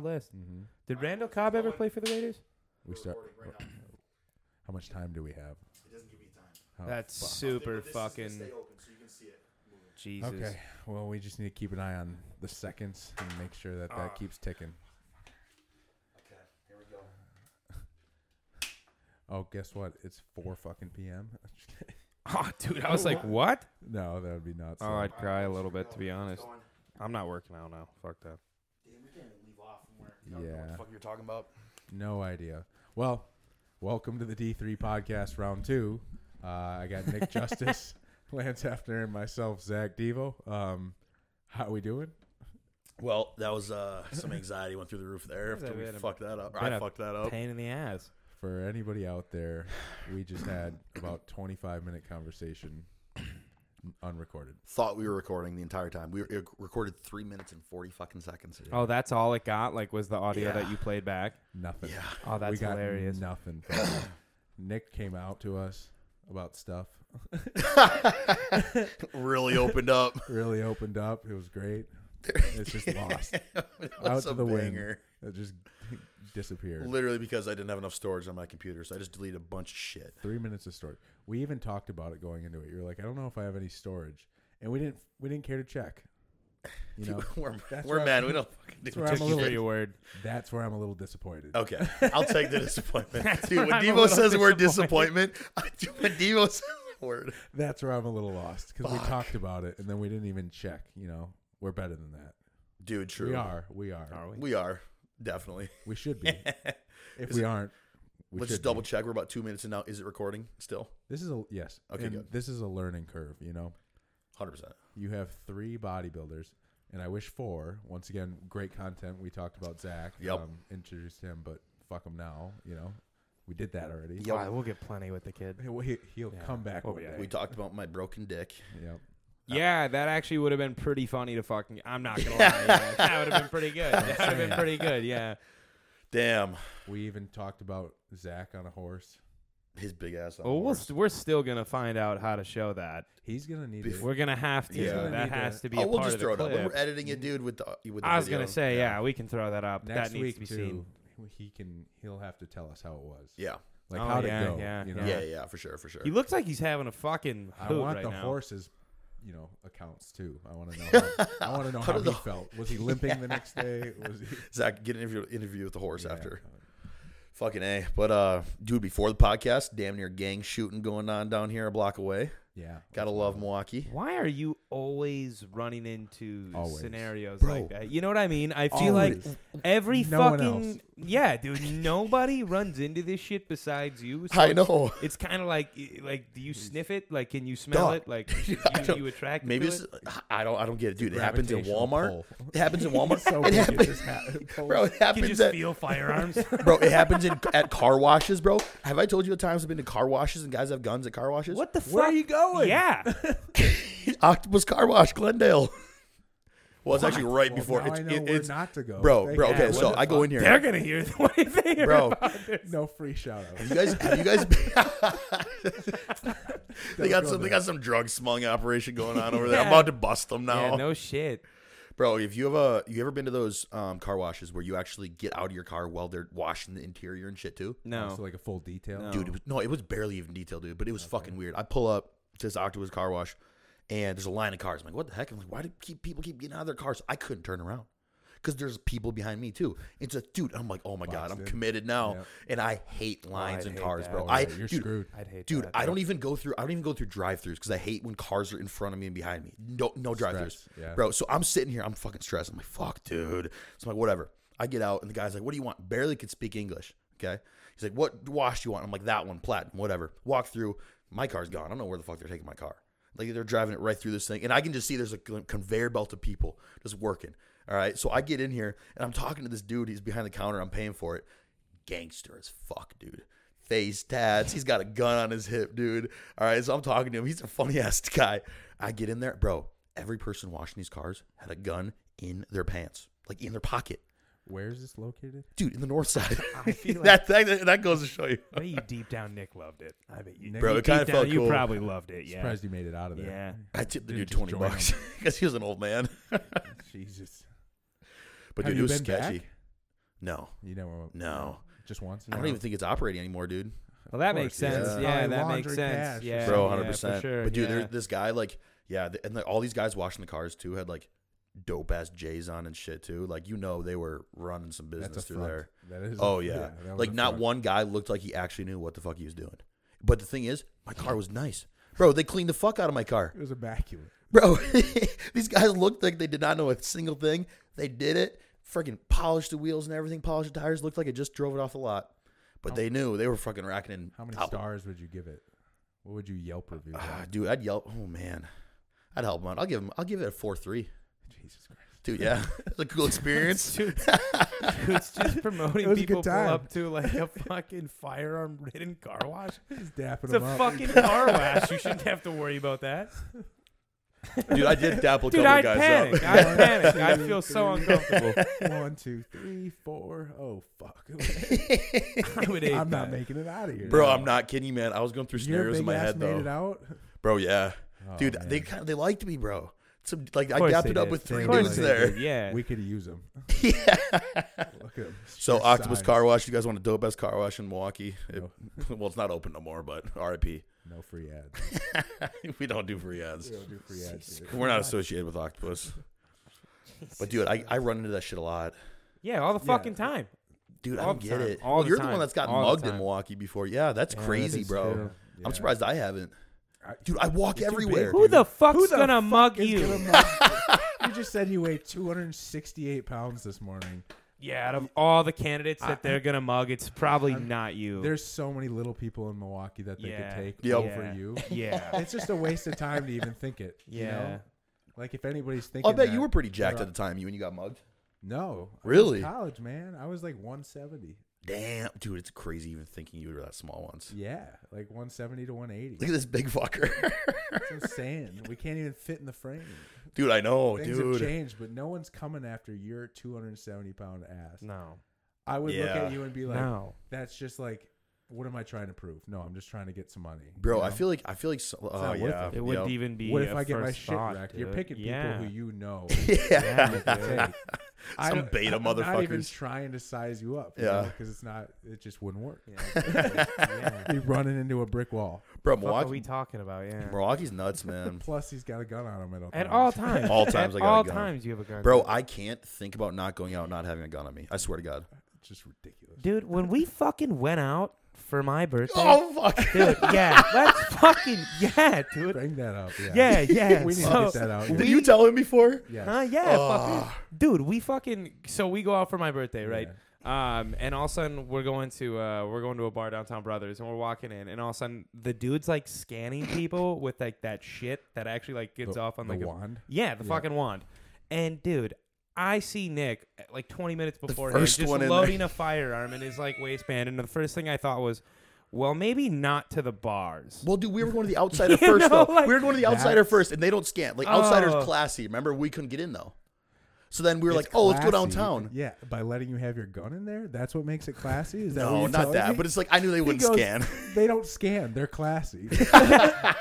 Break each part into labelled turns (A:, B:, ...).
A: list.
B: hmm
A: Did Randall Cobb ever play for the Raiders?
B: We start. How much time do we have?
C: It doesn't give me time.
B: Oh,
A: That's
B: fuck.
A: super
C: This is-
A: fucking
C: Stay open so you can see it. moving.
A: Jesus.
B: Okay. Well, we just need to keep an eye on the seconds and make sure that that keeps ticking.
C: Uh, Okay, here we go.
B: Oh, guess what? It's four fucking p.m. Just kidding.
A: Oh, dude, I was like, what?
B: no, that would be nuts.
A: Oh, I'd cry a little
C: Here we
A: bit
C: go.
A: to be
C: It's
A: honest.
C: going.
A: I'm not working out now. Fuck that.
C: Damn, we can't even leave off from where.
B: Yeah.
C: I don't know what the fuck you're talking about.
B: No idea. Well, welcome to the D3 podcast round two. Uh, I got Nick Justice, Lance Hefner, and myself, Zach Devo. Um, how we doing?
C: Well, that was uh, some anxiety went through the roof there
A: That
C: after we
A: had a
C: fucked that up. Or
A: bit
C: I
A: of
C: fucked that up.
A: Pain in the ass.
B: For anybody out there, we just had about 25 minute conversation unrecorded.
C: Thought we were recording the entire time. We were, it recorded three minutes and forty fucking seconds.
A: Oh, that's all it got. Like, was the audio
C: Yeah.
A: that you played back?
B: Nothing.
C: Yeah.
A: Oh, that's
B: we got
A: hilarious.
B: nothing. From it. Nick came out to us about stuff.
C: really opened up.
B: Really opened up. It was great. It's just lost.
C: That
B: out
C: was
B: to
C: a
B: the wind.
C: banger.
B: It just disappeared.
C: Literally because I didn't have enough storage on my computer, so I just deleted a bunch of shit.
B: three minutes of storage. We even talked about it going into it. You're like, I don't know if I have any storage, and we didn't we didn't care to check. You know,
C: we're
B: that's
C: we're
B: where
C: men.
B: I'm-
C: We don't fucking do
B: that's where I'm
C: shit.
B: a little-
A: For your word.
B: that's where I'm a little disappointed.
C: Okay, I'll take the disappointment. Dude, when
A: where I'm a
C: Devo
A: little
C: says the word disappointment, I do when Devo says the word.
B: That's where I'm a little lost because we
C: Fuck.
B: talked about it and then we didn't even check. You know, we're better than that.
C: Dude, true.
B: We are. We are.
A: Are we?
C: We are, definitely.
B: We should be. if
C: Is
B: we aren't, we should
C: Let's just
B: be.
C: double check. We're about two minutes in now. Is it recording still?
B: This is a yes.
C: Okay,
B: And
C: good.
B: This is a learning curve. You know,
C: 100%.
B: you have three bodybuilders. And I wish four. Once again, great content. We talked about Zach. um,
C: Yep.
B: introduced him, but fuck him now. You know, we did that already.
C: Yep.
A: Ah, we'll get plenty with the kid.
B: Hey, well, he, he'll
A: Yeah.
B: come back
A: Oh,
B: one
A: yeah.
B: day.
C: We talked about my broken dick.
B: Yep.
A: Yeah, that actually would have been pretty funny to fucking. I'm not gonna lie, yeah. that would have been pretty good. That would have been pretty good. Yeah,
C: Damn.
B: We even talked about Zach on a horse.
C: His big ass. on
A: well,
C: the
A: we'll,
C: horse.
A: we're still gonna find out how to show that.
B: He's gonna need
C: Before-
B: it.
A: We're gonna have to.
C: Yeah.
A: That
B: Gonna need
A: has
B: to-
A: to be.
C: oh,
A: a
C: we'll
A: part
C: just
A: of the
C: throw it up. When
A: clip.
C: we're editing it, dude, with the. With the
A: I was
C: video.
A: gonna say, yeah. we can throw that up.
B: Next
A: that needs
B: week
A: to be
B: too.
A: seen.
B: He can. He'll have to tell us how it was.
C: Yeah.
B: Like
A: Oh,
B: how
A: yeah,
B: to go.
A: yeah,
B: you
C: Yeah.
B: know?
C: yeah, yeah, for sure, for sure.
A: He looks like he's having a fucking.
B: I
A: hoot
B: want
A: right
B: the
A: now.
B: horses. You know, accounts too. I want to know. How, I want to know
C: How
B: how,
C: did
B: he
C: the-
B: felt. Was he limping the next day? Was he?
C: Zach, get an interview, interview with the horse
B: Yeah.
C: after. Fucking A. But, uh, dude, before the podcast, damn near gang shooting going on down here a block away.
B: Yeah.
C: Gotta love Milwaukee.
A: Why are you always running into
B: Always.
A: scenarios
C: Bro.
A: like that? You know what I mean? I feel like
B: Always.
A: every
B: No one
A: fucking
B: else.
A: yeah, dude. Nobody runs into this shit besides you. so
C: I
A: it's-
C: know.
A: It's kind of like eh, like do you sniff it? Like can you smell
C: Dog.
A: it? Like
C: I
A: you,
C: don't-
A: you attract
C: Maybe
A: to
C: it's,
A: it?
C: I don't I don't get it, dude. It happens in
B: Gravitational
C: Walmart.
B: pull.
C: It happens in Walmart.
B: so
C: it
B: big, it
C: happens,
B: just ha-
C: bro. It
A: You can
C: happens
A: just
C: at,
A: feel firearms.
C: bro. It happens in at car washes, bro. Have I told you the times I've been to car washes and guys have guns at car washes?
A: what the fuck?
B: Where are you going?
A: Yeah,
C: Octopus Car Wash, Glendale. Well, it's actually right
B: Well,
C: before.
B: now
C: it's,
B: I know
C: it-
B: where
C: it's
B: not to go.
C: bro,
B: Thank
C: bro.
B: you.
C: Okay,
B: What
C: so
B: the
C: I go
B: fuck?
C: in here,
A: they're gonna hear the way they hear
C: Bro.
A: about this.
B: No free shout out.
C: You guys, have you guys? they got some. They got some drug smuggling operation going on over there. I'm
A: Yeah.
C: about to bust them now.
A: Yeah, no shit.
C: Bro, if you have a you ever been to those um, car washes where you actually get out of your car while they're washing the interior and shit too?
A: No,
B: So like a full detail.
A: No.
C: Dude, it was, no, it was barely even detailed, dude, but it was fucking weird. I pull up to this Octopus car wash and there's a line of cars. I'm like, what the heck? I'm like, why do keep people keep getting out of their cars? I couldn't turn around. Because there's people behind me too. It's a dude. I'm like, oh my god,
B: Boxed
C: I'm
B: in.
C: committed now,
B: Yep.
C: and I hate lines
A: I'd
C: in
A: hate
C: cars,
A: that.
C: bro.
A: Oh,
C: I
B: yeah, you're
C: dude,
B: screwed.
A: I'd hate
C: Dude,
A: that.
C: I don't even go through. I don't even go through drive-throughs because I hate when cars are in front of me and behind me. No, no drive-throughs,
B: Stress, yeah.
C: bro. So I'm sitting here. I'm fucking stressed. I'm like, fuck, dude. So I'm like, whatever. I get out, and the guy's like, "What do you want?" Barely could speak English. Okay, he's like, "What wash do you want?" I'm like, "That one, platinum, whatever." Walk through. My car's gone. I don't know where the fuck they're taking my car. Like they're driving it right through this thing, and I can just see there's a con- conveyor belt of people just working. All right, so I get in here and I'm talking to this dude. He's behind the counter. I'm paying for it gangster as fuck, dude. Face tats. He's got a gun on his hip, dude. All right, so I'm talking to him. He's a funny ass guy. I get in there, bro. Every person washing these cars had a gun in their pants, like in their pocket,
B: Where is this located?
C: dude. In the north side.
A: I feel
C: that, that that goes to show you,
A: I bet you deep down Nick loved it. I bet you,
C: Bro,
A: you
C: it kinda
A: deep down,
C: felt
A: You
C: cool.
A: probably loved it. Yeah,
B: Surprised you made it out of there.
A: yeah.
C: I tipped the
B: Dude,
C: dude
B: just
C: twenty
B: join
C: bucks because he was an old man.
B: Jesus.
C: But
B: Have
C: dude,
B: you
C: it was
B: been
C: sketchy.
B: back?
C: No,
B: You never.
C: no.
B: Just once.
C: I don't even think it's operating anymore, dude.
A: Well, that
B: course,
A: makes
B: yeah.
A: sense.
C: Yeah.
A: Yeah,
B: Probably
A: that makes
B: laundry
A: sense.
B: cash or
A: Yeah,
C: bro,
A: yeah,
C: hundred
A: for
C: percent.
A: sure,
C: But dude, there,
A: yeah.
C: this guy, like, yeah, th- and like, all these guys washing the cars too had like dope ass J's on and shit too. Like, you know, they were running some business
B: That's a
C: through
B: front.
C: there.
B: That is. a-
C: Oh yeah,
B: that was
C: like
B: a
C: not
B: front.
C: one guy looked like he actually knew what the fuck he was doing. But the thing is, my car was nice, bro. They cleaned the fuck out of my car,
B: It was immaculate.
C: bro. these guys looked like they did not know a single thing. They did it, freaking polished the wheels and everything, polished the tires. Looked like it just drove it off the lot, but they knew they were fucking racking in.
B: How many
C: thou-
B: stars would you give it? What would you Yelp review?
C: Ah,
B: that?
C: dude, I'd yell. Oh man, I'd help him out. I'll give him. I'll give it a four three,
B: Jesus Christ.
C: dude. Yeah, it's a cool experience.
A: Dude, it's just
B: It
A: promoting
B: was a
A: people
B: good
A: pull
B: time.
A: up to like a fucking firearm ridden car wash.
B: He's dapping
A: It's a
B: him up.
A: fucking car wash. You shouldn't have to worry about that.
C: dude, I did dapple a
A: Dude,
C: couple
A: I'd
C: guys
A: panic.
C: up.
A: I'd panic. I feel so uncomfortable.
B: One, two, three, four. Oh fuck!
A: I would hate
B: I'm
A: that.
B: not making it out of here,
C: Bro, I'm not kidding, you, man. I was going through
B: Your
C: scenarios
B: big
C: in my
B: ass
C: head
B: made it
C: though,
B: out,
C: bro. Yeah,
B: Oh,
C: dude,
B: man.
C: they kind of they liked me, bro. Some like I
A: Of course
C: dapped
A: they
C: it up
A: did.
C: with
A: Of
C: three
A: course
C: dudes
A: they
C: there.
A: did, Yeah.
B: we could use them.
C: yeah.
B: Look at 'em.
C: So
B: Sheer
C: Octopus
B: size.
C: Car Wash, you guys want a dope ass car wash in Milwaukee? It-
B: No,
C: well, it's not open no more, but RIP.
B: no free ads.
C: we don't do free ads.
B: We don't do free ads. dude.
C: We're not associated with Octopus. But dude, I, I run into that shit a lot.
A: yeah, all the
B: Yeah.
A: fucking time.
C: Dude, I
A: All
C: don't
A: the
C: get
A: time.
C: it.
A: All
C: Well,
A: the
C: you're the
A: time.
C: one that's gotten
A: All the
C: mugged in
A: time.
C: Milwaukee before. Yeah, that's
A: Yeah, that
C: crazy,
A: is
C: bro.
A: true.
B: Yeah.
C: I'm surprised I haven't.
B: I-
C: Dude, I walk
B: You're too big,
C: everywhere.
A: Who the fuck's
B: Who the
A: gonna
B: fuck
A: mug
B: is
A: you?
B: gonna mug you? you just said you weighed 268 pounds this morning.
A: Yeah, out of all the candidates that they're gonna mug, it's probably not you.
B: There's so many little people in Milwaukee that they
A: Yeah.
B: could take
C: Yep.
B: over
A: Yeah.
B: you.
A: yeah,
B: It's just a waste of time to even think it. you
A: Yeah.
B: know? Like if anybody's thinking,
C: I'll bet
B: that,
C: you were pretty jacked
B: they're
C: at the time, you when you got mugged.
B: No, I was
C: Really?
B: college man. I was like 170.
C: Damn, dude, it's crazy even thinking you were that small once.
B: Yeah, like 170 to 180.
C: Look at this big fucker.
B: It's insane. We can't even fit in the frame.
C: dude, I know,
B: Things have
C: Oh, dude.
B: changed, but no one's coming after your 270 pound ass.
A: no,
B: I would look
C: Yeah.
B: at you and be like,
A: no.
B: that's just like, what am I trying to prove? No, I'm just trying to get some money,
C: Bro,
B: you
C: I
B: know?
C: feel like I feel like so, oh
B: not worth
C: yeah.
B: it.
A: It wouldn't
C: yep.
A: even be.
B: What if
A: a
B: I get my
A: first
B: shit
A: thought,
B: wrecked? You're
A: dude.
B: picking
A: yeah.
B: people who you know.
C: Yeah.
A: Yeah,
B: can
A: dude.
B: take. I
C: Some
B: don't-
C: beta
B: I'm Not even
C: motherfuckers.
B: trying to size you up.
C: Yeah.
B: because it's not. It just wouldn't work.
A: Yeah.
B: You're running into a brick wall.
C: Bro,
A: What are
C: Milwaukee,
A: we talking about? Yeah.
C: Milwaukee's nuts, man.
B: Plus, he's got a gun on him at all.
A: At
B: times.
A: all times.
C: All times I
A: At
C: got a
A: all
C: gun.
A: times you have a gun.
C: Bro, I can't think about not going out and not having a gun on me. I swear to God.
B: It's just ridiculous.
A: dude, when we fucking went out for my birthday,
C: Oh fuck.
A: dude, yeah, let's fucking yeah, dude,
B: Bring that up. Yeah.
A: yeah, yeah.
B: We need to
A: so,
B: get that out.
C: Did
B: We,
C: you tell him before?
B: yes.
A: Huh? Yeah, fucking, dude. We fucking so we go out for my birthday, right?
B: Yeah.
A: Um, and all of a sudden we're going to uh, we're going to a bar downtown, brothers, and we're walking in, and all of a sudden the dude's like scanning people with like that shit that actually like gets
B: The-
A: off on
B: the
A: like a-
B: wand?
A: yeah, the fucking wand. And dude, I see Nick uh, like 20 minutes before him
C: first
A: just
C: one in
A: loading a firearm in his like waistband, and the first thing I thought was, well, maybe not to the bars.
C: Well, dude, we were going to the outsider
A: You
C: first
A: know,
C: though.
A: like-
C: we were going to the outsider first, and they don't scan. Like outsiders
A: Oh.
C: classy. Remember, we couldn't get in though. So then we were
B: It's
C: like, oh, let's go
B: classy.
C: downtown.
B: Yeah, by letting you have your gun in there, that's what makes it classy. Is that what
C: No,
B: you're
C: not
B: telling
C: that.
B: me?
C: But it's like I knew they
B: He
C: wouldn't
B: goes,
C: scan.
B: They don't scan. They're classy.
A: It's a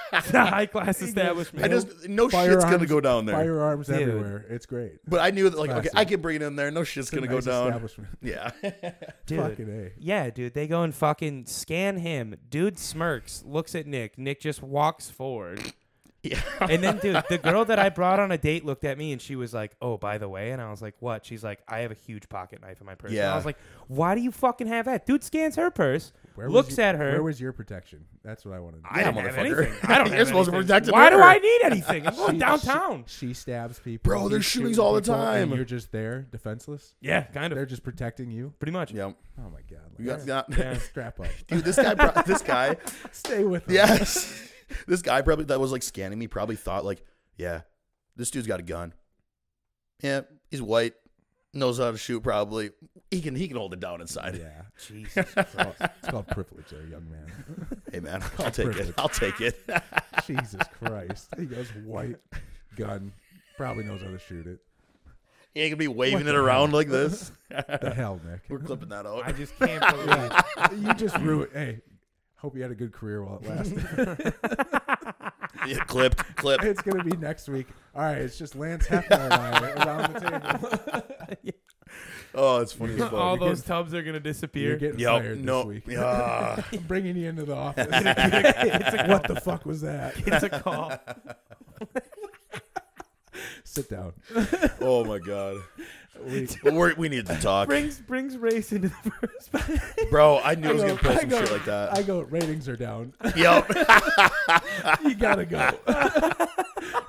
A: high class establishment.
C: I just no shit's gonna
B: Firearms-
C: go down there.
B: Firearms
A: Dude.
B: everywhere. It's great.
C: But I knew that like okay,
B: Classy.
C: I can bring it in there. No shit's gonna go
B: Nice
C: down.
B: Establishment.
C: Yeah.
A: Dude,
B: Fucking a.
A: Yeah, dude, they go and fucking scan him. Dude smirks, looks at Nick. Nick just walks forward.
C: Yeah.
A: And then, dude, the girl that I brought on a date looked at me and she was like, Oh, by the way. And I was like, What? She's like, I have a huge pocket knife in my purse. And
C: Yeah.
A: I was like, Why do you fucking have that? Dude scans her purse,
B: Where
A: looks
B: was your-
A: at her.
B: Where was your protection? That's what I want to know.
A: I
C: Yeah,
A: don't have
C: motherfucker.
A: anything. I don't
C: You're
A: have
C: supposed to
A: anything.
C: protect the
A: Why do
C: bear.
A: I need anything? I'm going
B: She-
A: downtown.
B: She, she stabs people.
C: Bro,
B: he's
C: there's shootings
B: shooting
C: all the
B: people, and
C: time.
B: you're just there, defenseless.
A: yeah, kind
B: They're
A: of.
B: just protecting you.
A: Pretty much.
C: Yep.
B: Oh my god!
C: We got,
B: Like,
C: got
A: Yeah.
B: strap up.
C: dude. This guy. pro- This guy.
B: Stay with them.
C: Yes. this guy probably that was like scanning me probably thought like, yeah, this dude's got a gun. Yeah, he's white, knows how to shoot probably. He can he can hold it down inside.
B: Yeah.
A: Jesus.
B: It's called, it's called privilege, there, young man.
C: Hey man, I'll take it.
B: privilege.
C: I'll take it.
B: Jesus Christ! He goes white gun. Probably knows how to shoot it.
C: he ain't gonna be waving it around like this.
B: The hell, Nick.
C: We're clipping that
A: I
C: out.
A: just can't believe
B: you just ruined. Hey, hope you had a good career while it lasted.
C: Yeah, clipped, clipped.
B: it's gonna be next week. All right, it's just Lance Hefner and I around the table.
C: Oh, it's funny as fuck.
A: All
B: you're
A: those tubs are gonna disappear.
B: You're getting
C: Yup,
B: fired
C: no,
B: this week.
C: yeah.
B: I'm bringing you into the
A: it's,
B: office.
A: a, it's, a,
B: what the fuck was that?
A: it's a call.
B: Sit down.
C: oh my god.
B: We,
C: But we're, we need to talk,
A: brings brings race into the first.
C: bro. I knew I was
B: go-
C: gonna play
B: I
C: some
B: go-
C: shit like
B: I
C: that.
B: go. Ratings are down.
C: Yup.
B: You gotta go.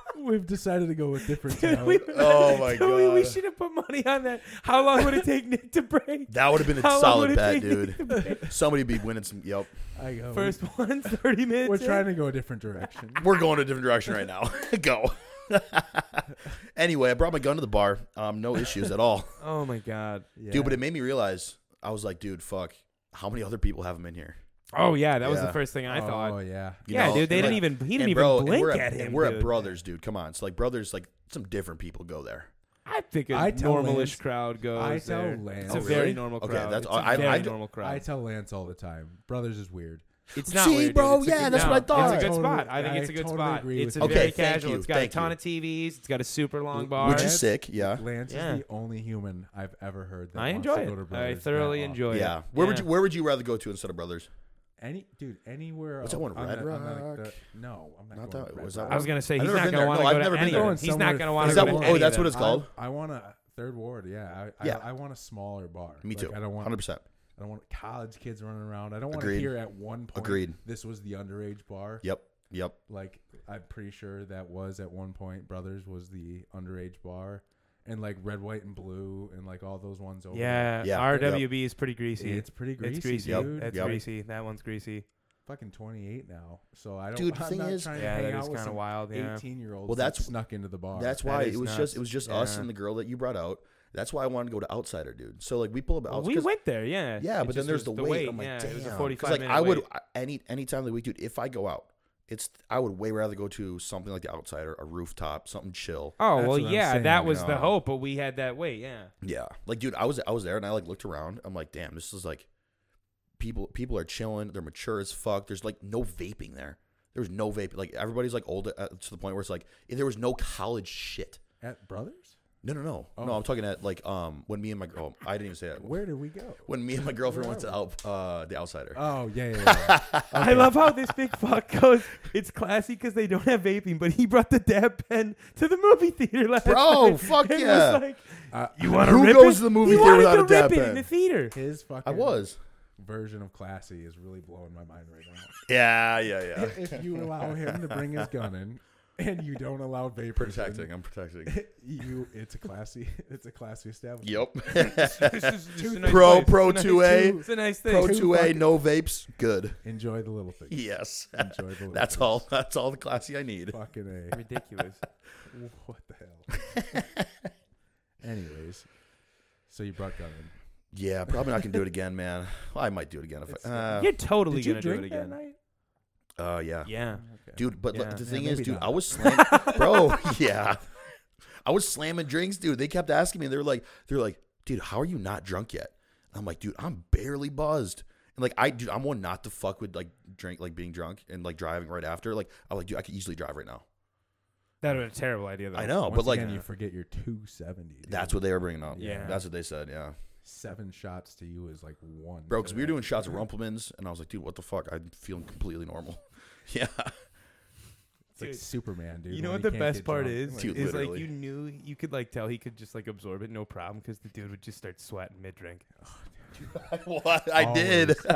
B: We've decided to go with different talent.
A: we,
C: Oh my
A: We, we
C: God.
A: should have put money on that. How long would it take Nick to break?
C: That would have been a
A: How long would
C: solid
A: it
C: bet,
A: take Nick
C: dude.
A: to break?
C: Somebody be winning some. Yup.
B: I go.
A: First one, 30 minutes.
B: we're
A: in.
B: trying to go a different direction.
C: We're going a different direction right now. go. anyway, I brought my gun to the bar. Um, no issues at all,
A: Oh my god.
B: Yeah.
C: dude. But it made me realize. I was like, dude, fuck. How many other people have them in here?
A: Oh yeah, that was the
C: Yeah.
A: first thing I
B: Oh
A: thought.
B: yeah.
C: You
A: yeah,
C: know,
A: dude, they didn't
C: and like-
A: even he didn't
C: and
A: even
C: bro, and
A: blink
C: we're
A: at him.
C: And we're at
A: dude.
C: brothers, dude. Come on, so like brothers, like some different people go there.
A: I think a
B: I tell
A: normalish
B: Lance-
A: crowd goes.
B: I tell
A: there.
B: Lance-
A: It's a
B: Oh,
A: very
C: really?
A: normal
C: Okay,
A: crowd.
C: that's-
A: it's a
C: I- I
A: very
C: do-
A: normal crowd.
B: I tell Lance all the time. Brothers is weird.
A: it's not
C: See,
A: weird, dude.
C: bro,
A: It's a
C: yeah,
A: good-
C: that's
A: no,
C: what I thought.
A: It's a good
B: Totally-
A: spot. I think
B: I
A: it's a good
B: totally
A: spot.
B: agree
A: It's a
B: with
C: you.
A: very
C: Okay, thank
A: casual.
C: you,
A: It's got a
C: thank
A: ton
C: you.
A: of TVs. It's got a super long
B: Would
A: bar.
C: Which
B: Lance-
C: is sick, yeah.
B: Lance
A: Yeah.
B: is the only human I've ever heard that
A: I
B: wants
A: enjoy
B: to go to
A: it.
B: brothers
A: I
B: that
A: thoroughly
B: often.
A: enjoy it.
C: Yeah. Where would you Where would you rather go to instead of brothers?
B: Any dude, anywhere. else-
C: What's that one,
B: I'm
C: Red
B: not- I'm not, like,
C: Rock?
B: the- no, I'm not.
C: Not
B: going
C: that-
B: to Red
C: was that
B: Rock.
A: I was gonna say
C: I've
A: he's
C: never
A: not
C: been
A: gonna
C: there.
A: want
C: No,
A: to
C: I've
A: go to
C: never been
A: any.
C: there.
A: of them. He's not gonna want
C: Is
A: to
C: that
A: go to
C: one- oh,
A: any of
C: that's
A: them.
C: what it's called?
B: I, I want a third ward. Yeah, I, I,
C: Yeah.
B: I want a smaller bar.
C: Me
B: Like,
C: too.
B: I don't want.
C: Hundred percent.
B: I don't want college kids running around. I don't want to
C: Agreed.
B: hear at one point.
C: Agreed.
B: This was the underage bar.
C: Yep. Yep.
B: Like I'm pretty sure that was at one point. Brothers was the underage bar, and like red, white, and blue, and like all those ones over.
A: Yeah,
B: there.
C: Yeah.
A: RWB is pretty greasy.
B: It's pretty greasy,
A: It's greasy.
C: Yep.
B: dude.
A: That's
C: Yep.
A: greasy. That one's greasy.
B: fucking 28 now, so I don't.
C: Dude, the
B: I'm
C: thing
B: not
C: is-
B: trying to
A: Yeah,
B: hang
A: that
B: out
A: is
B: with
A: kind of
B: some
A: wild. Yeah.
B: 18 year olds.
C: Well,
B: that
C: that's-
B: snuck into the bar.
C: That's
A: That
C: why
A: is
C: it was
A: nuts.
C: just it was just us
A: Yeah.
C: and the girl that you brought out. That's why I wanted to go to Outsider, dude. So like we pull up
A: Well,
C: Outsider.
A: we went there, yeah.
C: Yeah,
A: It
C: but
A: just
C: then there's
A: was
C: the, wait. I'm like,
A: yeah,
C: damn.
A: It was a
C: 'Cause,
A: 45
C: like,
A: minute
C: I would
A: wait.
C: I- any any time of the week, dude. If I go out, it's I would way rather go to something like the Outsider, a rooftop, something chill.
A: Oh
B: That's
A: well,
B: what I'm
A: yeah,
B: saying,
A: that
B: you
A: was the
C: know.
A: hope, but we had that wait, yeah.
C: Yeah, like dude, I was I was there and I like looked around. I'm like, damn, this is like people people are chilling. They're mature as fuck. There's like no vaping there. There was no vape. Like everybody's like old uh, to the point where it's like there was no college shit.
B: at Brothers.
C: No, no, no, no.
B: Oh.
C: I'm talking at like um when me and my girl. I didn't even say that.
B: Where did we go?
C: When me and my girlfriend went to out, uh, the Outsider.
B: Oh yeah, yeah, yeah.
A: I love how this big fuck goes. It's classy because they don't have vaping, but he brought the dab pen to the movie theater last
C: Bro,
A: night.
C: fuck
A: It was
C: yeah.
A: like,
B: Uh,
A: you want to
C: who
A: rip
C: goes
A: it?
C: to the movie
A: He
C: theater
A: wanted to
C: without a
A: rip
C: dab
A: it in
C: pen?
A: the theater.
B: his fucking.
C: I was.
B: version of classy is really blowing my mind right now.
C: Yeah, yeah, yeah.
B: if you allow him to bring his gun in, and you don't allow vapors, in,
C: protecting. I'm protecting.
B: you it's a classy it's a classy establishment.
C: yep.
A: This is- this is a nice
C: Pro-
A: place.
C: Pro
A: It's a nice-
C: 2A,
A: It's a nice thing.
C: Pro
B: Two
C: two A,
B: buckets.
C: no vapes. Good.
B: Enjoy the little things.
C: Yes.
B: Enjoy the little
C: That's
B: things.
C: all. That's all the classy I need.
B: Fucking a.
A: Ridiculous.
B: What the hell? Anyways, so you brought gun in.
C: Yeah, probably not gonna do it again, man. Well, I might do it again if
B: It's-
C: I. Uh,
A: You're totally
B: Did you
A: gonna do
B: drink
A: it again.
B: that night?
C: uh, yeah.
A: Yeah.
C: dude. But
A: Yeah.
C: the
A: Yeah,
C: thing is,
B: maybe
C: dude,
B: not.
C: I was slamming, bro. Yeah, I was slamming drinks, dude. They kept asking me. They were like, they're like, dude, how are you not drunk yet? And I'm like, dude, I'm barely buzzed. And like, I, dude, I'm one not to fuck with like drink, like being drunk and like driving right after. Like, I'm like, dude, I could easily drive right now.
A: That would be a terrible idea though.
C: I know,
B: Once
C: Oh, but like,
B: again, you forget your 270. dude.
C: that's what they were bringing up.
A: Yeah.
C: that's what they said. Yeah,
B: seven shots to you is like one.
C: bro,
B: to
C: because we were
B: them.
C: doing shots of Rumplemans, and I was like, dude, what the fuck? I'm feeling completely normal. Yeah,
B: It's like
A: Dude.
B: Superman, dude.
A: You know
B: when
A: what
B: he
A: the
B: can't
A: best
B: get
A: part
B: drunk.
A: is?
B: Like,
C: Dude,
A: is like
C: literally.
A: you knew you could like tell he could just like absorb it no problem because the dude would just start sweating mid drink.
C: well, I, I did.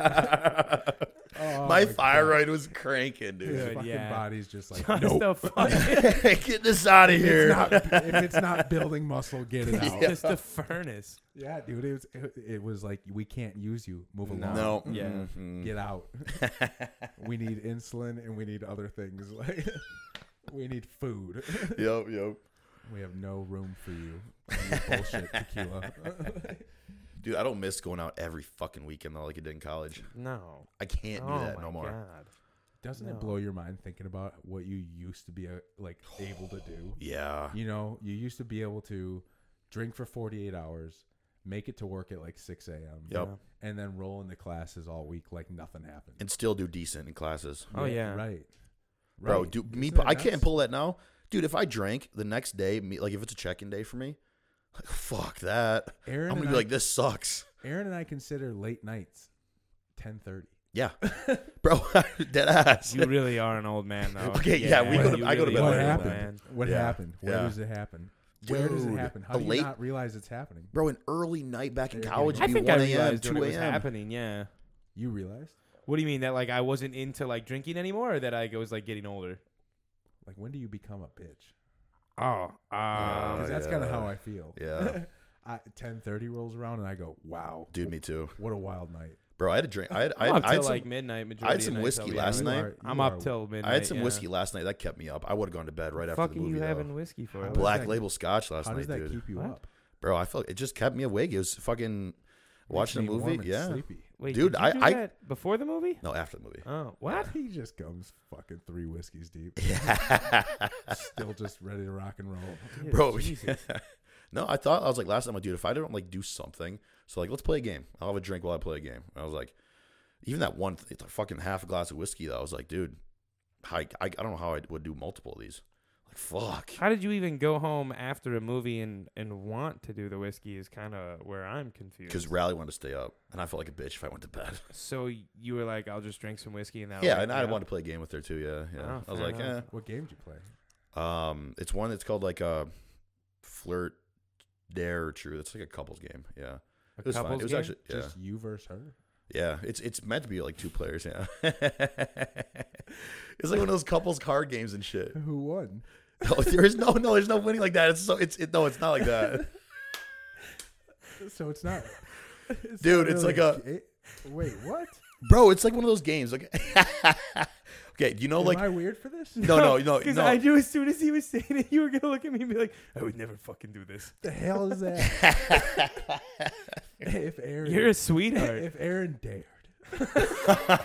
B: oh
C: my
B: God.
C: thyroid was cranking, dude.
B: His
A: Dude,
B: fucking
A: yeah.
B: body's just like,
A: Just
B: nope.
A: the fucking-
C: Get this out of
B: If
C: here.
B: it's, not, if it's not building muscle, get it out. Yeah,
A: just a furnace.
B: dude. It was, it, it was like, we can't use you. Move along.
C: No.
A: Yeah.
C: Mhm.
B: Get out. we need insulin and we need other things. Like, we need food.
C: Yep. Yep.
B: We have no room for you. and your bullshit tequila.
C: Dude, I don't miss going out every fucking weekend though, like I did in college.
A: No.
C: I can't
A: Oh
C: do that
A: my
C: no more.
A: God.
B: Doesn't
A: No.
B: it blow your mind thinking about what you used to be uh, like able to do?
C: Yeah.
B: You know, you used to be able to drink for 48 hours, make it to work at like 6 a.m.,
C: Yep.
B: and then roll into classes all week like nothing happened.
C: And still do decent in classes.
A: Oh yeah.
B: Right. right.
C: Bro, do me
B: Isn't it
C: I can't
B: nuts?
C: pull that now. Dude, if I drank the next day, me like if it's a check-in day for me, Like, Fuck that.
B: Aaron
C: I'm
B: and
C: gonna be
B: I-
C: like, this sucks.
B: Aaron and I consider late nights 10:30.
C: Yeah, bro, dead ass.
A: You really are an old man, though.
C: Okay, yeah, we go to-
A: you
C: I go to
A: really are
C: bed
B: What
A: an old
B: happened?
A: man.
B: What
C: Yeah.
B: happened? Where
C: Yeah.
B: does it happen? Where does it
C: Dude,
B: happen? How
C: a
B: do you
C: late-
B: not realize it's happening?
C: Bro, an early night back in
B: They're
C: college,
B: getting-
A: I
C: it'd be
A: think
C: 1
A: I
C: a.m.,
A: realized when
C: 2
A: it was
C: a.m.
A: happening. Yeah.
B: You realized?
A: What do you mean that like I wasn't into like drinking anymore, or that I was like getting older?
B: Like when do you become a bitch?
A: Oh, uh,
B: Because
C: Oh,
B: that's kind of
C: yeah.
B: how I feel.
C: Yeah.
B: I, 10:30 rolls around and I go, "Wow,
C: Dude, me too,
B: what a wild night."
C: bro. I had a drink. I had, I
A: I'm
C: had,
A: up
C: I had
A: till
C: some,
A: like midnight. Majority
C: I had
A: of
C: some
A: nights,
C: whiskey
A: I'll be
C: last
A: honest.
B: You
C: night.
B: are-
A: I'm
B: you
A: up
B: are-
A: till midnight.
C: I had some
A: yeah.
C: whiskey last night that kept me up. I would have gone to bed right after the
A: Fucking
C: movie.
A: you
C: though.
A: having whiskey for?
B: How does
C: Black
B: that-
C: Label Scotch last
B: How does
C: night,
B: that
C: dude.
B: keep you
A: What?
B: up?
C: Bro, I felt it just kept me awake. It was fucking watching a
B: Makes me warm
C: movie.
B: and
C: Yeah.
B: Sleepy.
A: Wait,
C: Dude,
A: did you
C: I-
A: do
C: I-
A: that before the movie?
C: No, after the movie.
A: Oh, what?
B: He just comes fucking three whiskeys deep, still just ready to rock and roll.
A: Dude,
C: Bro,
A: Jesus.
C: no, I thought I was like last time, like, dude, if I don't like do something, so like, let's play a game. I'll have a drink while I play a game. And I was like, even that one, th- the fucking half a glass of whiskey, though, I was like, dude, I, I, I don't know how I would do multiple of these. Like, fuck.
A: How did you even go home after a movie and, and want to do the whiskey is kind of where I'm
C: Because
A: confused.
C: Rally wanted to stay up, and I felt like a bitch if I went to bed.
A: So you were like, I'll just drink some whiskey and that.
C: yeah, and I wanted to play a game with her too. Yeah, yeah.
A: Oh,
C: I was
A: fair
C: like, eh.
A: enough.
B: What game did you play?
C: Um, it's one that's called like a flirt, dare, or true. It's like a couples game. Yeah,
A: A
C: it was fun.
A: couples
C: It was
A: game?
C: actually yeah,
B: Just you versus her.
C: yeah. It's it's meant to be like two players. Yeah, it's like one of those couples card games and shit.
B: Who won?
C: No, there is no no. There's no winning like that. It's so it's it, no. It's not like that.
B: So it's not. it's
C: Dude, it's like a-
B: ga- Wait, what?
C: Bro, it's like one of those games. Like, okay, you know,
B: Am
C: like
B: I weird for this?
C: no, no, no,
A: Because
C: no.
A: I knew as soon as he was saying it, you were gonna look at me and be like, I would never fucking do this.
B: the hell is that? if Aaron,
A: You're a sweetheart.
B: if Aaron dared,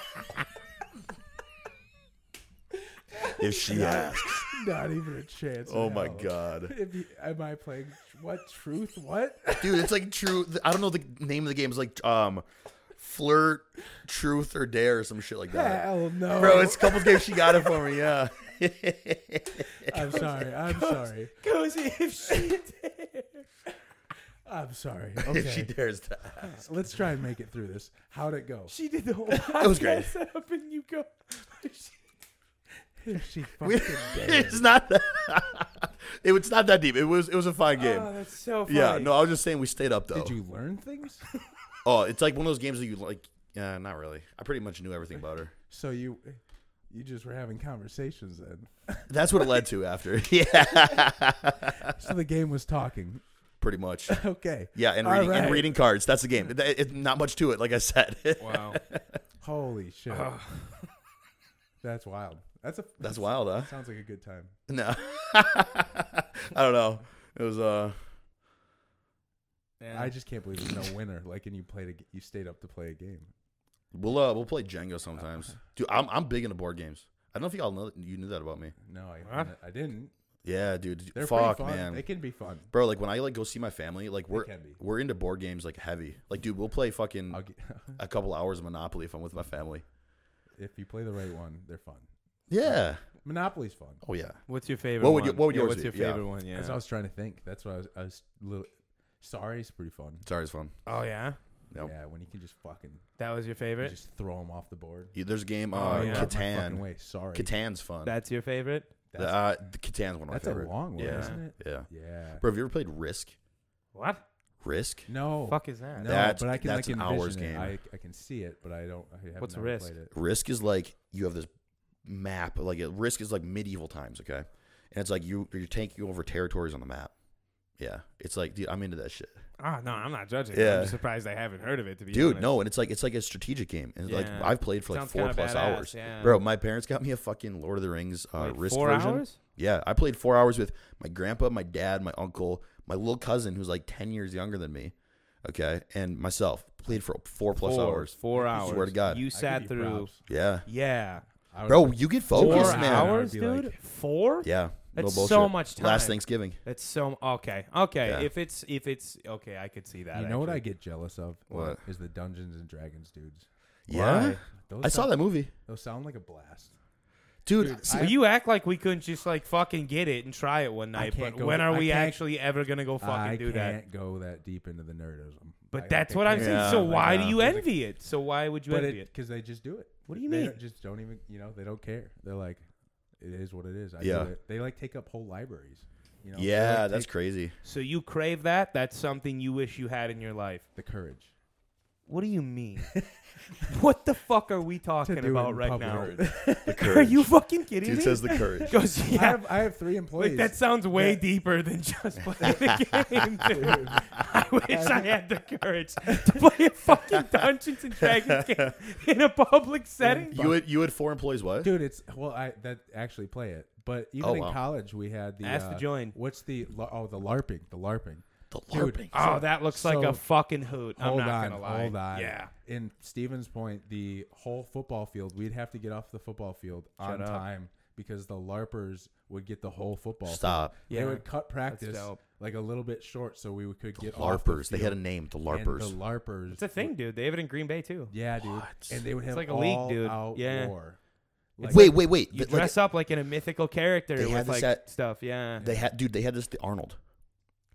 C: if she asks,
B: not even a chance. in
C: oh my
B: hell.
C: god,
B: If you, am I playing what truth? What?
C: dude, it's like true. I don't know the name of the game. It's like um, flirt, truth, or dare, or some shit like that.
B: Hell no,
C: Bro, it's a couple games she got it for me, yeah.
B: I'm sorry. I'm sorry.
A: Because if she did.
B: I'm sorry.
C: If she
B: Okay,
C: dares to
B: let's try and make it through this. How'd it go?
A: She did the whole
C: It was great.
A: podcast setup and you go.
B: If she fucking dared.
C: It's not that it, was not that deep. It was it was a fine game.
A: Oh, that's so funny.
C: yeah, no, I was just saying we stayed up though.
B: Did you learn things?
C: Oh, it's like one of those games that you like yeah, not really. I pretty much knew everything about her.
B: So you, you just were having conversations then.
C: That's what it led to after. Yeah.
B: So the game was talking.
C: Pretty much.
B: Okay.
C: Yeah, and
B: All
C: reading and
B: right.
C: reading cards. That's the game. It, it- not much to it, like I said.
A: Wow.
B: Holy shit. That's wild. That's a.
C: That's wild, huh?
B: Sounds like a good time.
C: No. I don't know. It was uh
A: Yeah.
B: I just can't believe there's no winner. Like, and you played. A, g- you stayed up to play a game.
C: We'll uh, we'll play Django sometimes, dude. I'm I'm big into board games. I don't know if y'all know you knew that about me.
B: No, I.
A: Huh?
B: I didn't.
C: Yeah, dude.
B: They're
C: Fuck,
B: pretty fun.
C: man,
B: They can be fun.
C: bro. Like when I like go see my family, like we're
B: can be.
C: we're into board games like heavy. Like, dude, we'll play fucking
B: I'll get,
C: a couple hours of Monopoly if I'm with my family.
B: if you play the right one, they're fun.
C: Yeah.
B: Monopoly's fun.
C: Oh yeah.
A: What's your favorite
C: What would you-
A: one?
C: what would
A: yeah,
C: yours
A: What's
C: be?
A: your
C: Yeah.
A: favorite one? Yeah.
B: That's what I was trying to think. That's what I was. I was little, sorry, it's pretty fun.
C: It's always fun.
A: oh, yeah?
C: Yep.
B: Yeah, when you can just fucking
A: That was your
B: you
A: favorite?
B: just throw them off the board.
C: Yeah, There's a game uh,
A: Oh, yeah.
B: My fucking
C: Catan.
B: way. Sorry,
C: Catan's fun.
A: That's your favorite?
B: that's,
C: uh, the Catan's one of my
B: that's a
C: favorite.
B: long one,
C: yeah.
B: isn't it?
C: Yeah.
B: Yeah.
C: Bro, have you ever played Risk?
A: What?
C: Risk?
B: No.
A: fuck is that?
B: No,
C: That's-
B: but I can
C: that's
B: like
C: an hours
B: envision it.
C: game.
B: I, I can see it, but I don't. I have
A: What's
B: not
A: risk?
B: Played it.
C: Risk is like you have this map, like it, Risk is like medieval times, okay? And it's like you you're taking over territories on the map. Yeah, it's like, dude, I'm into that shit,
A: Oh, no, I'm not judging.
C: Yeah.
A: I'm just surprised I haven't heard of it, to be
C: dude.
A: honest.
C: No, and it's like it's like a strategic game, and like
A: Yeah.
C: I've played for like
A: Sounds
C: four
A: kinda
C: plus
A: badass,
C: hours,
A: yeah.
C: bro. My parents got me a fucking Lord of the Rings uh,
A: Wait,
C: Risk
A: four
C: version.
A: hours?
C: Yeah, I played four hours with my grandpa, my dad, my uncle, my little cousin who's like ten years younger than me, okay, and myself. Played for four plus
A: four,
C: hours.
A: Four
C: I
A: hours.
C: swear to God.
A: You
B: I give
A: sat
B: you
A: through.
B: props.
C: Yeah,
A: Yeah.
B: I would-
C: bro, you get
A: Four
C: focused, man.
A: hours,
B: I'd be like-
A: dude? Four?
C: Yeah, no
A: That's
C: bullshit.
A: so much time.
C: Last Thanksgiving.
A: That's so okay. Okay,
C: Yeah.
A: if it's if it's okay, I could see that.
B: You know what I
A: actually.
B: get jealous of?
C: What?
B: is the Dungeons and Dragons dudes?
C: Yeah,
A: Why?
B: Those
C: I saw
B: sound-
C: that movie.
B: Those sound like a blast.
C: dude.
A: So you act like we couldn't just like fucking get it and try it one night,
B: can't
A: but
B: go-
A: when are
B: I
A: we
B: can't-
A: actually ever gonna go fucking
B: I
A: do that?
B: can't go that deep into the nerdism.
A: But
B: I-
A: that's
B: I
A: what I'm
B: can't.
A: saying.
C: Yeah,
A: so
C: like,
A: why do
C: uh,
A: you envy it? So why would you
B: But
A: envy it?
B: because they just do it.
A: What do you
B: they
A: mean?
B: don't- just don't even. You know, they don't care. They're like, it is what it is. I
C: Yeah.
B: do it. They like take up whole libraries. You know. They,
C: yeah,
B: like,
C: that's
B: take
C: crazy.
A: So you crave that? That's something you wish you had in your life.
B: the courage
A: What do you mean? what the fuck are we
B: to
A: talking
B: do it
A: about
B: in
A: right
B: public.
A: now?
C: The
A: Are
C: courage.
A: you fucking kidding
C: Dude
A: me?
C: says the courage.
A: Goes,
B: I
A: yeah.
B: have I have three employees.
A: Like that sounds way
B: Yeah.
A: deeper than just playing the game. dude.
B: Dude,
A: I wish I had the courage to play a fucking Dungeons and Dragons game in a public setting.
C: You had you had four employees. What?
B: dude, it's well, I that actually play it. But even
C: Oh,
B: in
C: wow.
B: college, we had the
A: Ask to
B: uh,
A: join.
B: What's the la- oh the larping the larping.
C: the
B: Dude,
C: LARPing.
A: Oh, that looks like
B: So-
A: a fucking hoot. I'm
B: hold
A: not
B: on,
A: gonna lie.
B: hold on.
A: Yeah.
B: In Stevens Point, the whole football field, we'd have to get off the football field on
A: up.
B: time because the LARPers would get the whole football. field.
C: Stop.
B: They
A: Yeah.
B: would cut practice
A: dope.
B: like a little bit short so we could get off the
C: LARPers. They had a
B: field.
C: name. The
B: And
C: LARPers.
B: The LARPers.
A: It's a thing, dude. They have it in Green Bay too.
B: Yeah, dude.
C: What?
B: And they would have
A: like a league,
B: all
A: dude.
B: out
A: Yeah.
B: war.
A: It's
C: wait, wait, wait.
A: You
C: Th- like,
A: dress up like in a mythical character
C: They had
A: with
C: this
A: like
C: at-
A: stuff. Yeah.
C: they had, dude. They had this. The Arnold.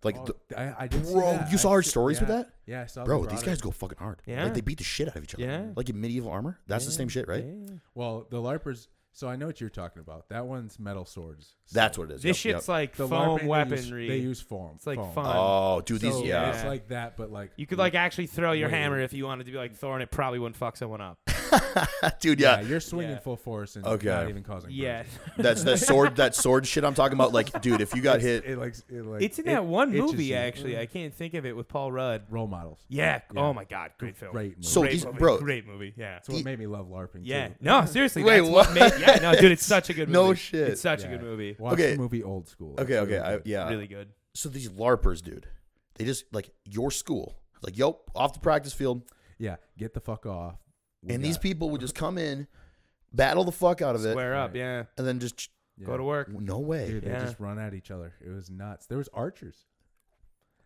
C: Like,
B: Oh,
C: the,
B: I, I did see
C: Bro,
B: that.
C: you
B: I
C: saw our
B: see-
C: stories with
B: yeah.
C: that?
B: Yeah, I saw. they
C: bro,
B: brought
C: these
B: it.
C: guys go fucking hard.
A: Yeah.
C: Like they beat the shit out of each other.
A: Yeah.
C: Like in medieval armor. That's the same shit, right?
A: Yeah.
B: Well, the LARPers. So I know what you're talking about. That one's metal swords.
C: That's what it is.
A: This
C: Yep,
A: shit's
C: yep.
A: like
B: The LARPing,
A: foam
B: they use-
A: weaponry.
B: They use foam.
A: It's like
B: foam.
A: fun.
C: Oh, dude, these.
B: So,
C: yeah.
B: it's like that, but like
A: you could like actually throw your
B: Wait.
A: hammer if you wanted to be like Thor, and it probably wouldn't fuck someone up.
C: dude,
B: yeah,
C: yeah.
B: you're swinging
A: Yeah.
B: full force and
C: Okay.
B: not even causing
A: yeah.
B: bruises.
C: That's that sword. That sword shit I'm talking about. Like, dude, if you got
B: It's-
C: hit,
B: It like it like
A: It's in
B: it
A: that one
B: itches
A: movie
B: you.
A: actually. I can't think of it with Paul Rudd.
B: Role models.
A: Yeah.
B: Yeah.
A: Oh my God. Great film.
B: Great. Movie.
C: So
A: great
C: these-
A: movie.
C: bro-
A: Great movie. Yeah.
B: That's what made me love LARPing.
A: Yeah.
B: too.
A: No, seriously.
C: Wait,
A: that's what?
C: what?
A: made- yeah. No, dude, it's such a good movie.
C: No shit.
A: It's such
B: Yeah.
A: a good movie.
B: Watch
C: Okay.
B: the movie Old School. It's
C: okay, okay,
B: really
C: I,
B: good.
C: yeah.
A: Really good.
C: So these LARPers, dude, they just like your school. It's like, yo, off the practice field,
B: yeah. Get the fuck off. We
C: and these
B: got-
C: people would just come in, battle the fuck out of it,
A: Square up. Yeah.
C: and then just
B: yeah.
A: Go to work.
C: no way.
B: Dude,
A: Yeah.
B: they just run at each other. It was nuts. There was archers.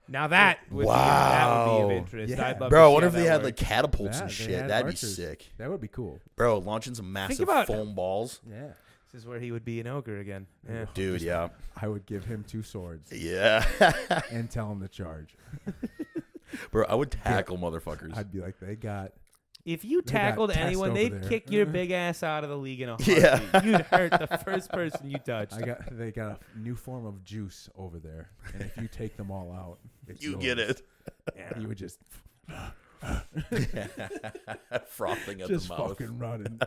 A: Now that would be, that would be
C: Wow.
A: of interest.
B: Yeah.
A: I'd love to
C: Bro, I
A: see
C: wonder
A: how
C: if they
A: that
C: had like
A: works.
C: catapults
B: Yeah,
C: and
B: they
C: shit.
B: had
C: That'd be
B: archers.
C: sick,
B: That would be cool.
C: bro. Launching some massive
A: about-
C: foam balls,
B: Yeah.
A: This is where he would be an ogre again. Yeah.
C: dude. Yeah,
B: I would give him two swords
C: yeah,
B: and tell him to charge.
C: bro. I would tackle motherfuckers.
B: I'd be like, they got
A: If you
B: got
A: tackled
B: test
A: anyone,
B: over
A: they'd
B: there.
A: kick your big ass out of the league in a heartbeat.
C: Yeah.
A: You'd hurt the first person you touched.
B: I got they got a new form of juice over there, and if you take them all out, it's
C: you get
B: yours.
C: it.
B: You would just
C: Frothing at
B: just
C: the mouth,
B: fucking running.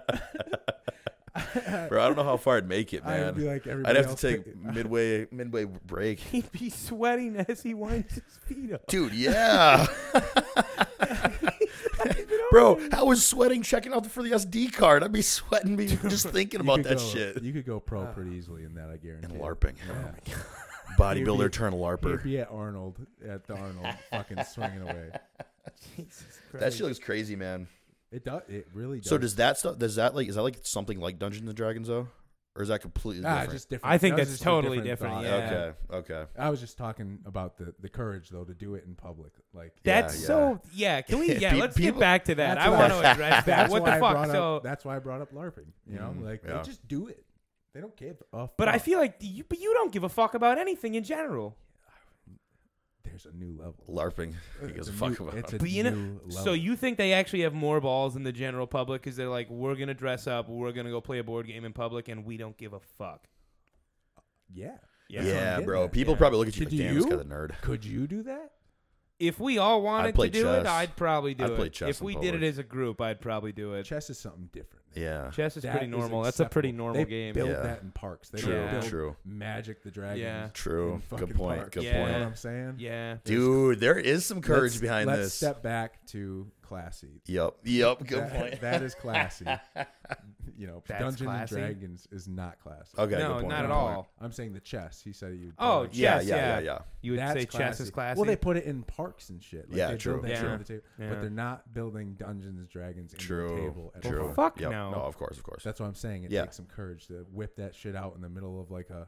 C: bro. I don't know how far I'd make it,
B: I
C: man.
B: would be like everybody
C: I'd have to
B: else
C: take
B: pick-
C: midway midway break.
A: He'd be sweating as he winds his feet up.
C: Dude, yeah. Bro, I was sweating checking out for the SD card. I'd be sweating me just thinking
B: You
C: about
B: could
C: that
B: go-
C: shit.
B: You could go pro
A: Ah.
B: pretty easily in that, I guarantee.
C: And
B: it.
C: LARPing.
B: Yeah. You'd be-
C: Bodybuilder turn
B: He'd
C: LARPer.
B: be at Arnold at the Arnold, fucking swinging away.
A: Jesus Christ.
C: That shit looks crazy, man.
B: It does. It really does.
C: So does that stuff does that like is that like something like Dungeons and Dragons though? Or is that completely
B: ah,
C: different?
B: just different.
A: I think
B: that was
A: that's
B: just a
A: totally different,
B: thought.
A: yeah.
C: Okay, okay.
B: I was just talking about the the courage though to do it in public, like
C: Yeah,
A: That's
C: yeah.
A: so yeah. Can we yeah?
C: Pe-
A: let's
C: people-
A: get back to that.
B: That's
A: I
B: what
A: want to
B: I-
A: address that. What the
B: why I
A: fuck?
B: brought
A: So,
B: up, that's why I brought up LARPing. You know,
C: Mhm,
B: like
C: yeah.
B: they just do it. They don't give a.
A: but I
B: fuck.
A: feel like you, but you don't give a fuck about anything in general.
B: there's a new level.
C: LARPing. He
B: It's
C: gives
B: a
C: a fuck
B: new-
C: about
B: Uh, it's
C: it.
B: a
A: But you know,
B: new
A: so
B: level.
A: you think they actually have more balls than the general public because they're like, we're gonna dress up, we're gonna go play a board game in public, and we don't give a fuck.
B: Yeah.
A: Yeah.
B: That's what I'm
C: Yeah,
B: getting
C: bro.
B: at.
C: People
A: yeah.
C: probably look at you
B: Should
C: like, damn, this
B: you?
C: guy's a nerd.
B: Could you do that?
A: If we all wanted
C: play
A: to do
C: chess.
A: it, I'd probably do
C: I'd
A: it.
C: play chess
A: if
C: in
A: we did
C: public.
A: it as a group, I'd probably do it.
B: Chess is something different.
C: Yeah.
A: Chess is
B: That
A: pretty
B: is
A: normal. That's a pretty
B: acceptable.
A: normal
B: they
A: game.
B: Build
C: Yeah.
B: that in parks. They
A: True,
B: don't build
C: true.
B: Magic the Dragon.
A: Yeah.
C: True. Good point,
A: point.
C: good
B: You know what I'm saying?
A: Yeah.
C: Dude, there is some courage
B: Let's-
C: behind
B: let's
C: this.
B: step back to classy.
C: Yep. Yep. Good
B: That-
C: point.
B: that is classy. you know,
A: That's
B: Dungeons
A: classy?
B: and Dragons is not classy.
C: Okay.
A: no,
C: good point.
A: not
C: good
A: at
C: point.
A: all.
B: I'm saying the chess. He said you.
A: Oh,
C: Yeah,
A: Chess,
C: yeah, yeah, yeah,
A: yeah.
C: yeah.
A: You would
B: That's
A: say chess is classy.
B: Well, they put it in parks and shit. Like,
C: Yeah,
B: they
C: true,
B: Build that shit
A: true.
B: on the table,
A: Yeah.
B: But they're not building Dungeons and Dragons in
C: True.
B: the table. At
C: true.
B: All.
A: fuck
C: Yep.
A: no.
C: No, of course, of course.
B: That's what I'm saying. It
C: Yeah.
B: takes some courage to whip that shit out in the middle of like a.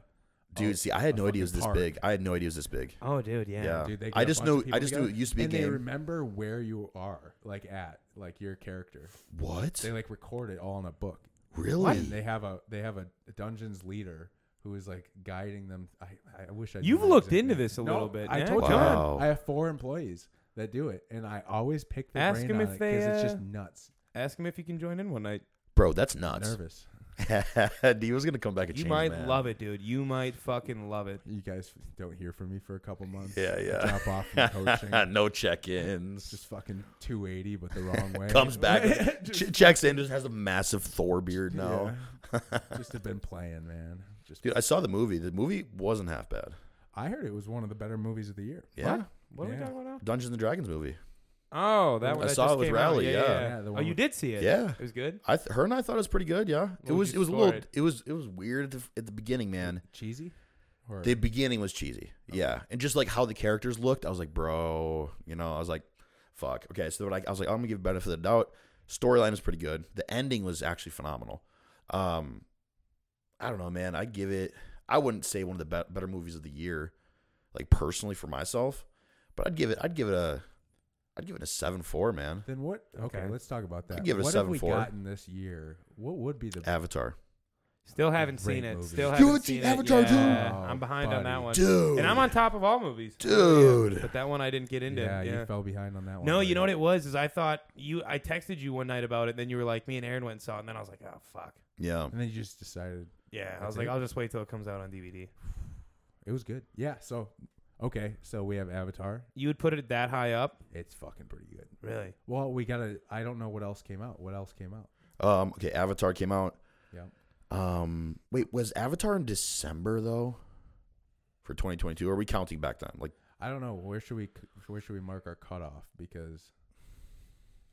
C: Dude,
B: a-
C: see, I had
B: a
C: no idea it was
B: fucking
C: this
B: park.
C: big. I had no idea it was this big.
A: Oh, dude, yeah.
C: Yeah.
B: Dude, they
C: I
B: get a
C: just
B: bunch of
C: knew.
B: people
C: I just knew
B: together,
C: it used to be a
B: and they
C: game.
B: remember where you are, like at, like your character.
C: What?
B: They like record it all in a book.
C: Really?
B: And they have a they have a dungeons leader who is like guiding them. I, I wish I. knew
A: You've
B: that
A: looked
B: exact
A: into
B: name.
A: this a
B: No,
A: little bit.
B: I
A: Yeah,
B: told you,
A: come
B: man,
C: on.
B: I have four employees that do it, and I always pick their
A: Ask
B: brain
A: them
B: on
A: if
B: it
A: they,
B: it's
A: uh,
B: just nuts.
A: Ask him if you can join in one night.
C: Bro, that's nuts.
B: Nervous.
C: D was gonna come back and
A: You
C: change
A: might
C: man.
A: love it, dude. You might fucking love it.
B: You guys don't hear from me for a couple months.
C: Yeah,
B: I
C: yeah.
B: drop off from coaching.
C: Ah, no check-ins.
B: It's just fucking 280, but the wrong way.
C: Comes back, ch- checks in, just has a massive Thor beard now.
B: just have been playing, man. Just
C: Dude, I saw the movie. The movie wasn't half bad.
B: I heard it was one of the better movies of the year.
C: Yeah,
A: What are we
B: Yeah.
A: talking about now?
C: Dungeons and Dragons movie.
A: Oh, that one
C: I
A: that
C: saw
A: just
C: it with
A: came out.
C: Rally,
A: Yeah,
C: yeah.
B: Yeah, the
A: oh,
B: one
A: you
B: with-
A: did see it.
C: Yeah.
A: it was good.
C: I th- her and I thought it was pretty good. Yeah, it
A: would
C: was.
A: you
C: It was a
A: score
C: little.
A: it?
C: It was. It was weird at the, at the beginning, man.
B: Cheesy? Or
C: The beginning was cheesy. Yeah, and just like how the characters looked, I was like, bro, you know, I was like, fuck. Okay, so like, I was like, I'm gonna give it benefit of the doubt. Storyline is pretty good. The ending was actually phenomenal. Um, I don't know, man. I give it. I wouldn't say one of the be- better movies of the year, like personally for myself, but I'd give it. I'd give it a. I'd give it a seven four, man.
B: Then what? Okay,
A: Okay.
B: let's talk about that.
C: give it a
B: what have we
C: 7.4.
B: gotten this year? What would be the
C: Avatar,
A: Still haven't
B: Great
A: seen it.
B: movie.
A: Still
B: You
A: haven't
C: haven't
A: seen
C: seen
A: it.
C: Avatar, dude?
A: Yeah,
B: Oh,
A: I'm behind on that
B: buddy.
A: one.
C: dude.
A: And I'm on top of all movies.
C: Dude.
A: But that one I didn't get into.
B: yeah,
A: yeah.
B: you fell behind on that one.
A: No, you
B: right?
A: know what it was is I thought you I texted you one night about it, and then you were like, me and Aaron went and saw it, and then I was like, oh fuck.
C: Yeah.
B: And then you just decided
A: Yeah. I
B: That's
A: was like,
B: it?
A: I'll just wait till it comes out on DVD.
B: it was good. Yeah. So, okay, so we have Avatar.
A: You would put it that high up?
B: It's fucking pretty good.
A: Really?
B: Well, we gotta. I don't know what else came out. What else came out?
C: Um. Okay. Avatar came out.
B: Yep.
C: Um. Wait. Was Avatar in December though? For 2022, are we counting back then? Like,
B: I don't know. Where should we? c- Where should we mark our cutoff? Because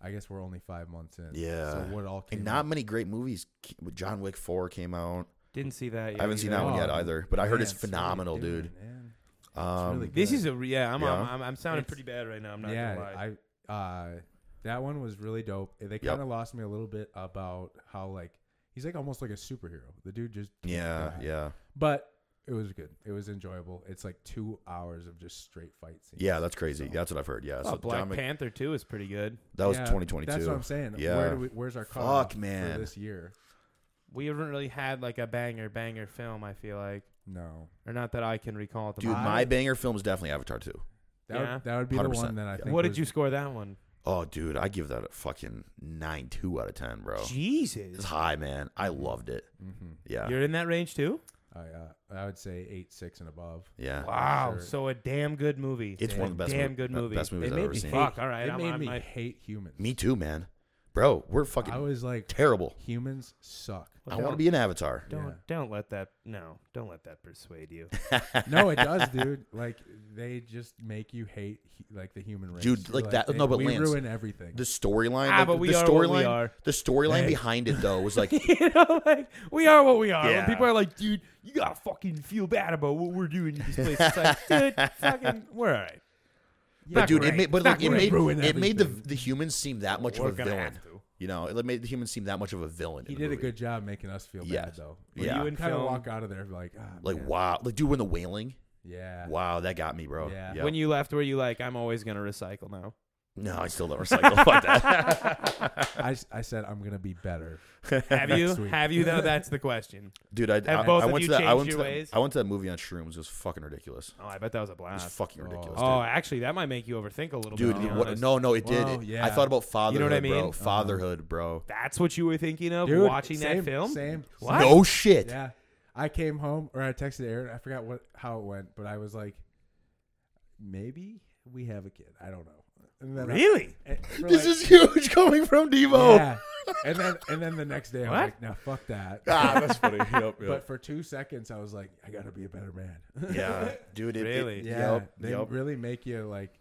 B: I guess we're only five months in. So
C: Yeah.
B: what all
C: and
B: came
C: not
B: out?
C: many great movies. ca- John Wick Four came out.
A: Didn't see that. Yet
C: I haven't seen
A: either.
C: that one yet
B: Oh,
C: either, but I heard it's
B: man, so what are you
C: phenomenal,
B: doing,
C: dude.
B: man?
C: Um,
B: really
A: This
B: Good.
A: is a re- yeah. I'm
C: Yeah.
A: I'm, I'm, I'm sounding
B: It's-
A: pretty bad right now. I'm not gonna lie.
B: yeah, I uh, that one was really dope. They kind of lost me a little bit about how like he's like almost like a superhero. The dude just
C: yeah,
B: God.
C: yeah,
B: but it was good. It was enjoyable. It's like two hours of just straight fight scenes.
C: yeah. That's crazy.
B: So- Oh,
C: That's e- what I've heard. Yeah,
A: I
C: so
A: thought Black
C: John Wick-
A: Panther two is pretty good.
C: that was
B: Yeah,
C: 2022.
B: That's what I'm saying. Where
C: Yeah.
B: do we, where's our
C: Fuck,
B: cutoff
C: man.
B: for this year?
A: We haven't really had like a banger banger film. I feel like,
B: No,
A: or not that I can recall. At the
C: Dude,
A: moment.
C: my banger film is definitely Avatar 2.
B: that
A: Yeah.
B: would, that would be the
C: 100%.
B: one that I
C: Yeah.
B: think.
A: what
B: was-
A: did you score that one?
C: Oh, dude, I give that a fucking nine two out of ten, bro. It's
A: Jesus,
C: high, man. I loved it.
B: Mhm.
C: Yeah,
A: you're in that range too.
B: I uh, I would say eight six and above.
C: yeah.
A: Wow,
B: sure.
A: so a damn good movie.
C: It's one of the best,
A: damn
C: mov-
A: good
C: uh,
A: movie.
C: best movies
B: They
C: I've
B: made
C: ever
B: me
C: seen.
A: Fuck. All right,
B: It
A: I'm
B: made
A: on
B: me
A: my-
B: hate humans.
C: Me too, man. Bro, we're fucking
B: I was like,
C: terrible.
B: humans suck.
A: Well,
C: I want
A: don't-
C: to be an avatar.
A: Don't
B: Yeah.
A: don't let that no. Don't let that persuade you.
B: no, it does, dude. Like they just make you hate hu- like the human race,
C: Dude,
B: You're
C: like that- no, but
B: we
C: Lance,
B: ruin everything.
C: The storyline,
A: Ah,
C: like,
A: but we
C: the
A: are what we
C: storyline,
A: are.
C: the storyline behind it though was like,
A: you know, like we are what we are. When
C: Yeah.
A: people are like, dude, you gotta fucking feel bad about what we're doing in this place. It's like, dude, fucking, we're all right.
C: but dude, it made, but like, it
B: great.
C: made
B: Ruin
C: it made the
B: everything.
C: the humans seem that much
A: We're
C: of a
A: gonna
C: villain.
A: have to.
C: You know, it made the humans seem that much of a villain.
B: he
C: in the
B: did a
C: movie.
B: good job making us feel
C: Yeah.
B: bad, though.
C: Yeah.
A: You
B: you
A: in
B: kind of
A: film-
B: walk out of there like, ah,
C: Like
B: man.
C: wow, like dude, when the wailing,
B: Yeah,
C: wow, that got me, bro.
B: Yeah.
C: Yeah.
A: When you left, were you like, I'm always gonna recycle now?
C: no, I still don't recycle. Fuck that,
B: I, s- I said I'm gonna be better.
A: Have you?
B: Next week.
A: Have you though? That's the question.
C: dude. I, I,
A: Have both
C: I
A: of
C: went
A: you
C: to that. I
A: changed
C: went to
A: your
C: that,
A: ways?
C: I went to that movie on shrooms. It was fucking ridiculous.
A: Oh, I bet that was a
C: It was
A: blast.
C: fucking
B: Oh.
C: ridiculous.
A: Oh, actually, that might make you overthink a little
C: dude,
A: bit. to
C: dude
A: be
C: what,
A: honest.
C: no, no, it did.
B: Well,
C: It-
B: yeah.
C: I thought about fatherhood,
A: You know what I mean? Uh-huh.
C: bro. Fatherhood, bro.
A: That's what you were thinking of
B: Dude,
A: watching
B: same-
A: that film.
B: same-
A: What?
C: No shit.
B: Yeah, I came home or I texted Aaron. I forgot what how it went, but I was like, maybe we have a kid. I don't know. And then I-
A: Really?
B: and we're
C: This
B: like,
C: is huge coming from Devo.
B: yeah. and then and then the next day I'm
A: What?
B: like, now fuck that.
C: Ah, that's funny. Yep, yep.
B: But for two seconds I was like, I gotta be a better man.
C: yeah, dude. It,
A: Really?
C: It,
B: yeah,
C: Yep.
B: they
C: yep.
B: really make you like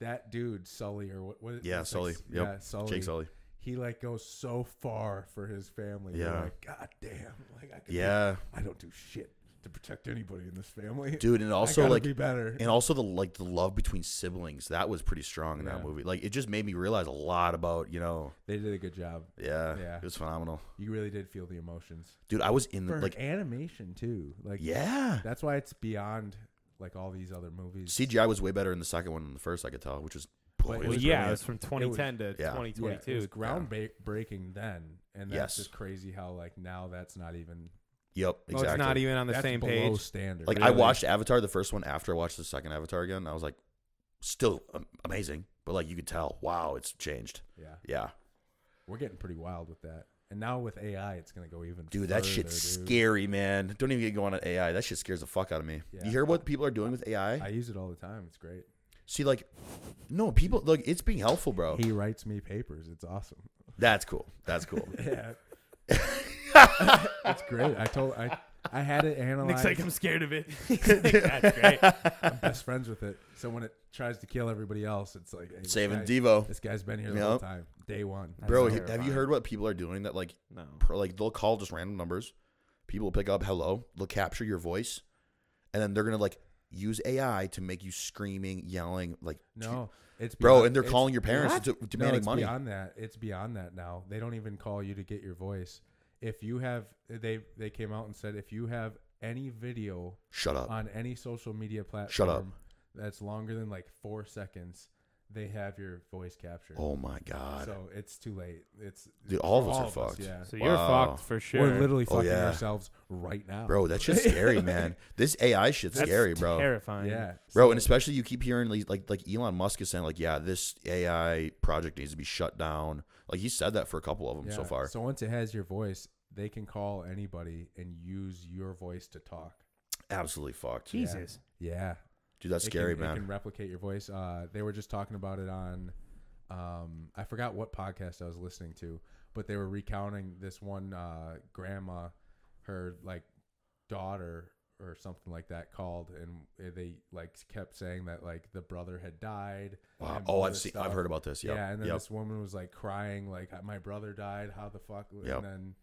B: that dude Sully or what? what
C: Yeah,
B: it's
C: Sully.
B: Like,
C: Yep.
B: Yeah, Sully.
C: Jake Sully.
B: He like goes so far for his family. You're
C: Yeah.
B: like, God damn. Like I could do-
C: Yeah,
B: I don't do shit to protect anybody in this family.
C: dude. And
B: I
C: also
B: gotta
C: like,
B: be better.
C: and also the like the love between siblings that was pretty strong in
B: Yeah.
C: that movie. Like, it just made me realize a lot about you know.
B: They did a good job.
C: Yeah,
B: Yeah.
C: It was phenomenal,
B: You really did feel the emotions
C: dude. I was in
B: for
C: like,
B: animation too. Like
C: yeah.
B: that's why it's beyond like all these other movies.
C: CGI was way better in the second one than the first. I could tell, which is.
B: But
C: boy, it
A: Well,
C: was
A: yeah,
C: brilliant.
A: it was from 2010 to
C: yeah.
B: Yeah, it
A: 2022.
B: was groundbreaking then. and that's
C: Yes.
B: just crazy how like now that's not even Oh,
C: Yep,
A: Well,
C: exactly.
A: it's not even on the
B: that's
A: same
B: below
A: page.
B: standard.
C: like I
B: really.
C: watched Avatar the first one after I watched the second Avatar again. and I was like, still um, amazing, but like you could tell, wow, it's changed.
B: Yeah,
C: Yeah,
B: we're getting pretty wild with that. And now with AI, it's gonna go even.
C: dude, that
B: further,
C: shit's
B: dude.
C: scary, man. Don't even get going on AI. That shit scares the fuck out of me.
B: Yeah.
C: You hear what people are doing with AI?
B: I use it all the time. It's great.
C: See, like, no, people look. It's being helpful, bro.
B: He writes me papers. It's awesome.
C: That's cool. That's cool.
B: Yeah. it's great. I told I I had it analyzed.
A: Nick's like, I'm scared of it. He's like, That's great.
B: I'm best friends with it. So when it tries to kill everybody else, it's like hey, this
C: Saving
B: guy-
C: Devo,
B: This guy's been here the whole
C: Yep.
B: time, day one.
A: That's
C: bro. he-
A: terrifying.
C: Have you heard what people are doing? That like,
A: No.
C: per- like they'll call just random numbers. People will pick up hello. They'll capture your voice, and then they're gonna like use AI to make you screaming, yelling, like
B: No, it's
C: bro.
B: beyond-
C: and they're
B: it's-
C: calling your parents
A: What?
C: to,
B: no,
C: demanding
B: it's
C: money.
B: Beyond that, it's beyond that now. They don't even call you to get your voice. If you have, they they came out and said if you have any video
C: Shut up.
B: on any social media platform
C: up.
B: that's longer than like four seconds, they have your voice captured.
C: Oh my god.
B: So it's too late. It's
C: Dude, all of
B: for
C: us are fucked.
B: yeah,
A: So you're
C: Wow.
A: fucked for sure.
B: we're literally
C: Oh,
B: fucking
C: yeah.
B: ourselves right now,
C: Bro, that shit's scary, man. This AI shit's
A: That's
C: scary, bro.
A: Terrifying.
B: Yeah,
C: Bro, and especially you keep hearing like, like like Elon Musk is saying like, yeah, this AI project needs to be shut down. Like he said that for a couple of them so
B: Yeah.
C: far.
B: So once it has your voice, they can call anybody and use your voice to talk.
C: Absolutely fucked,
A: Jesus.
B: Yeah,
C: dude. That's
B: It
C: scary,
B: can, It
C: man.
B: can replicate your voice. Uh, they were just talking about it on, um, I forgot what podcast I was listening to, but they were recounting this one uh, grandma, her like daughter or something like that called, and eh, they like kept saying that like the brother had died.
C: Wow.
B: and
C: Oh,
B: all
C: I've
B: this
C: seen,
B: stuff.
C: I've heard about this. Yep.
B: Yeah, and then
C: yep.
B: this woman was like crying, like my brother died. How the fuck?
C: Yep.
B: And then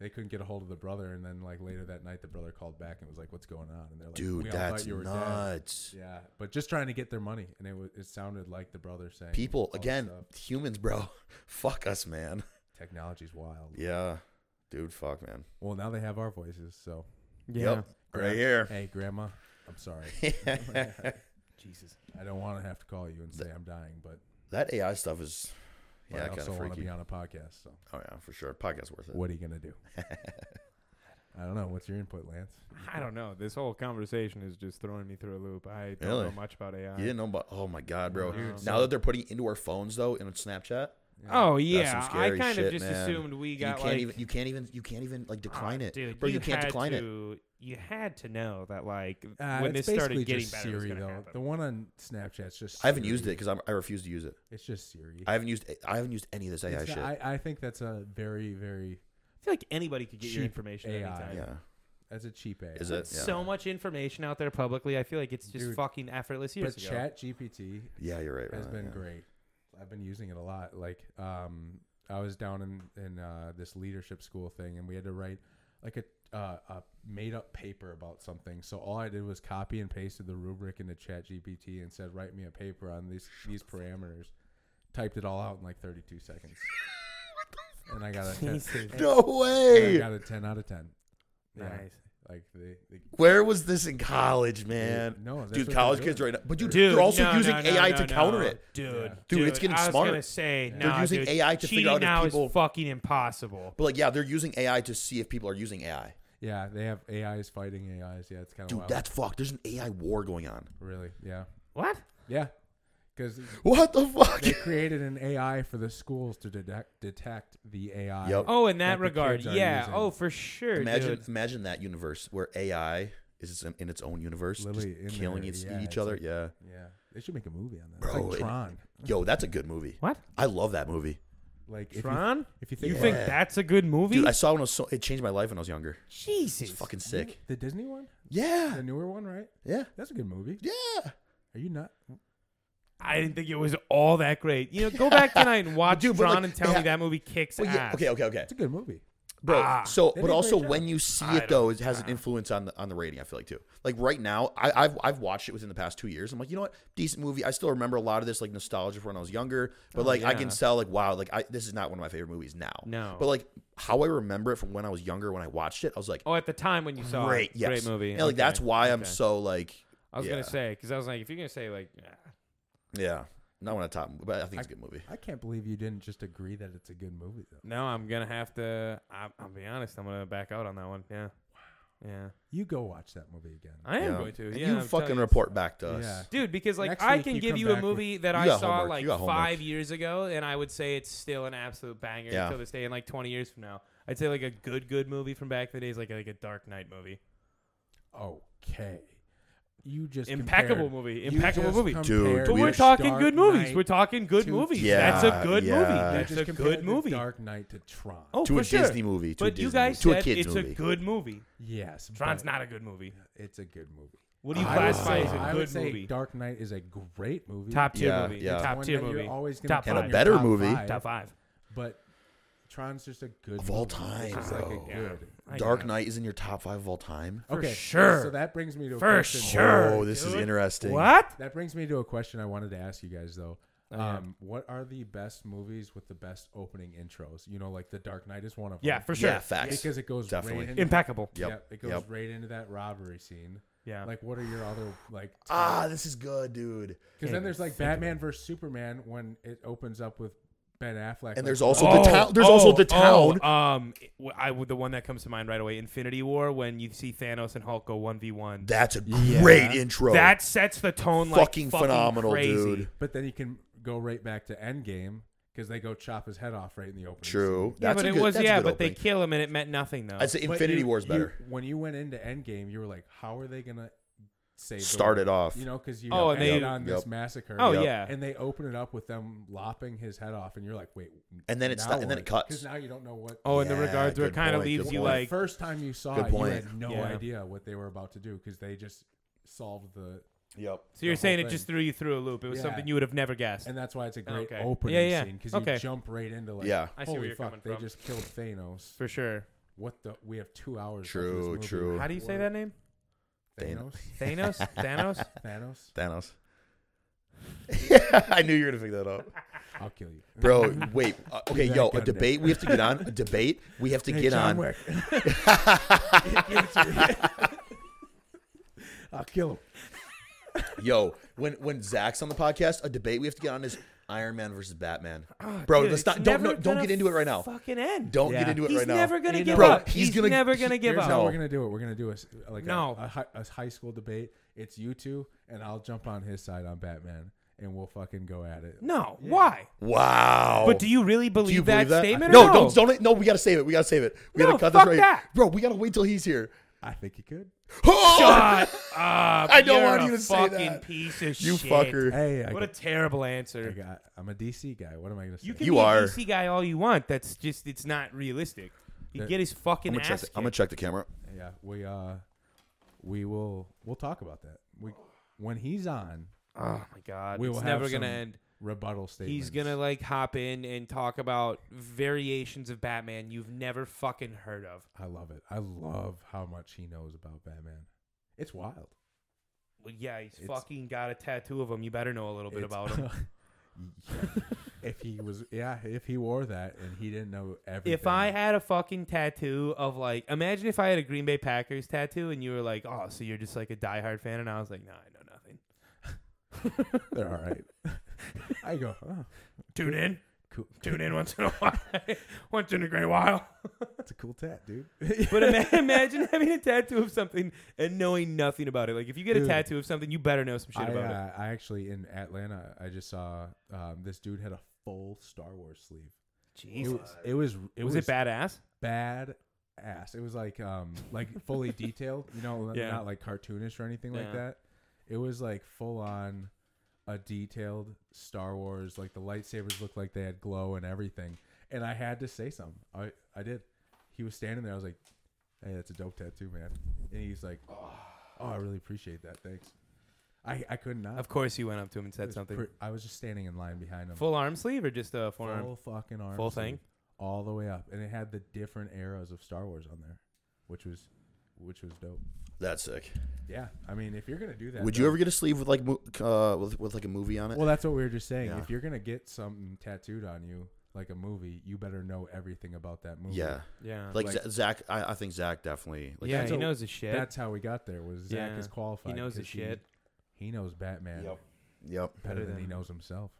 B: they couldn't get a hold of the brother, and then like later that night, the brother called back and was like, "What's going on?" And they're like,
C: dude,
B: "We all thought
C: that's
B: you were dead."
C: nuts.
B: Yeah, but just trying to get their money, and it was it sounded like the brother saying,
C: People
B: all this
C: again,
B: stuff.
C: humans, bro. Fuck us, man.
B: technology's wild."
C: Yeah, dude. Fuck, man.
B: Well, now they have our voices, so
A: Yeah.
C: Yep. Right here.
B: hey, grandma, I'm sorry,
A: Jesus.
B: I don't want to have to call you and say I'm dying, but,
C: That AI stuff is,
B: but
C: yeah,
B: I
C: kind
B: also
C: of
B: want to
C: freaky.
B: be on a podcast. So,
C: Oh yeah, for sure. Podcast worth it.
B: what are you gonna do? I don't know. What's your input, Lance?
A: I don't know. This whole conversation is just throwing me through a loop. I don't
C: Really?
A: know much about AI.
C: You didn't know about? Oh my god, bro!
A: Dude,
C: now that they're putting it into our phones though in Snapchat,
A: Oh
C: some
A: yeah, I
C: scary
A: kind of
C: shit,
A: just
C: man.
A: assumed we
C: you
A: got
C: can't
A: like
C: even you can't even you can't even like decline
A: Ah,
C: it,
A: dude,
C: bro. You, can't
A: had
C: decline it.
A: to, You had to know that like
B: Uh,
A: when this
B: it's
A: started
B: basically
A: getting
B: just
A: better, it was
B: Siri
A: gonna
B: though.
A: happen.
B: The one on Snapchat's just.
C: I haven't
B: Siri.
C: used it because I refuse to use it.
B: It's just Siri.
C: I haven't used I haven't used any of this AI
B: It's
C: shit.
B: not- I, I think that's a very very
A: I feel like anybody could get your
B: Cheap
A: information
B: AI.
A: anytime.
C: yeah,
B: that's a cheap AI.
C: is it?
A: There's
C: Yeah.
A: So much information out there publicly. I feel like it's just
B: Dude,
A: fucking effortless years
B: But
A: ago.
B: Chat GPT
C: yeah, you're right.
B: has
C: Ryan,
B: been
C: yeah.
B: great. I've been using it a lot. Like, um, I was down in in uh, this leadership school thing, and we had to write like a uh, a made up paper about something. So all I did was copy and pasted the rubric into Chat GPT and said, "Write me a paper on these these parameters." Typed it all out in like 32 seconds, and I got a 10,
A: Jesus.
C: No
B: and I
C: way.
B: got a 10 out of 10. Yeah,
A: Nice.
B: like they, they
C: Where was this in college,
B: they-
C: man?
B: no, that's what
C: dude,
B: they're
C: college
B: doing.
C: kids right now, but dude,
A: Dude,
C: they're also
A: no,
C: using
A: no, no,
C: AI
A: no,
C: to
A: no.
C: counter it.
A: Dude,
B: Yeah.
A: dude,
C: Dude, it's getting
A: I was
C: smarter.
A: gonna say,
B: They're
A: nah,
C: using
A: dude,
C: AI to figure
A: cheating
C: out if
A: now
C: people-
A: is fucking impossible.
C: But like, yeah, they're using AI to see if people are using AI.
B: Yeah, they have AIs fighting AIs. Yeah, it's kind of
C: Dude,
B: wild.
C: that's fucked. There's an AI war going on.
B: really yeah.
A: What?
B: Yeah, because
C: What the fuck?
B: they created an AI for the schools to detect detect the AI.
C: Yep.
A: Oh, in that
B: That the
A: regard,
B: kids are
A: yeah.
B: using.
A: Oh, for sure.
C: imagine
A: dude.
C: imagine that universe where AI is its- in its own universe,
B: Literally in
C: just killing
B: there,
C: its,
B: yeah,
C: each
B: it's
C: other.
B: like-
C: yeah,
B: Yeah, they should make a movie on that.
C: Bro,
B: it's
C: it-
B: like Tron.
C: yo, that's a good movie.
A: What?
C: I love that movie,
B: Like if you-
A: Tron?
B: If you think,
A: You
B: about
A: think
B: it,
A: that's a good movie?
C: dude. I saw it when I was so it changed my life when I was younger.
A: Jesus.
C: It's fucking sick.
B: the Disney one,
C: Yeah,
B: the newer one, right?
C: yeah,
B: That's a good movie.
C: yeah.
B: Are you not?
A: I didn't think it was all that great. You know, go back tonight and watch
C: Dude, but,
A: Tron
C: like,
A: and tell
C: yeah.
A: me that movie kicks
C: Well, yeah.
A: ass.
C: Okay, okay, okay,
B: It's a good movie.
C: bro.
A: Ah,
C: so,
B: they
C: but
B: did a
C: also
B: great
C: when you see
A: I
C: it though,
A: don't-
C: it has an influence on the on the rating. I feel like too. Like right now, I, I've I've watched it within the past two years. I'm like, you know what, decent movie. I still remember a lot of this like nostalgia from when I was younger. But
A: Oh,
C: like, I
A: yeah.
C: can tell like, wow, like I this is not one of my favorite movies now.
A: No.
C: But like how I remember it from when I was younger when I watched it, I was like,
A: Oh, at the time when you saw
C: great,
A: it,
C: yes.
A: great movie.
C: And like
A: Okay.
C: that's why I'm
A: Okay.
C: so like,
A: I was
C: yeah.
A: gonna say because I was like, if you're gonna say like, ah,
C: yeah, Not when I top, but I think it's a good movie.
B: I can't believe you didn't just agree that it's a good movie though.
A: No, I'm gonna have to. I, I'll be honest. I'm gonna back out on that one. Yeah. Yeah.
B: You go watch that movie again.
A: I am
C: Yeah.
A: going to.
C: And
A: yeah,
C: you
A: I'm
C: fucking
A: telling
C: report back to us.
B: Yeah.
A: Dude, because like
B: Next
A: I
B: week
A: can
B: you
A: give
B: come
A: you a
B: back
A: movie that
C: You
A: I
C: got
A: saw
C: homework.
A: like
C: You got homework.
A: five years ago, and I would say it's still an absolute banger
C: Yeah.
A: until this day. And like 20 years from now, I'd say like a good, good movie from back in the days, like like a Dark Knight movie,
B: Okay. You just
A: impeccable
B: compared-
A: movie,
B: you
A: impeccable
B: just
A: movie.
C: Dude,
B: compared
A: but
C: we
A: we're
C: are
A: talking
B: Dark
A: good movies.
B: Knight-
A: We're talking good
B: to-
A: movies.
C: Yeah,
A: That's a good
C: yeah.
A: movie.
B: you
A: That's
B: just
A: a
B: compared
A: good
B: the
A: movie.
B: Dark Knight to Tron.
A: oh,
C: to
A: for
C: a
A: sure.
C: Disney movie, to a
A: but you
C: Disney
A: guys
C: movie, to a
A: said
C: kids
A: it's
C: movie.
A: a good movie.
B: yes,
A: Tron's
B: but
A: not a good movie.
B: It's a good movie.
A: What do you
C: I would
A: classify
C: say-
A: as
B: I
A: a
B: would
A: good
B: say
A: movie?
B: Dark Knight is a great movie.
A: Top tier
C: Yeah,
A: movie.
C: yeah.
A: Yeah. Top
B: One
A: tier
B: that you're
A: movie.
B: always gonna
A: Top
B: put in
C: And a
A: five.
B: your
C: better
B: top
C: movie.
B: five,
A: Top five.
B: But Tron's just a good
C: Of all
B: movie. It's
C: time,
B: just like a
C: bro.
A: Oh, Yeah.
B: good.
A: I
C: Dark
A: know.
C: Knight is in your top five of all time.
A: For
B: okay,
A: sure.
B: So that brings me to a
A: For
B: question.
A: sure.
C: oh, this is
A: dude.
C: interesting.
A: What?
B: That brings me to a question I wanted to ask you guys though.
A: Oh, yeah.
B: Um, what are the best movies with the best opening intros? You know, like The Dark Knight is one of
A: Yeah,
B: them.
A: for sure.
C: Yeah, facts.
B: because it goes
C: Definitely.
B: right into
A: Impeccable.
C: Yep,
B: yeah, it goes
C: yep.
B: right into that robbery scene.
A: Yeah.
B: Like, what are your other like?
C: Ah, this is good, dude.
B: Because
A: Can't
B: then there's
A: even
B: like
A: think of
B: Batman versus Superman when it opens up with Ben Affleck,
C: And
B: like, "Oh!"
C: there's also the town. There's also the
A: oh,
C: town.
A: um, w- I would the one that comes to mind right away, Infinity War, when you see Thanos and Hulk go one v one.
C: That's a
B: Yeah.
C: great intro.
A: That sets the tone like
C: fucking phenomenal,
A: crazy.
C: dude.
B: but then you can go right back to Endgame because they go chop his head off right in the opening.
C: True.
B: scene.
A: Yeah,
C: That's
A: but
C: a
A: it
C: good,
A: was
C: that's a
A: yeah,
C: good
A: but they
C: opening.
A: kill him and it meant nothing though.
C: I'd say
B: But
C: Infinity
B: you-
C: War is
B: you-
C: better.
B: when you went into Endgame, you were like, "How are they gonna save the
C: Start it
B: world?
C: off.
B: You know, because you
A: Oh,
B: oh,
A: and
B: ended
A: they-
B: on
C: Yep.
B: this massacre.
A: oh
C: Yep.
A: yeah,
B: And they open it up with them lopping his head off, and you're like, "Wait."
C: And then it's not- and then it cuts.
B: because now you don't know what.
A: oh, and the
C: Yeah,
A: regards where it
C: good
A: kind of
C: point,
A: leaves
C: good
A: you
C: point.
A: like,
B: first time you saw
C: Good
B: it, you
C: point.
B: had no
A: Yeah.
B: idea what they were about to do because they just solved the,
C: Yep.
A: so you're
B: the whole
A: saying it
B: thing.
A: just threw you through a loop. It was
B: Yeah.
A: something you would have never guessed.
B: and that's why it's a great
A: Okay.
B: opening
A: Yeah, yeah.
B: scene because
A: Okay.
B: you jump right into like,
C: Yeah.
A: I see where
B: holy
A: you're
B: fuck,
A: coming
B: they
A: from.
B: just killed Thanos.
A: for sure.
B: What the? We have two hours. left
C: True,
B: of this movie.
C: true.
A: How do you say that name?
B: Thanos.
A: Thanos. Thanos.
B: Thanos.
C: Thanos. I knew you were gonna pick that up,
B: I'll kill you,
C: bro. Wait, uh, okay,
B: that
C: yo, a
B: gun, Nick.
C: debate we have to get on. A debate we have to
B: Hey,
C: get
B: John
C: on.
B: Wick. I'll kill him.
C: Yo, when when Zach's on the podcast, a debate we have to get on is Iron Man versus Batman. Bro,
A: Ah, Dude,
C: let's
A: it's
C: not don't
A: never
C: no, don't
A: gonna
C: get into it right now.
A: Fucking end.
C: Don't get
B: Yeah.
C: into it
A: He's
C: right
A: never
C: now.
A: gonna
B: You
A: give
B: know
A: up.
C: what? He's
A: He's
C: gonna-
A: never gonna give
B: Here's
A: up.
B: how
C: No.
B: we're gonna do it. We're gonna do a s- like a-
A: No.
B: a, hi- a high school debate. It's you two, and I'll jump on his side on Batman, and we'll fucking go at it.
A: No, why?
C: Wow.
A: But do you really believe,
C: Oh. Do you
A: that,
C: believe that?
A: statement?
C: No,
A: or no,
C: don't don't no. We gotta save it. We gotta save it. We
A: No,
C: gotta cut
A: fuck
C: this right,
A: that.
C: bro. We gotta wait till he's here.
B: I think he could.
A: Shut up!
C: I don't
A: You're
C: want
A: a
C: you to say
A: fucking
C: that.
A: piece of
C: you
A: shit.
C: fucker.
B: Hey, I,
A: What a
B: got,
A: terrible
B: I
A: answer.
B: got. I'm a DC guy. What am I gonna say?
A: You can
C: You
A: be
C: are.
A: a DC guy all you want. That's just it's not realistic. You
B: That-
A: get his fucking
C: I'm gonna, check
A: ass
C: the,
A: kicked.
C: I'm gonna check the camera.
B: yeah, we uh, we will. We'll talk about that. We when he's on
A: oh my god,
B: We will
A: it's
B: have
A: never gonna
B: some
A: end.
B: rebuttal statements.
A: He's gonna like hop in and talk about variations of Batman you've never fucking heard of.
B: I love it. I love how much he knows about Batman. It's wild.
A: Well, yeah, he's
B: It's-
A: fucking got a tattoo of him. You better know a little bit
B: It's-
A: about him.
B: Yeah. if he was, yeah, if he wore that and he didn't know everything.
A: If I had a fucking tattoo of like, imagine if I had a Green Bay Packers tattoo and you were like, oh, so you're just like a diehard fan, and I was like, no, I know nothing.
B: they're all right. I go, oh,
A: Tune in,
B: cool.
A: tune in once in a while, once in a great while.
B: That's a cool tat, dude.
A: But ima- imagine having a tattoo of something and knowing nothing about it. Like if you get a
B: Dude.
A: tattoo of something, you better know some shit
B: I,
A: about it.
B: uh, I actually in Atlanta, I just saw um, this dude had a full Star Wars sleeve. It
A: Jesus,
B: was, it was, it
A: was,
B: was,
A: it badass?
B: bad ass. It was like um like fully detailed, you know,
A: Yeah.
B: not like cartoonish or anything
A: Yeah.
B: like that. It was like full on a detailed Star Wars, like the lightsabers looked like they had glow and everything. And I had to say something. I I did. He was standing there. I was like, "Hey, that's a dope tattoo, man." And he's like, "Oh, I really appreciate that. Thanks." I I could not.
A: Of course, you went up to him and
B: It
A: said
B: was
A: something.
B: pre- I was just standing in line behind him.
A: Full arm sleeve or just a forearm?
B: Full fucking arm.
A: Full
B: sleeve,
A: thing?
B: All the way up. And it had the different eras of Star Wars on there, which was which was dope.
C: That's sick.
B: Yeah. I mean, if you're going to do that.
C: Would you
B: though-
C: ever get a sleeve with like mo- uh, with, with like a movie on it?
B: Well, that's what we were just saying.
C: Yeah.
B: If you're going to get something tattooed on you, like a movie, you better know everything about that movie.
C: yeah,
A: yeah,
C: like,
B: Like-
C: Z- Zach. I, I think Zach definitely. Like,
A: yeah.
B: that's
A: He
B: a-
A: knows his shit.
B: That's how we got there was Zach
A: Yeah.
B: is qualified.
A: He knows his
B: 'cause
A: shit.
B: He, knows Batman
C: Yep. Yep.
B: better
A: Better
B: than he
A: than-
B: knows himself.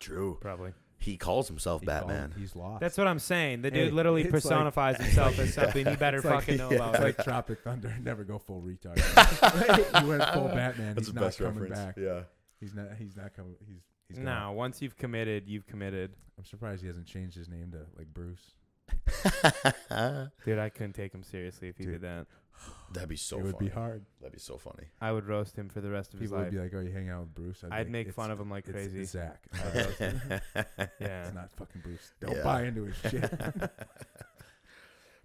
C: True.
A: Probably.
C: He calls himself
B: He called-
C: Batman.
B: he's lost.
A: That's what I'm saying. The
B: Hey,
A: dude literally
B: it's
A: personifies himself as something he better
B: It's like-
A: fucking know
C: yeah.
A: about.
B: it's like Tropic Thunder. Never go full retard. you went full Batman.
C: That's
B: he's
C: the
B: not
C: best
B: coming
C: reference.
B: back.
C: Yeah.
B: He's not. He's not coming. He's. He's gone.
A: no, once you've committed, you've committed.
B: I'm surprised he hasn't changed his name to like Bruce.
A: Dude, I couldn't take him seriously if he
B: Dude.
A: did that.
C: That'd be so
B: it would
C: funny.
B: be hard.
C: That'd be so funny.
A: I would roast him for the rest of his
B: People
A: life.
B: would be like, "Oh, you hang out with Bruce?"
A: I'd make fun of him like crazy.
B: It's Zach.
A: I'd
B: Uh,
A: roast him. yeah.
B: It's not fucking Bruce. Don't
C: Yeah.
B: buy into his shit.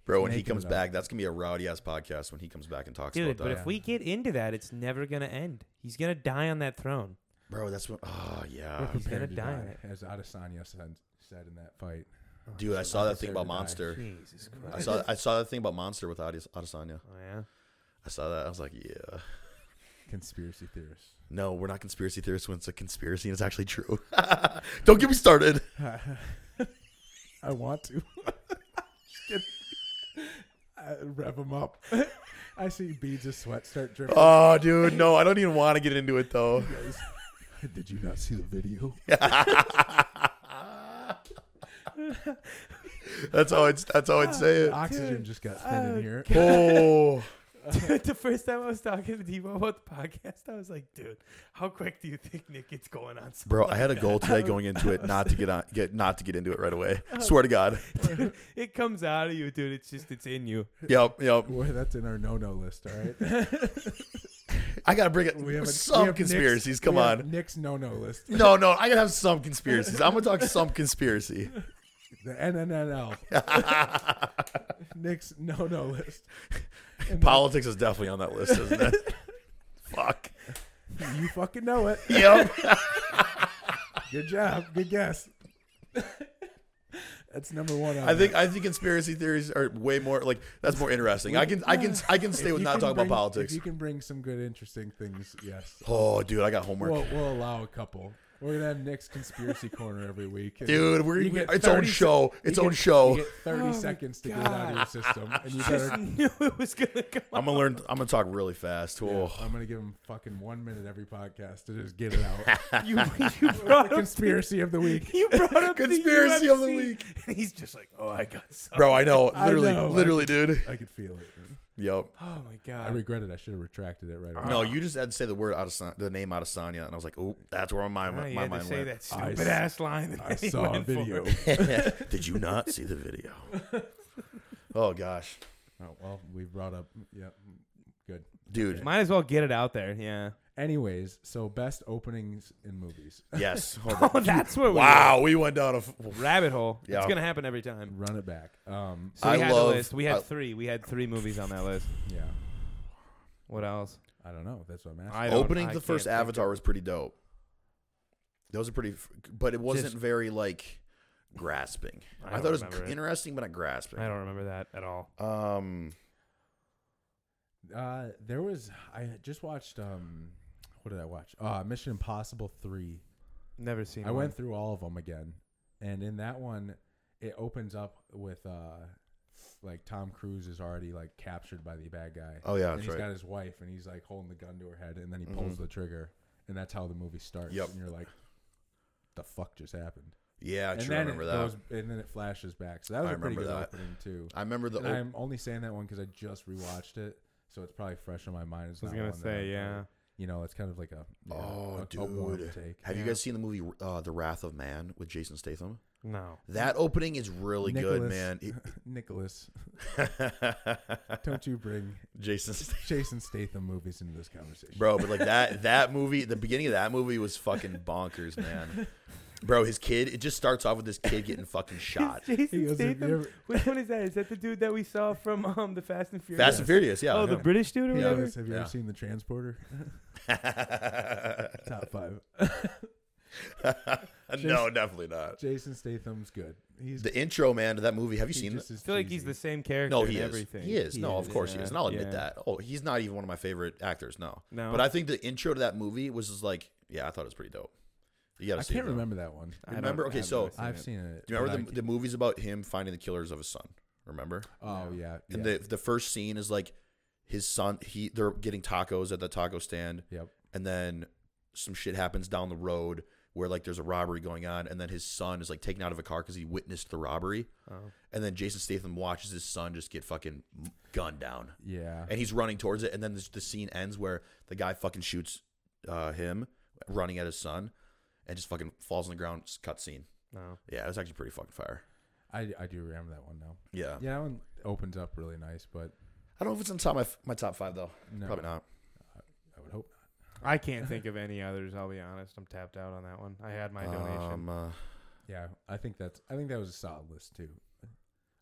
C: Bro, when he
B: Making
C: comes
B: it up.
C: back, that's gonna be a rowdy ass podcast when he comes back and talks
A: Dude,
C: about
A: but
C: that.
B: Yeah.
A: if we get into that, it's never going to end. He's going to die on that throne.
C: Bro, that's what oh yeah.
A: He's gonna
B: Prepared to
A: die on it.
B: as Adesanya said, said in that fight.
C: Dude, I saw that thing
B: Prepared to
C: about
B: die.
C: Monster.
A: Jesus Christ.
C: I saw I saw that thing about Monster with Ades- Adesanya.
A: Oh, yeah.
C: I saw that. I was like, yeah.
B: Conspiracy theorists.
C: No, we're not conspiracy theorists when it's a conspiracy and it's actually true. Don't get me started.
B: I want to. Just kidding. I rev him up. I see beads of sweat start dripping.
C: Oh, dude, no, I don't even want to get into it though.
B: Guys, Did you not see the video?
C: That's how it's. That's how I'd say it.
B: Oxygen just got thin in here.
C: Oh,
A: Dude, the first time I was talking to Devo about the podcast, I was like, dude, how quick do you think Nick gets going on? something?"
C: bro, I had a goal today going into it not to get on, get not to get into it right away. Swear to God.
A: Dude, it comes out of you, dude. It's just, it's in you.
C: Yep, yep.
B: Boy, that's in our no-no list. All right.
C: I gotta bring it.
B: We have a- we
C: some
B: have Nick's-
C: conspiracies. Come
B: we have
C: on.
B: Nick's no-no list.
C: No, no, I gotta have some conspiracies. I'm gonna talk some conspiracy.
B: The NNNL. Nick's no-no list. And
C: Politics is definitely on that list, isn't it? Fuck.
B: You fucking know it.
C: Yep.
B: Good job. Good guess. That's number one. on
C: I think
B: there.
C: I think conspiracy theories are way more like that's more interesting. I can I can I can stay
B: If
C: with
B: you
C: not
B: can
C: talking about
B: bring-
C: politics.
B: If you can bring some good, interesting things, yes.
C: Oh, dude, I got homework.
B: We'll, we'll allow a couple. We're gonna have Nick's conspiracy corner every week, And
C: Dude, we're
B: you get
C: its own
B: 30
C: show.
B: you
C: Its
B: get-
C: own show.
B: You get thirty seconds to get it out of your system, and you better.
A: knew it was going to come
C: I'm gonna learn. I'm gonna talk really fast. Oh,
B: I'm gonna give him fucking one minute every podcast to just get it out.
A: You, you brought up
B: conspiracy of the week.
A: You brought up
C: Conspiracy
A: the
C: of the
A: UFC,
C: week.
A: and he's just like, "Oh, I got something."
C: bro, I know.
B: I
C: Literally,
B: know.
C: literally, dude.
B: I could feel it.
C: Yep.
A: Oh my
B: I
A: god!
B: regret it. I should have retracted it right away.
C: No, you just had to say the word out of the name out of Sonya, and I was like, oh, that's where my
A: Ah,
C: mind,
A: you
C: my
A: had to
C: mind
A: say
C: went.
A: that
B: I
A: stupid ass line. And
B: I saw a video.
C: Did you not see the video? oh gosh,
B: Oh, well, we brought up. Yep. Good.
C: dude.
A: Might as well get it out there. Yeah.
B: Anyways, so best openings in movies.
C: Yes. Hold on.
A: Oh, that's where we
C: wow, we went down a. F-
A: were. rabbit hole.
C: Yeah.
A: It's gonna happen every time.
B: Run it back. Um.
A: So we
C: I
A: had
C: love-
A: a list. We had
C: I-
A: three. We had three movies on that list.
B: Yeah.
A: What else?
B: I don't know. That's what I'm asking.
A: I don't-
C: opening
A: I
C: the first
A: can't think
C: Avatar was pretty dope. That was a pretty, f- but it wasn't
A: Just-
C: very like grasping.
A: I
C: I,
A: don't
C: thought it was
A: remember it.
C: interesting, but not
A: I
C: grasping.
A: don't remember that at all.
C: Um,
B: Uh, there was I had just watched um, what did I watch? Uh, Mission Impossible three.
A: Never seen.
B: I
A: one.
B: went through all of them again, and in that one, it opens up with uh, like Tom Cruise is already like captured by the bad guy.
C: oh yeah,
B: and
C: that's
B: he's
C: right.
B: got his wife, and he's like holding the gun to her head, and then he pulls
C: Mhm.
B: the trigger, and that's how the movie starts.
C: Yep.
B: And you're like, the fuck just happened?
C: yeah, I
B: and
C: do
B: then
C: remember
B: it
C: that.
B: goes- and then it flashes back. So that was
C: I
B: a pretty good
C: remember that.
B: opening too.
C: I remember the.
B: And
C: op-
B: I'm only saying that one because I just rewatched it, so it's probably fresh in my mind. It's
A: I was
B: not
A: gonna
B: one that
A: say,
B: I've
A: yeah.
B: heard. You know, it's kind of like a yeah,
C: Oh,
B: a, a warm
C: dude.
B: take.
C: have you
A: yeah.
C: guys seen the movie uh, The Wrath of Man with Jason Statham?
A: No.
C: That opening is really good,
B: Nicholas.
C: man.
B: Nicholas,
C: It-
B: don't you bring
C: Jason Statham.
B: Jason Statham movies into this conversation?
C: Bro, but like that that movie, the beginning of that movie was fucking bonkers, man. Bro, his kid, it just starts off with this kid getting fucking shot.
B: He
A: Jason
B: goes, "Have you
A: Statham.
B: ever-
A: Which one is that? Is that the dude that we saw from um the Fast and Furious?
C: Fast and Furious, yeah.
A: Oh, the British dude or
B: He
A: whatever.
B: goes, have you
C: Yeah.
B: ever seen the Transporter? Top five.
C: no, definitely not.
B: Jason Statham's good. He's
C: The intro, man, to that movie. Have you
B: he
C: seen it?
B: just is
A: I feel like he's
B: cheesy.
A: the same character.
C: No,
A: in
C: he is.
A: everything.
C: He is. no, of course he
A: yeah,
C: is, and I'll admit
A: yeah.
C: that. Oh, he's not even one of my favorite actors. No,
A: No,
C: but I think the intro to that movie was just like, yeah, I thought it was pretty dope. You gotta
B: I
C: see
B: can't
C: it, though.
B: remember that one.
A: I don't-
C: remember- okay,
A: I've
C: so-
A: never seen
B: I've
A: it.
B: seen it.
C: Do you remember
B: but
C: the, the movies about him finding the killers of his son? Remember?
B: I- Oh yeah.
C: And
B: yeah.
C: the the first scene is like his son. He they're getting tacos at the taco stand,
B: yep.
C: and then some shit happens down the road where like there's a robbery going on, and then his son is like taken out of a car because he witnessed the robbery,
A: Oh.
C: and then Jason Statham watches his son just get fucking gunned down,
B: Yeah.
C: and he's running towards it, and then this, the scene ends where the guy fucking shoots uh, him running at his son, and just fucking falls on the ground. Cut scene.
A: No.
C: Yeah, it was actually pretty fucking fire.
B: I, I do remember that one now.
C: Yeah.
B: Yeah, that one opens up really nice, but
C: I don't know if it's on top of my, f- my top five though.
B: no,
C: Probably not.
B: I would hope
A: I can't think of any others. I'll be honest. I'm tapped out on that one. I had my donation.
C: Um, uh,
B: not. Yeah, I think that's I think that was a solid list too.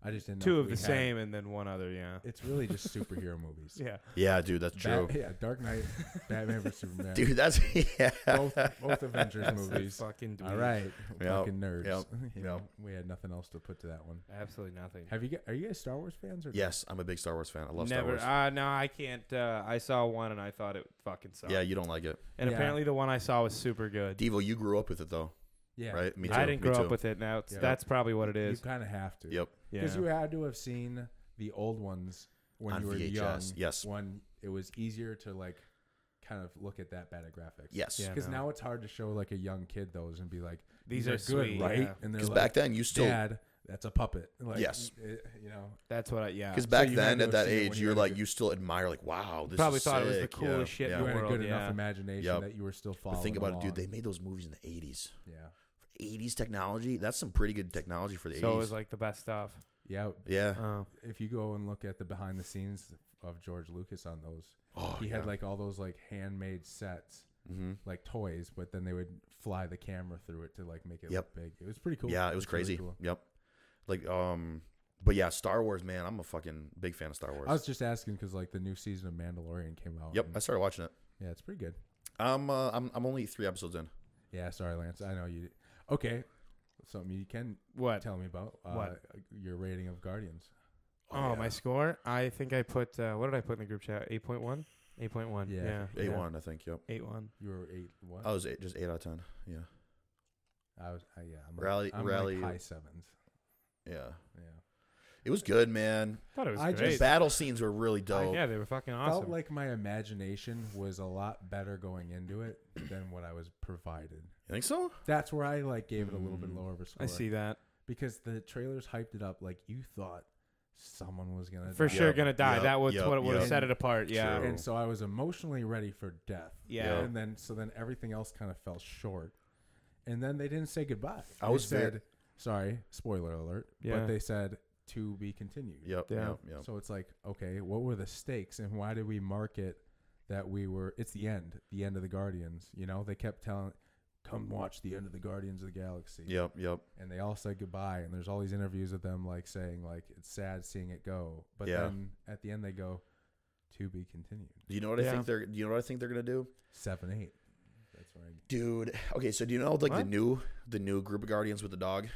B: I just didn't. know
A: Two
B: if
A: of
B: we
A: the
B: had-
A: same, and then one other. Yeah.
B: It's really just superhero movies.
A: Yeah.
C: yeah, dude, that's true.
B: Bat- yeah, Dark Knight, Batman vs Superman.
C: Dude, that's yeah.
B: both both Avengers
A: That's a
B: movies.
A: Fucking.
B: All
A: dweeb.
B: right,
C: Yep,
B: fucking nerds.
C: yep,
B: you know, we had nothing else to put to that one.
A: Absolutely nothing.
B: Have you? Got, are you guys Star Wars fans or?
C: Yes, I'm a big Star Wars fan. I love
A: Never.
C: Star Wars.
A: Uh, no, I can't. Uh, I saw one and I thought it fucking sucked.
C: yeah, you don't like it,
A: And
B: Yeah.
A: apparently the one I saw was super good.
C: Devo. You grew up with it though,
B: Yeah.
C: right? Me
A: I didn't
C: me
A: grow
C: too.
A: up with it. Now it's,
B: Yeah.
A: that's probably what it
B: You
A: is.
B: kind of have to.
C: Yep.
A: Yeah.
B: Because you had to have seen the old ones when
C: On
B: you were young.
C: VHS, yes.
B: When it was easier to like, kind of look at that better graphics.
C: Yes.
A: Yeah.
B: Because
A: no.
B: now it's hard to show like a young kid those and be like,
A: These
B: "These,
A: are
B: are, good,
A: sweet,
B: right?"
A: yeah.
B: And they're
C: Because
B: like,
C: back then you still
B: "Dad, that's a puppet." Like,
C: Yes.
B: it- you know.
A: That's what I. Yeah.
C: because back
B: you had
C: then
B: to
C: at
B: have
C: that
B: seen it when
C: age
B: you
C: you're
B: were
C: like
B: younger.
C: you still admire like wow this
A: Probably
C: is
A: thought it was the
C: sick.
A: coolest shit in
C: yeah,
A: the
B: you had
A: world,
B: a good
A: yeah.
B: enough imagination
C: Yep.
B: that you were still
C: But
B: following.
C: think about it, dude. They
B: along.
C: made those movies in the '80s.
B: yeah,
C: '80s technology. That's some pretty good technology for the
A: So it
C: '80s.
A: was like the best stuff.
B: yeah.
C: yeah.
A: Oh.
B: If you go and look at the behind the scenes of George Lucas on those,
C: Oh,
B: he
C: yeah.
B: had like all those like handmade sets,
C: Mm-hmm.
B: like toys, but then they would fly the camera through it to like make it
C: Yep.
B: look big. It was pretty cool.
C: Yeah, it was
B: really
C: crazy.
B: cool.
C: Yep. Like um, but yeah, Star Wars, man. I'm a fucking big fan of Star Wars.
B: I was just asking because like the new season of Mandalorian came out.
C: yep.
B: and-
C: I started watching it.
B: yeah, it's pretty good.
C: I'm uh, I'm I'm only three episodes in.
B: Yeah, sorry, Lance. I know you. Okay, something you can
A: What?
B: tell me about uh,
A: What?
B: your rating of Guardians.
A: Oh,
C: yeah.
A: my score. I think I put. Uh, what did I put in the group chat? Eight point one. Eight point one.
B: Yeah.
A: Yeah.
C: eight one, I think. Yep.
A: Eight one.
B: You were eight. What?
C: I was eight, just eight out of ten. Yeah.
B: I was. Uh, yeah, I'm
C: Rally-
B: Like, I'm
C: rally-
B: Like high sevens.
C: Yeah.
B: Yeah.
C: It was good, man.
A: Thought it was
B: I
A: great.
C: The
B: just-
C: battle scenes were really
A: I-
C: dope.
A: yeah, they were fucking
B: felt
A: awesome.
B: like my imagination was a lot better going into it than what I was provided.
C: You think so?
B: That's where I like gave it a little bit
C: Mm.
B: lower of a score.
A: I see that
B: because the trailers hyped it up like you thought someone was gonna
A: for
B: die.
A: sure.
C: Yep,
A: Gonna die.
C: yep,
A: that was
C: yep,
A: what would have
B: yep.
A: set it apart. Yeah.
C: True.
B: And so I was emotionally ready for death.
A: Yeah.
B: And then so then everything else kind of fell short. And then they didn't say goodbye.
C: I
B: They
C: was ver-
B: said sorry, spoiler alert.
A: Yeah.
B: But they said to be continued.
C: Yep.
A: Yeah.
C: Yep. Yep.
B: So it's like, okay, what were the stakes and why did we market that we were it's the end, the end of the Guardians, you know? They kept telling come watch the end of the Guardians of the Galaxy.
C: Yep. Yep.
B: And they all said goodbye and there's all these interviews of them like saying like it's sad seeing it go. But
C: Yeah.
B: then at the end they go to be continued.
C: Do you know what I
A: Yeah.
C: think they're? Do you know what I think they're gonna do,
B: 7 8. That's where I
C: dude? Okay, so do you know like the
A: What? Oh,
C: new the new group of Guardians with the dog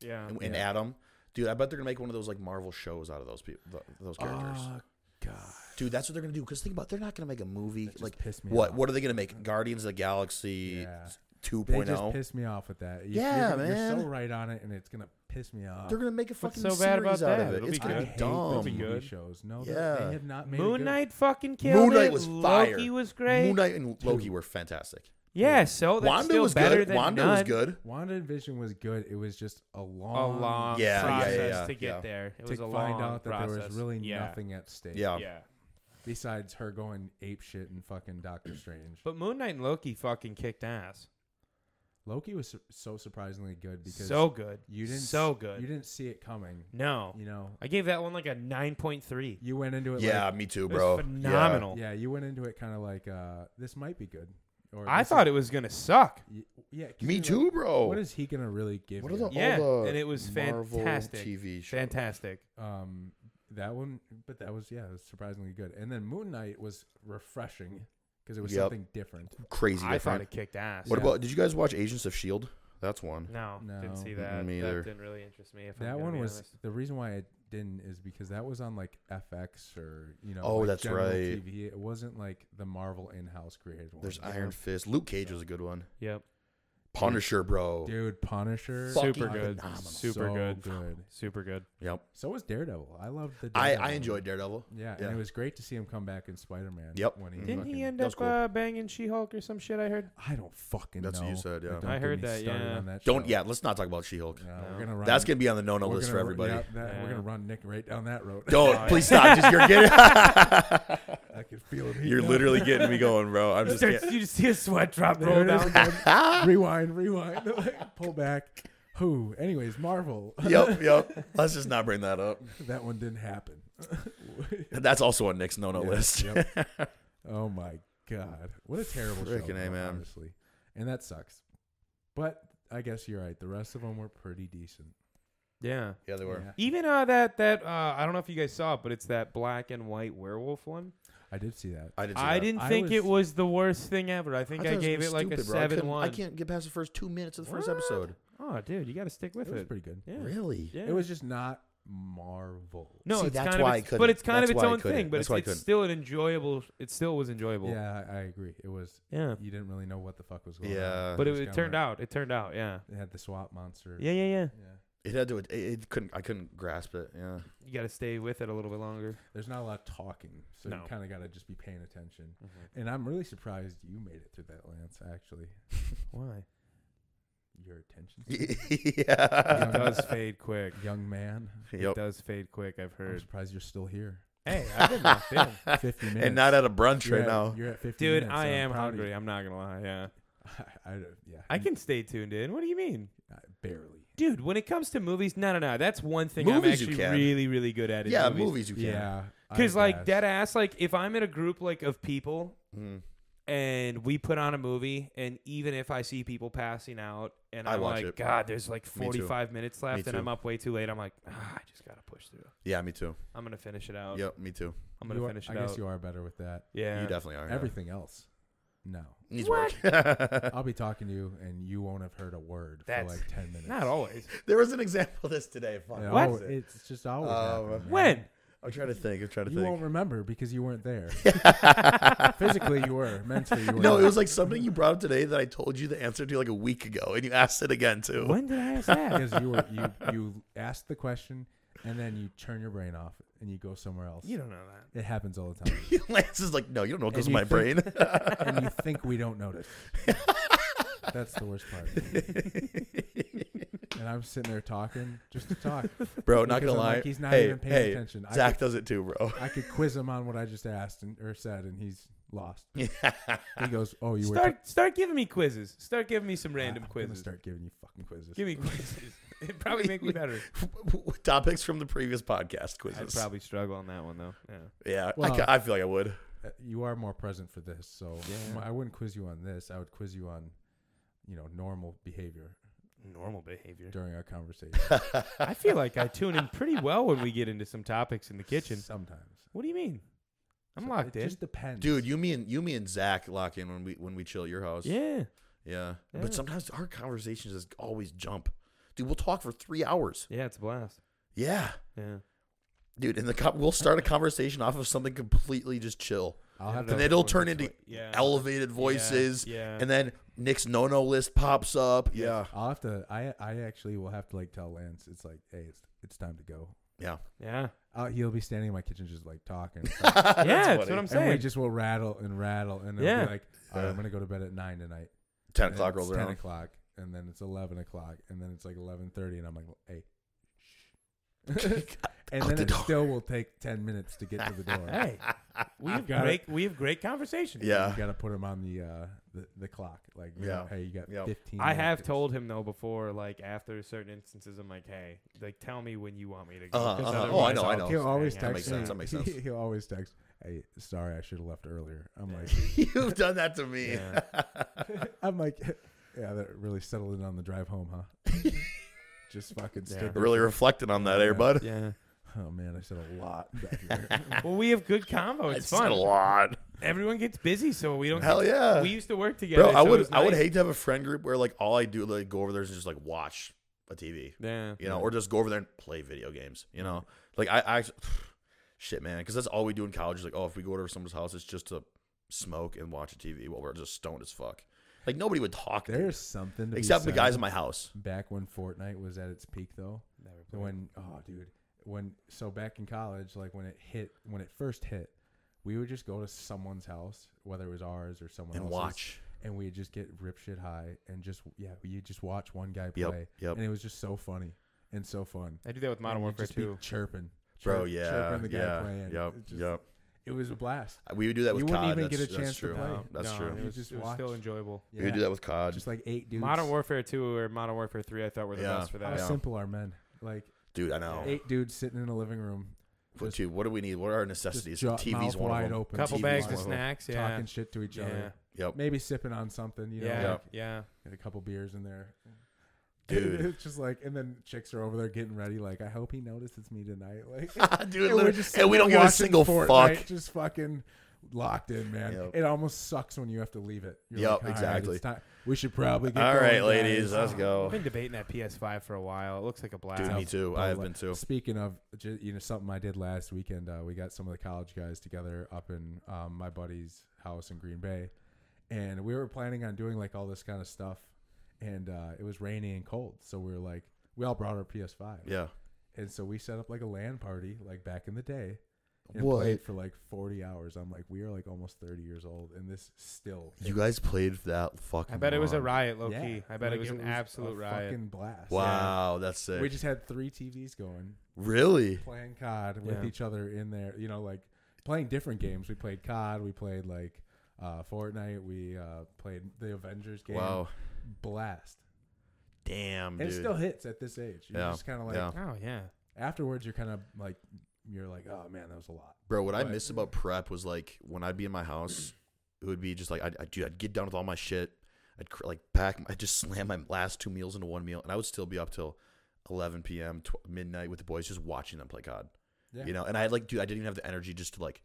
A: Yeah.
C: and, and
B: Yeah.
C: Adam? Dude, I bet they're gonna make one of those like Marvel shows out of those people, th- those characters.
A: Ah,
B: Oh god.
C: Dude, that's what they're gonna do. Because think about, it, they're not gonna make a movie
B: That just
C: like
B: pissed me
C: what?
B: off.
C: What are they gonna make? Guardians of the Galaxy oh?
B: Yeah. They
C: 2.0.
B: just pissed me off with that. You-
C: Yeah,
B: you're, You're
C: man.
B: so right on it and it's going to piss me off.
C: They're gonna make a fucking
A: so
C: series
A: bad about
C: out
A: that?
C: of it.
A: It'll
C: it's
A: be
C: gonna
A: good.
C: be dumb.
A: It'll
B: those
A: be
B: movie
A: good.
B: shows. No,
C: Yeah.
B: yeah. they have not made a
A: Moon
B: good-
A: Knight fucking killed
C: Moon Knight
A: it.
C: was fire.
A: Loki was great.
C: Moon Knight and Loki were fantastic.
A: Yeah. So that's
C: Wanda
A: still
C: was
A: better
C: good.
A: than
C: Wanda
A: none.
C: was good.
B: WandaVision was good. It was just
A: A
B: a long,
A: long
C: Yeah, yeah,
A: process
C: yeah,
A: to get
C: yeah.
A: there. It
B: to
A: was a long
B: find out that
A: process.
B: there was really
A: yeah.
B: nothing at stake.
C: Yeah.
A: Yeah.
B: Besides her going ape shit and fucking Doctor Strange.
A: But Moon Knight and Loki fucking kicked ass.
B: Loki was su- so surprisingly good because
A: so good.
B: you didn't
A: So
B: s-
A: good.
B: You didn't see it coming.
A: no.
B: You know,
A: I gave that one like a 9.3.
B: you went into it.
C: Yeah,
B: Like,
C: me too,
A: It
C: bro.
A: was phenomenal.
B: yeah, you went into it kind of like uh, this might be good. Or
A: I
B: this
A: thought
B: is-
A: it was going to suck.
B: y- yeah. 'cause
C: Yeah. Me
B: you're
C: too, bro.
B: Like, what is he gonna really give?
C: What
B: you?
C: are the
A: Yeah,
C: all the
A: and it was
C: Marvel
A: fantastic.
C: TV show?
A: Fantastic.
B: Um, that one, but that was yeah, it was surprisingly good. And then Moon Knight was refreshing because it was
C: Yep.
B: something different.
C: Crazy.
A: I thought
C: different.
A: it kicked ass.
C: What
B: Yeah.
C: about? Did you guys watch Agents of Shield? E That's one.
A: No, didn't
B: No.
A: see
C: Mm-mm,
A: that.
C: me either.
A: That didn't really interest me. If I'm
B: that
A: gonna
B: one
A: be
B: was
A: honest.
B: the reason why I didn't is because that was on like FX or you know.
C: Oh,
B: like,
C: that's
B: general
C: right.
B: TV. It wasn't like the Marvel in-house created one.
C: There's
B: you know?
C: Iron Fist. Luke Cage was a good one.
A: Yep.
C: Punisher, bro.
B: Dude, Punisher.
C: Fucking
A: Super good.
C: phenomenal.
A: Super
B: so
A: good.
B: good.
A: Super good.
C: Yep.
B: So was Daredevil. I loved the.
C: I,
B: Daredevil.
C: I enjoyed Daredevil.
B: Yeah,
C: Yeah.
B: and it was great to see him come back in Spider Man.
C: Yep.
B: When he
A: Didn't he
B: fucking-
A: end
C: that was
A: up
C: cool.
A: uh, banging She-Hulk or some shit? I heard.
B: I don't fucking.
C: That's
B: know.
C: what you said, yeah.
B: Don't
A: I
B: get
A: heard
B: me
A: that,
B: started
A: yeah.
B: on that
C: Don't.
B: show.
C: Yeah. Let's not talk about She-Hulk.
B: No,
A: No.
B: We're gonna run.
C: E That's gonna be on the no-no
B: we're gonna
C: list for
B: run-
C: everybody.
B: yeah, that-
A: Yeah.
B: We're gonna run Nick right down that road.
C: Don't.
A: Oh, yeah.
C: Please stop. Just you're getting.
B: I can feel it.
C: you're literally getting me going, bro. I'm just.
A: Starts-
C: Can't.
A: you just see a sweat drop roll
B: Roll
A: down.
B: down. rewind, rewind. Like, Pull back. Who? Anyways, Marvel.
C: Yep. Yep. Let's just not bring that up.
B: that one didn't happen.
C: That's also on Nick's no-no
B: Yeah,
C: list.
B: yep. Oh my god, what a terrible show!
C: Frickin' A,
B: though,
C: man.
B: Honestly, and that sucks. But I guess you're right. The rest of them were pretty decent.
A: Yeah.
C: yeah, they were.
B: Yeah.
A: Even uh, that that uh, I don't know if you guys saw it, but it's that black and white werewolf one.
B: I did see that.
C: I did. See
A: I
C: that.
A: didn't
B: I
A: think it
B: was-
A: was the worst thing ever. I think
C: thought
A: I,
C: was
A: gave it like a
C: stupid, bro. I
A: seven
C: couldn't-
A: one.
C: I can't get past the first two minutes of the first
A: What?
C: episode.
A: Oh, dude, you got to stick with
B: it was
A: it.
B: pretty good.
A: yeah.
C: Really?
A: Yeah.
B: It was just not Marvel.
A: No,
C: See,
A: it's
C: that's
A: kind
C: why I
A: of its,
C: couldn't.
A: but it's kind
C: That's
A: of its
C: why I
A: own
C: couldn't.
A: thing. But
C: That's
A: it's,
C: why I
A: it's
C: couldn't.
A: still an enjoyable. It still was enjoyable.
B: Yeah, I, I agree. It was.
A: Yeah.
B: You didn't really know what the fuck was going on.
C: Yeah.
A: But it,
B: was
A: it
B: kinda
A: turned
B: like-
A: out. It turned out. Yeah.
B: It had the swap monster.
A: Yeah. Yeah. Yeah.
B: Yeah.
C: It had to. It, it couldn't. I couldn't grasp it. Yeah.
A: You got to stay with it a little bit longer.
B: There's not a lot of talking, so
A: No.
B: you kind of got to just be paying attention. And I'm really surprised you made it through that, Lance. Actually,
A: Why?
B: your attention,
C: yeah.
A: It does fade quick.
B: young man.
A: It
C: Yep.
A: does fade quick. I've
B: I'm
A: heard.
B: surprised you're still here.
A: Hey, I've been locked in.
B: Fifty minutes.
C: And not at a brunch
B: You're
C: right
B: at-
C: now.
B: You're at 50
A: Dude,
B: minutes,
A: I
B: so I'm
A: am
B: proud of
A: hungry.
B: you.
A: I'm not gonna lie. Yeah,
B: I, don't- yeah.
A: I can stay tuned in. What do you mean,
B: I- barely.
A: dude? When it comes to movies, no, no, no. That's one thing I'm
C: Movies you
A: actually
C: can.
A: really, really good at. Is
C: Yeah,
A: movies.
C: movies you can.
B: Yeah. I
A: Because like
B: guess.
A: dead ass, like if I'm in a group like of people
C: Mhm.
A: and we put on a movie, and even if I see people passing out, and
C: I
A: I'm
C: watch
A: like,
C: it.
A: God, there's like
C: Me too.
A: 45 minutes left, and
C: too.
A: I'm up way too late. I'm like, ah, I just gotta push through.
C: Yeah, me too.
A: I'm gonna finish it out.
C: Yep, me too.
A: I'm gonna
B: You are-
A: finish
B: I
A: it
B: guess
A: out.
B: you are better with that.
A: yeah,
C: You definitely are. yeah.
B: Everything else, no.
C: needs
A: What?
C: work.
B: I'll be talking to you, and you won't have heard a word
A: That's
B: for like ten minutes.
A: not always.
C: there was an example of this today. Fuck,
B: It
A: What?
B: alwa-
C: was it?
B: It's just always.
C: Um,
B: happening, man.
A: When?
C: I'm trying to think. I'm trying to
B: You won't
C: think.
B: remember because you weren't there. Physically, you were. Mentally, you were.
C: No, it was like something you brought up today that I told you the answer to like a week ago, and you asked it again too.
A: When did I ask that?
B: because you were you you asked the question, and then you turn your brain off and you go somewhere else.
A: you don't know that.
B: It happens all the time.
C: Lance is like, no, you don't know what goes in
B: And
C: my
B: you
C: brain.
B: and you think we don't notice. That's the worst part. and I'm sitting there talking just to talk.
C: Bro, Oh, not
B: Because
C: gonna
B: I'm
C: lie.
B: like, he's not
C: hey,
B: even paying
C: hey,
B: attention. I
C: Zach
B: could-
C: does it too, bro.
B: I could quiz him on what I just asked and, or said, and he's lost. He goes, "Oh, you Ah, were." ta-
A: Start, start giving me quizzes. Start giving me some random
B: I'm gonna
A: quizzes.
B: Start giving you fucking quizzes.
A: Give me quizzes. It'd probably make me better.
C: Topics from the previous podcast
A: I'd
C: quizzes.
A: probably struggle on that one though. Yeah.
C: yeah, I
B: Well-
C: ca- I, feel like I would.
B: Uh, you are more present for this, so
A: Yeah.
B: I wouldn't quiz you on this. I would quiz you on, you know, normal behavior
A: Normal behavior.
B: during our conversation.
A: I feel like I tune in pretty well when we get into some topics in the kitchen.
B: sometimes.
A: What do you mean? I'm
B: So
A: locked
B: it
A: in.
B: Just depends,
C: Dude, you me and you me and Zach lock in when we when we chill at your house.
A: Yeah. Yeah.
C: Yeah. But sometimes our conversations just always jump. Dude, we'll talk for three hours.
A: Yeah, it's a blast.
C: Yeah.
A: Yeah.
C: Dude, and the co- we'll start a conversation off of something completely just chill.
B: I'll
A: Yeah,
B: have
A: no.
B: to.
C: And it'll
A: going
C: turn
A: this
C: into
A: way. Yeah.
C: elevated voices.
A: yeah.
C: And then Nick's no no list pops up. Yeah.
B: I'll have to. I I actually will have to like tell Lance. It's like, hey, it's it's time to go.
C: Yeah.
A: Yeah.
B: I'll, he'll be standing in my kitchen just like talking,
A: Yeah, that's what I'm
B: and we
A: saying.
B: just will rattle and rattle, and it'll
A: Yeah.
B: be like, all right, I'm gonna go to bed at nine tonight.
C: Ten
B: And
C: o'clock
B: it's
C: rolls
B: Ten
C: around.
B: o'clock, and then it's eleven o'clock, and then it's like eleven thirty, and I'm like, hey. and
C: out
B: then
C: the
B: it
C: door.
B: still will take ten minutes to get to the door.
A: hey. We have
B: got
A: great we have great conversations.
C: Yeah.
B: You gotta put him on the uh, the, the clock, like you know,
C: Yeah.
B: hey, you got
C: Yep.
B: fifteen.
A: I have
B: minutes.
A: told him though before, like after certain instances, I'm like, hey, like tell me when you want me to go.
C: Uh-huh,
A: 'cause
C: uh-huh. Oh, I
A: otherwise
C: know, I
A: I'll
C: know.
A: just
B: He'll
A: hang
B: always
A: out.
B: text
C: makes
B: me.
C: sense, that makes
B: He-
C: sense.
B: He'll always text, "Hey, sorry, I should have left earlier." I'm like,
C: You've done that to me.
A: Yeah.
B: I'm like, yeah, that really settled in on the drive home, huh? Just fucking
A: Yeah.
B: stick.
C: Really reflecting on that, eh,
B: Yeah.
C: airbud.
A: yeah.
B: Oh man, I said a lot. Back here.
A: Well, we have good convo.
C: I
A: It's
C: said a
A: fun.
C: lot.
A: Everyone gets busy, so we don't.
C: Hell
A: get-
C: yeah.
A: We used to work together.
C: Bro, I
A: so it
C: would
A: was
C: I would
A: nice.
C: hate to have a friend group where like all I do like go over there is just like watch a TV,
A: Yeah.
C: you know, or just go over there and play video games, you know. Like I, I shit, man, because that's all we do in college. Is like, oh, if we go over to someone's house, it's just to smoke and watch a TV while we're just stoned as fuck. Like nobody would talk to
B: There's something to be
C: except the
B: said.
C: guys in my house.
B: back when Fortnite was at its peak though.
A: Never played.
B: When oh dude, when so back in college, like when it hit, when it first hit, we would just go to someone's house, whether it was ours or someone
C: And
B: else's,
C: watch.
B: and we'd just get rip shit high and just yeah, you just watch one guy
C: Yep,
B: play,
C: yep.
B: and it was just so funny and so fun.
A: I do that with Modern
B: And you'd
A: Warfare
B: just be
A: 2.
B: chirping,
C: Bro,
B: chirp-
C: yeah,
B: chirping the guy
C: yeah,
B: playing.
C: yep,
B: It just-
C: yep.
B: It was a blast.
C: We would do that with
B: You wouldn't
C: COD.
B: even get
C: that's,
B: a
C: that's
B: chance to
C: true.
B: play.
A: No,
C: That's
A: no,
C: true.
A: It
B: You
A: was,
B: just
A: it was still
B: watch.
A: enjoyable.
B: Yeah.
C: We would do that with COD,
B: Just like eight dudes.
A: Modern Warfare 2 or Modern Warfare 3, I thought were the
C: Yeah.
A: best for
B: How
A: that.
C: Yeah.
B: simple are men? Like
C: dude. I know.
B: eight dudes sitting in a living room,
C: What-
B: just-
C: dude, what do we need? What are our
B: just
C: necessities?
B: jaw-
C: TV's
B: mouth
C: one
B: wide
C: of them.
B: open,
A: Couple
C: TV's
A: bags
C: one
A: of
C: of them.
A: snacks, yeah.
B: talking shit to each
A: Yeah.
B: other.
C: Yep.
B: Maybe sipping on something, you know,
A: yeah,
B: like,
A: yeah.
B: get a couple beers in there.
C: Dude.
B: it's just like, and then chicks are over there getting ready. Like, I hope he notices me tonight. Like,
C: dude,
B: and we're
C: literally-
B: just
C: and we
B: sitting there
C: don't give a
B: watching
C: single
B: Fortnite,
C: fuck.
B: Just fucking locked in, man.
C: Yep.
B: It almost sucks when you have to leave it. You're
C: Yep,
B: like, "All right,
C: exactly.
B: it's time- We should probably get
C: All right,
B: going,
C: ladies,
B: guys."
C: let's
A: I've
C: go.
A: been debating that PS5 for a while. It looks like a blast.
C: Dude, me too. I have
B: But,
C: been too.
B: Speaking of, ju- you know, something I did last weekend, uh, we got some of the college guys together up in um, my buddy's house in Green Bay, and we were planning on doing like all this kind of stuff, and uh, it was rainy and cold, so we were like, we all brought our PS5,
C: Yeah.
B: and so we set up like a LAN party, like back in the day, and
C: What?
B: played for like forty hours. I'm like, we are like almost thirty years old, and this still,
C: You guys played that fucking.
A: I bet it was a
C: long.
A: riot, low
B: Yeah.
A: key. I bet
B: Like,
A: it was an absolute
B: a
A: riot.
B: fucking blast.
C: Wow, that's
B: Yeah.
C: sick.
B: We just had three TVs going.
C: really?
B: playing COD with
A: Yeah.
B: each other in there. You know, like playing different games. We played COD. We played like uh, Fortnite. We uh, played the Avengers game.
C: Wow.
B: blast!
C: Damn,
B: And
C: dude.
B: it still hits at this age. You're
C: Yeah,
B: just kind of like
C: yeah.
A: Oh, yeah.
B: afterwards. You're kind of like you're like, oh man, that was a lot.
C: Bro, what I
B: But-
C: miss about prep was like when I'd be in my house, it would be just like I'd, I'd, dude, I'd get done with all my shit. I'd cr- like pack. I would just slam my last two meals into one meal, and I would still be up till 11 p.m. Tw- midnight with the boys, just watching them play COD.
B: Yeah.
C: You know, and I like, dude, I didn't even have the energy just to like.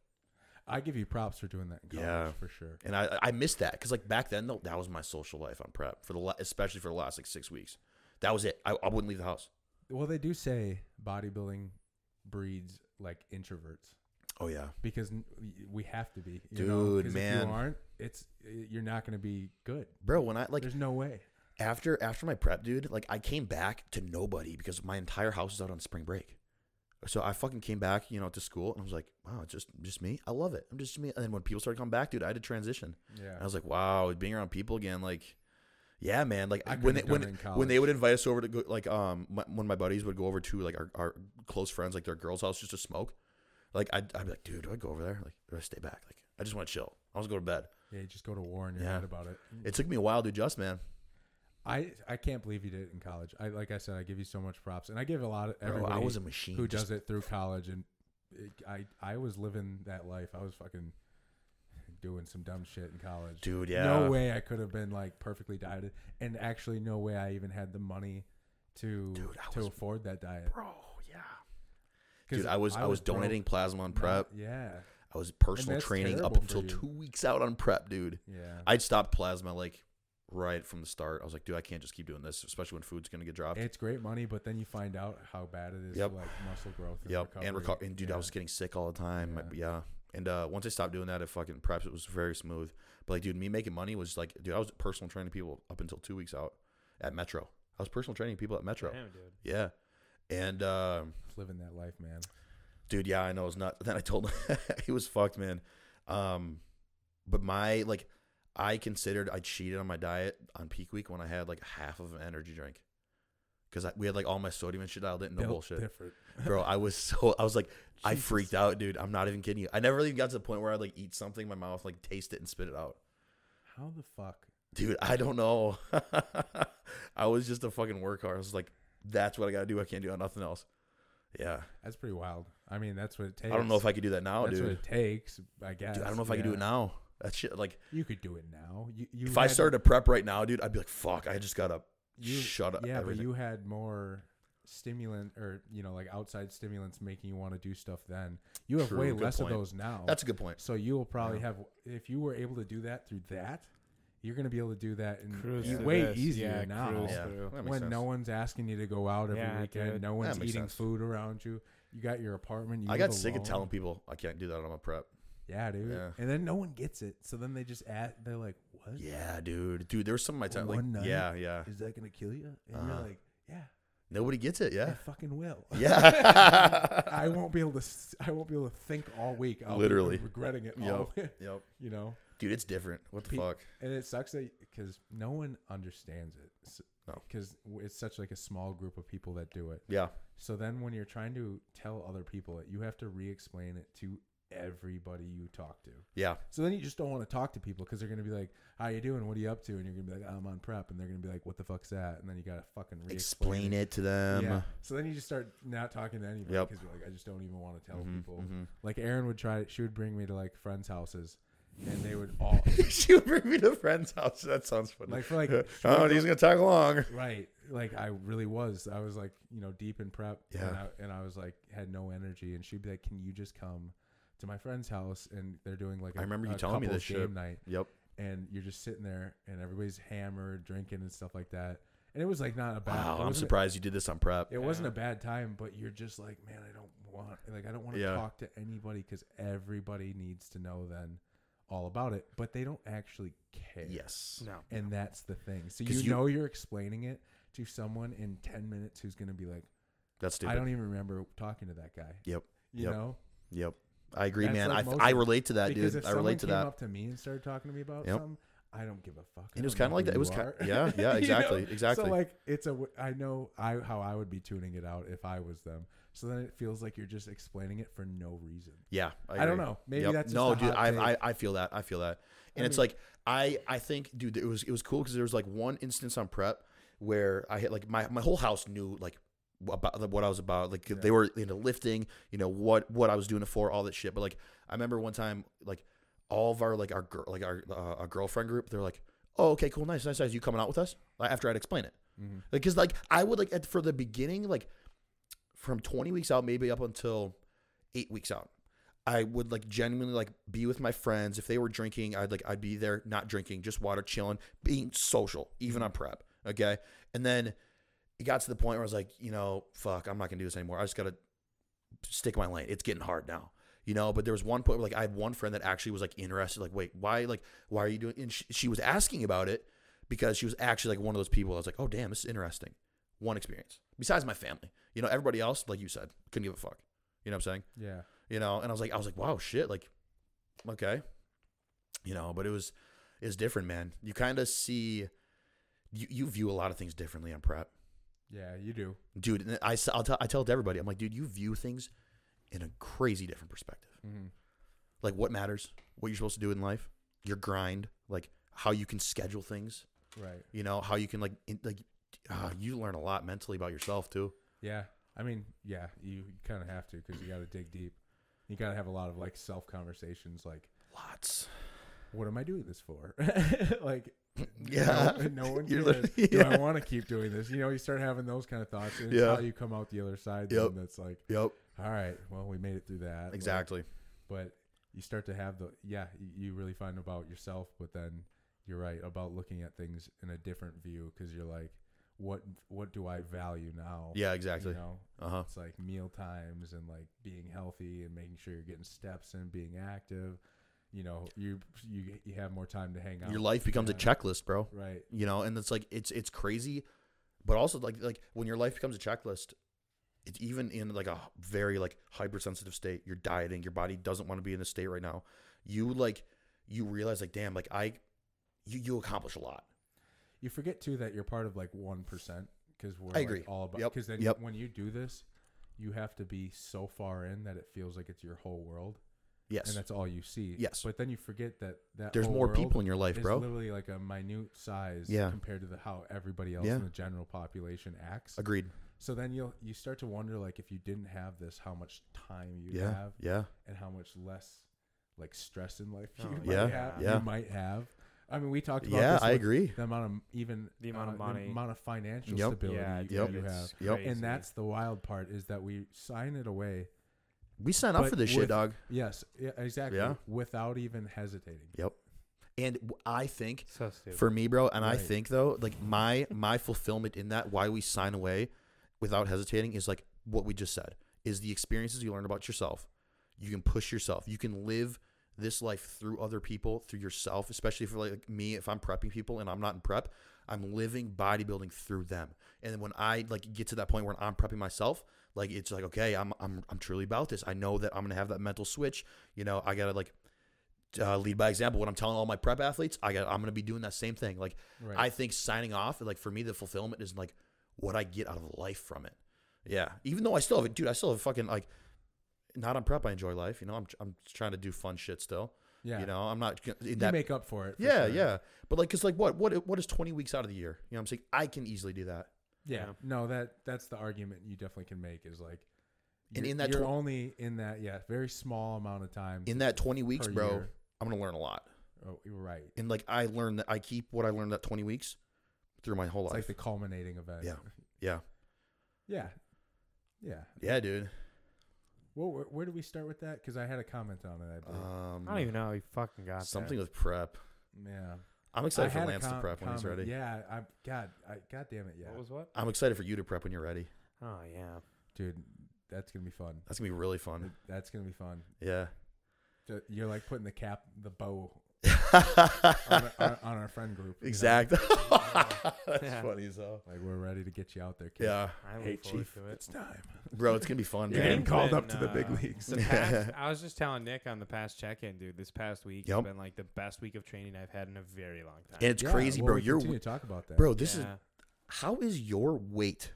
B: I give you props for doing that. In college,
C: Yeah.
B: for sure.
C: And I I missed that because like back then though, that was my social life on prep for the la- especially for the last like six weeks. That was it. I, I wouldn't leave the house.
B: Well, they do say bodybuilding breeds like introverts.
C: Oh yeah,
B: Because n- we have to be, you know?
C: Dude,
B: 'Cause If
C: man.
B: you aren't, it's you're not going to be good.
C: bro. When I like
B: There's no way.
C: after after my prep, dude, like I came back to nobody because my entire house is out on spring break. So I fucking came back, you know, to school, and I was like, wow, it's just just me. I love it. I'm just me. And then when people started coming back, dude, I had to transition.
B: Yeah.
C: And I was like, wow, being around people again, like, yeah, man. Like
B: I
C: when they,
B: couldn't have
C: when
B: done it in
C: when they
B: college.
C: would invite us over to go, like um my, when my buddies would go over to like our, our close friends like their girls' house just to smoke, like I'd, I'd be like, dude, do I go over there? Like, do I stay back? Like, I just want to chill. I want to go to bed.
B: Yeah, you just go to war in your
C: Yeah.
B: head about it.
C: It took me a while to adjust, man.
B: I I can't believe you did it in college. I like I said, I give you so much props, and I give a lot of
C: Bro,
B: everybody
C: I was a machine.
B: who
C: just
B: does it through college, and it, I I was living that life. I was fucking doing some dumb shit in college.
C: dude? Yeah.
B: No way I could have been like perfectly dieted, and actually, no way I even had the money to
C: Dude, I
B: to
C: was-
B: afford that diet.
C: bro. Yeah.
B: 'Cause
C: Dude, I was I, was,
B: broke.
C: donating plasma on
B: No,
C: prep.
B: Yeah,
C: I was personal
B: that's
C: training up
B: terrible for
C: until
B: you.
C: two weeks out on prep, dude.
B: yeah.
C: I'd stopped plasma like right from the start. I was like, dude, I can't just keep doing this, especially when food's gonna get dropped.
B: it's great money, but then you find out how bad it is
C: Yep.
B: for like muscle growth. And
C: yep,
B: recovery.
C: and recover. And dude,
B: Yeah.
C: I was getting sick all the time. Like, Yeah. And uh, once I stopped doing that at fucking preps, it was very smooth. But like, dude, me making money was like, dude, I was personal training people up until two weeks out at Metro. I was personal training people at Metro.
A: Damn, dude.
C: Yeah. And um,
B: living that life, man.
C: dude, yeah, I know it's not. Then I told him he was fucked, man. Um, but my like, I considered I cheated on my diet on peak week when I had like half of an energy drink because we had like all my sodium and shit dialed in. No
B: Built
C: bullshit,
B: Different.
C: bro. I was so I was like I
B: Jesus.
C: freaked out, dude. I'm not even kidding you. I never even got to the point where I'd like eat something in my mouth, like taste it and spit it out.
B: How the fuck?
C: Dude, I don't know. I was just a fucking workhorse. I was like, that's what I gotta do. I can't do nothing else. Yeah,
B: That's pretty wild. I mean, that's what it
C: I
B: takes.
C: don't know if I could do that now,
B: That's what
C: dude.
B: it takes. I guess.
C: Dude, I don't know if I could do it
B: Yeah.
C: now. That shit, like,
B: You could do it now. You, you
C: if I
B: had-
C: started to prep right now, dude, I'd be like, fuck, I just gotta
B: you,
C: shut up.
B: Yeah,
C: everything.
B: but you had more stimulant or you know like outside stimulants making you want to do stuff. Then you have
C: True,
B: way
C: good
B: less
C: point.
B: of those now.
C: That's a good point.
B: so you will probably have if you were able to do that through that, you're gonna be able to do that in
A: Cruise
B: in
A: through
B: way
A: this.
B: easier
A: Yeah,
B: now.
A: cruise
C: Yeah,
A: through.
C: that makes
B: when
C: sense.
B: no one's asking you to go out every
A: Yeah,
B: weekend,
A: dude.
B: no one's
C: makes
B: eating
C: sense.
B: food around you. You got your apartment. You
C: I
B: live
C: got sick of
B: alone.
C: telling people I can't do that on my prep.
B: Yeah, dude.
C: Yeah.
B: And then no one gets it. So then they just add, they're like, what? was?
C: Yeah, dude. Dude, there was some of my time. Like,
B: One night?
C: yeah, yeah.
B: Is that gonna kill you? And
C: Uh-huh.
B: you're like, yeah,
C: Nobody gets it.
B: I
C: Yeah.
B: fucking will.
C: Yeah.
B: I won't be able to. s- I won't be able to think all week. I'll be
C: Literally.
B: regretting it.
C: yep.
B: all-
C: Yep.
B: you know,
C: Dude, it's different. What the
B: Pe-
C: fuck?
B: and it sucks that because no one understands it.
C: No.
B: because it's such like a small group of people that do it.
C: Yeah.
B: So then when you're trying to tell other people it, you have to re-explain it to everybody you talk to.
C: Yeah.
B: So then you just don't want to talk to people because they're gonna be like, "How you doing? What are you up to?" And you're gonna be like, "I'm on prep," and they're gonna be like, "What the fuck's that?" And then you gotta fucking re-explain
C: Explain it to them.
B: yeah. So then you just start not talking to anybody
C: Yep.
B: because you're like, I just don't even want to tell
C: Mhm,
B: people.
C: mhm.
B: Like Erin would try. She would bring me to like friends' houses, and they would all
C: she would bring me to a friend's house. That sounds funny.
B: Like, for, like,
C: oh, he's gonna tag along.
B: right. Like I really was. I was like, you know, deep in prep. And I,
C: Yeah.
B: and I was like, had no energy, and she'd be like, "Can you just come to my friend's house?" And they're doing like,
C: I
B: a-
C: remember you
B: a
C: telling me
B: couple's
C: this shit.
B: game night,
C: Yep.
B: and you're just sitting there, and everybody's hammered, drinking and stuff like that. And it was like not a bad.
C: Wow,
B: it
C: I'm
B: wasn't-
C: surprised you did this on prep.
B: It wasn't a bad time, but you're just like, man, I don't want, like, I don't want to
C: Yeah.
B: talk to anybody because everybody needs to know then all about it, but they don't actually care.
C: Yes.
A: No.
B: And that's the thing. So
C: 'Cause
B: you,
C: you-
B: know you're explaining it to someone in 10 minutes who's going to be like,
C: That's
B: I
C: stupid.
B: don't e even remember talking to that guy.
C: Yep.
B: You
C: Yep.
B: know?
C: Yep. I agree,
B: That's
C: man.
B: like
C: I,
B: most
C: I
B: of-
C: relate to that,
B: because
C: dude.
B: if
C: I
B: someone
C: relate to
B: came
C: that.
B: up to me and started talking to me about
C: Yep.
B: something, I don't give a fuck. I
C: And it was
B: don't
C: kind
B: know
C: of
B: who
C: like that. It
B: you
C: was kind.
B: are.
C: Yeah. Yeah.
B: You know?
C: Exactly. Exactly.
B: So like it's a w- I know I how I would be tuning it out if I was them. So then it feels like you're just explaining it for no reason.
C: yeah.
B: I, don't
C: agree.
B: know. Maybe
C: Yep.
B: that's just
C: no,
B: a
C: dude.
B: hot take.
C: I, I I feel that. I feel that. And it's like I I think, dude, it was it was cool because there was like one instance on prep where I had like my my whole house knew like about what I was about. Like they were into lifting, you know what what I was doing it for, all that shit. But like I remember one time, like all of our like our girl like our uh, our girlfriend group, they're like, oh okay, cool, nice, nice, nice. You coming out with us? Like, after I'd explain it,
B: Mm-hmm.
C: because like I would like at, for the beginning, like from 20 weeks out, maybe up until eight weeks out. I would like genuinely like be with my friends. If they were drinking, I'd like I'd be there not drinking, just water, chilling, being social, even on prep. Okay. And then it got to the point where I was like, you know, fuck, I'm not gonna do this anymore. I just gotta stick my lane. It's getting hard now. You know, but there was one point where like I had one friend that actually was like interested, like, wait, why like why are you doing and she, she was asking about it because she was actually like one of those people. I was like, Oh damn, this is interesting. One experience. Besides my family. You know, everybody else, like you said, couldn't give a fuck. You know what I'm saying?
B: yeah.
C: you know and i was like i was like wow shit like okay you know but it was it's different man you kind of see you, you view a lot of things differently on prep
B: Yeah, you do.
C: dude and I, s- I'll tell, I tell it to everybody i'm like dude you view things in a crazy different perspective
B: Mhm.
C: like what matters what you're supposed to do in life your grind like how you can schedule things
B: Right.
C: you know how you can like in, like ah, you learn a lot mentally about yourself too
B: Yeah. I mean, yeah, you kind of have to cuz you got to dig deep. You got to have a lot of like self conversations like
C: lots
B: what am I doing this for? like
C: Yeah.
B: no, no one
C: You're
B: cares.
C: literally-
B: Do I
C: yeah.
B: want to keep doing this? You know, you start having those kind of thoughts, and it's
C: Yeah.
B: how you come out the other side.
C: Yep.
B: Then that's like,
C: yep
B: all right, well, we made it through that. Like,
C: exactly
B: but you start to have the yeah, you, you really find about yourself. But then you're right about looking at things in a different view because you're like, what what do I value now?
C: yeah exactly
B: You know,
C: uh-huh
B: it's like meal times and like being healthy and making sure you're getting steps and being active. You know, you you you have more time to hang out.
C: your life becomes a
B: Yeah.
C: checklist bro
B: right?
C: you know and it's like it's it's crazy but also like like when your life becomes a checklist it's even in like a very like hypersensitive state you're dieting your body doesn't want to be in this state right now you like you realize like damn like i you you accomplish a lot
B: you forget too that you're part of like one percent because we're
C: I
B: like,
C: agree.
B: all about
C: Yep.
B: because then
C: Yep.
B: when you do this, you have to be so far in that it feels like it's your whole world
C: yes
B: and that's all you see.
C: Yes.
B: but then you forget that that
C: there's
B: whole
C: more
B: world
C: people in your life
B: is
C: bro
B: Literally like a minute size
C: Yeah.
B: compared to the how everybody else
C: Yeah.
B: in the general population acts.
C: agreed
B: So then you'll you start to wonder like if you didn't have this, how much time you
C: yeah
B: have
C: yeah
B: and how much less like stress in life you,
A: Oh,
B: might,
C: yeah,
B: have,
C: yeah.
B: you might have. I mean, we talked about
C: yeah
B: this
C: i
B: with-
C: agree
B: the amount of even uh,
A: The amount of money.
B: the amount of financial
C: Yep.
B: stability
A: Yeah,
B: you,
A: dude,
B: you
A: it's
B: have,
C: Yep.
A: crazy.
B: and that's the wild part is that we sign it away.
C: we sign up
B: But
C: for this
B: with-
C: shit dog
B: Yes, yeah, exactly.
C: Yeah.
B: Without even hesitating.
C: yep and w- i think
A: So stupid.
C: for me bro and i
B: Right.
C: think though like my my fulfillment in that why we sign away without hesitating is like what we just said is the experiences you learn about yourself you can push yourself you can live this life through other people, through yourself, especially for like me, if I'm prepping people and I'm not in prep, I'm living bodybuilding through them. And then when I like get to that point where I'm prepping myself, like it's like, okay, I'm I'm I'm truly about this. I know that I'm gonna have that mental switch. You know, I gotta like uh, lead by example. When I'm telling all my prep athletes, I got I'm gonna be doing that same thing. Like
B: Right.
C: I think signing off, like for me, the fulfillment is like what I get out of life from it. Yeah, even though I still have it, dude. I still have fucking like not on prep. I enjoy life. You know, I'm I'm trying to do fun shit still.
B: yeah.
C: You know, I'm not gonna- in
B: you
C: that.
B: make up for it. for
C: yeah,
B: sure.
C: yeah. But like, cause like what what what is 20 weeks out of the year? You know, what I'm saying I can easily do that.
B: yeah,
A: Yeah.
B: No, that that's the argument you definitely can make is like,
C: And
B: you're-
C: in that
B: you're
C: tw-
B: only in that yeah very small amount of time.
C: In that 20 weeks,
B: per
C: bro,
B: year.
C: I'm gonna learn a lot.
B: Oh, you're right. It's
C: And like, I learned that I keep what I learned that 20 weeks through my whole
B: like
C: life.
B: the culminating event.
C: Yeah. yeah,
B: Yeah. Yeah.
C: yeah, dude.
B: Well, where, where do we start with that? Because I had a comment on it. I believe.
C: Um,
A: I don't even know how you fucking got
C: something with prep.
B: yeah.
C: I'm excited
B: I
C: for
B: had a
C: Lance to
B: com-
C: prep when he's
B: comment.
C: ready.
B: Yeah. I God. I God damn it.
A: That.
B: Yeah.
A: What was what?
C: I'm excited for you to prep when you're ready.
A: Oh yeah.
B: Dude, that's gonna be fun.
C: That's gonna be really fun.
B: That's gonna be fun.
C: Yeah.
B: Ju- You're like putting the cap, the bow on, our, on our friend group. you know?
C: exactly. That's
A: Yeah.
C: funny as hell.
B: Like we're ready to get you out there, kid.
C: Yeah,
A: I look
B: Hey,
A: forward
B: Chief.
A: to it.
B: It's time.
C: bro, it's gonna be fun.
B: You're getting
C: man.
A: I've
B: called up to the big
A: uh,
B: leagues.
A: the past- I was just telling Nick on the past check-in, dude. This past week
C: Yep.
A: has been like the best week of training I've had in a very long time.
C: And it's
B: Yeah,
C: crazy,
B: well,
C: bro.
B: we
C: Your
B: continue to talk about that,
C: bro, this is
A: Yeah.
C: how is your weight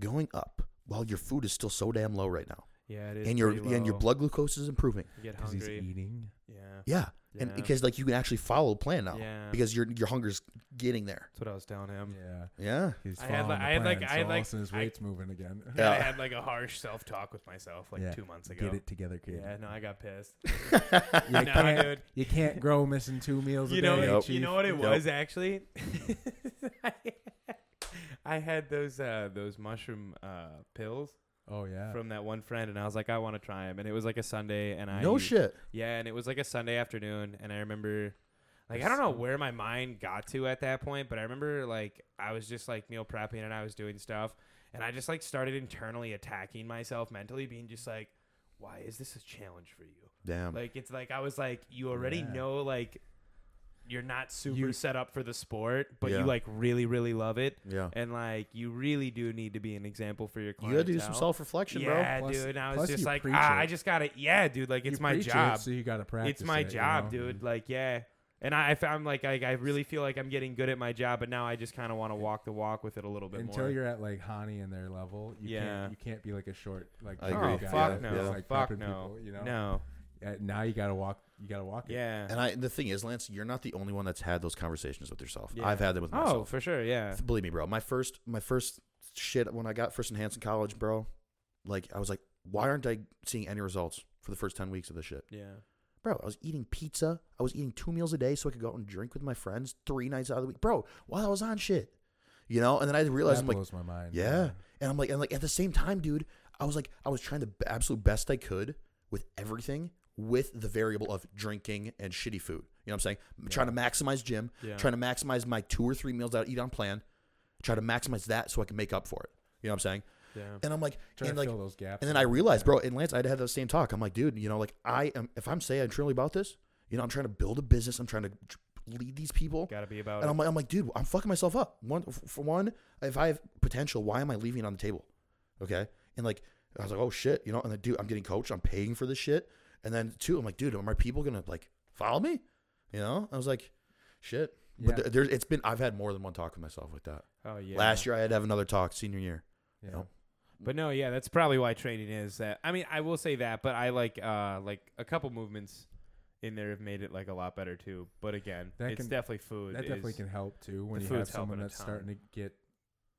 C: going up while your food is still so damn low right now,
A: yeah, it is.
C: and your
A: pretty
C: and your
A: low.
C: blood glucose is improving.
A: You get
B: because he's
A: hungry.
B: eating.
A: Yeah.
C: Yeah, and
A: yeah.
C: because like you can actually follow the plan now
A: Yeah.
C: because your your hunger's getting there.
A: that's what I was telling him.
B: Yeah,
C: Yeah,
B: he's
A: I had like-
B: following the
A: I had
B: plan,
A: like- I
B: so
A: had
B: all
A: like-
B: of a sudden his
A: I-
B: weig's moving again.
A: And I
C: Yeah.
A: had like a harsh self-talk with myself like
B: Yeah.
A: two months ago.
B: Get it together, kid.
A: Yeah, no, I got pissed.
B: You,
A: Nah,
B: can't,
A: dude.
B: you can't grow missing two meals
A: you
B: a
A: know,
B: day.
C: Yep.
B: chief.
A: you know what it
C: Yep.
A: was actually. I had those uh, those mushroom uh, pills
B: Oh yeah.
A: from that one friend, and I was like, I want to try them. And it was like a Sunday, and I
C: no shit.
A: Yeah, and it was like a Sunday afternoon, and I remember, like, I don't know where my mind got to at that point, but I remember like I was just like meal prepping and I was doing stuff, and I just like started internally attacking myself mentally, being just like, why is this a challenge for you?
C: Damn.
A: Like it's like I was like, you already
B: Um, Yeah.
A: know like you're not super
B: You-
A: set up for the sport, but
C: Yeah.
A: you like really, really love it.
C: yeah,
A: And like you really do need to be an example for your
C: you
A: clients.
C: gotta do some self reflection,
A: Yeah,
B: Plus-
A: dude. And I was
B: plus
A: just
B: you
A: like,
B: preach
A: ah, I
B: it.
A: just gotta yeah, dude, like it's
B: You
A: my
B: preach it,
A: job.
B: so you got to practice.
A: it's my
B: it, you
A: job,
B: know?
A: dude. Like, yeah. And I I found like I, I really feel like I'm getting good at my job, but now I just kind of want to walk the walk with it a little bit
B: Until
A: more.
B: you're at like Hani and their level, you
A: Yeah.
B: can't you can't be like a short like
C: I
B: big
C: agree.
A: oh
B: guy
A: fuck
B: that's
A: no,
C: yeah.
B: like
A: fuck
B: prepping
A: no,
B: people, you know.
A: no,
B: Uh, Now you got to walk. You got to walk. It.
A: yeah.
C: And I, the thing is, Lance, you're not the only one that's had those conversations with yourself.
A: Yeah.
C: I've had them with myself.
A: oh, for sure, yeah.
C: Believe me, bro. My first, my first shit when I got first enhanced in college, bro. Like I was like, why aren't I seeing any results for the first ten weeks of this shit,
A: Yeah.
C: bro? I was eating pizza. I was eating two meals a day so I could go out and drink with my friends three nights out of the week, bro. While I was on shit, you know. And then I realized
B: that
C: I'm like,
B: blows my mind.
C: yeah. And I'm like, and like at the same time, dude, I was like, I was trying the b- absolute best I could with everything, with the variable of drinking and shitty food. You know what I'm saying? I'm Trying to maximize gym,
A: Yeah.
C: trying to maximize my two or three meals that I eat on plan, try to maximize that so I can make up for it. You know what I'm saying?
A: Yeah.
C: And I'm like,
B: Trying
C: and
B: to
C: like,
B: fill those gaps.
C: and then I realized, bro, and Lance, I'd had that same talk. I'm like, dude, you know, like I am, if I'm saying I'm truly about this, you know, I'm trying to build a business, I'm trying to tr- lead these people.
A: Got to be about
C: And
A: it.
C: I'm like, I'm like, dude, I'm fucking myself up. One f- for one, if I have potential, why am I leaving it on the table? Okay, and like, I was like, oh shit, you know. And then, dude, I'm getting coached. I'm paying for this shit. And then two, I'm like, dude, are my people gonna like follow me? You know, I was like, shit. But
B: Yeah.
C: th- there's, it's been, I've had more than one talk with myself like that.
A: oh yeah.
C: Last year, I had to have another talk, senior year.
B: Yeah.
C: know?
A: But no, yeah, that's probably why training is that. I mean, I will say that, but I like uh like a couple movements in there have made it like a lot better too. But again,
B: That
A: it's
B: can-
A: definitely food.
B: that definitely
A: is-
B: can help too when
A: the
B: you
A: food's
B: have someone
A: helping a
B: that's starting to get.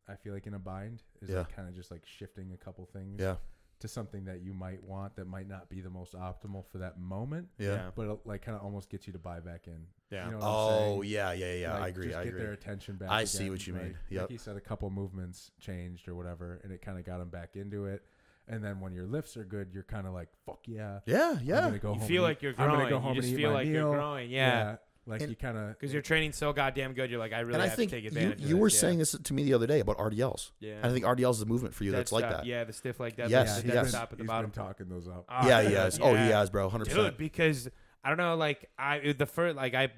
B: I feel like in a bind is
C: Yeah.
B: like kind of just like shifting a couple things
C: Yeah,
B: to something that you might want that might not be the most optimal for that moment,
C: yeah.
A: Yeah.
B: but it, like kind of almost gets you to buy back in.
A: Yeah.
B: You know what I'm saying?
C: Oh yeah, yeah, yeah. I
B: Like,
C: agree.
B: Just
C: I
B: get
C: agree.
B: their attention back.
C: I see
B: again.
C: what you
B: like,
C: mean. Yep.
B: Like you said, a couple movements changed or whatever, and it kind of got them back into it. And then when your lifts are good, you're kind of like, "Fuck yeah,
C: Yeah,
B: I'm
C: yeah.
B: gonna go
A: You
B: home
A: feel
B: and
A: like you're
B: eat- I'm gonna
A: growing.
B: go
A: You
B: home and
A: just
B: eat
A: feel
B: my
A: like you're
B: meal."
A: growing, yeah.
B: Like
C: And-
B: you kind of
A: Because you're training so goddamn good, you're like, I really
C: and I
A: have
C: think
A: to take
C: you,
A: advantage.
C: you
A: of
C: were
A: this.
C: saying this to me the other day about RDLs.
A: yeah.
C: And I think RDLs is a movement for you
A: Dead
C: that's like
A: stop.
C: that.
A: Yeah, the stiff like that.
C: Yes,
A: the
B: he's
A: dead
C: yes.
A: stop at the
B: he's
A: bottom.
B: been talking those up.
A: Ah,
C: Yeah,
A: dude,
C: he has. Oh, he has, bro. 100%.
A: Dude, because I don't know. Like I the first like I.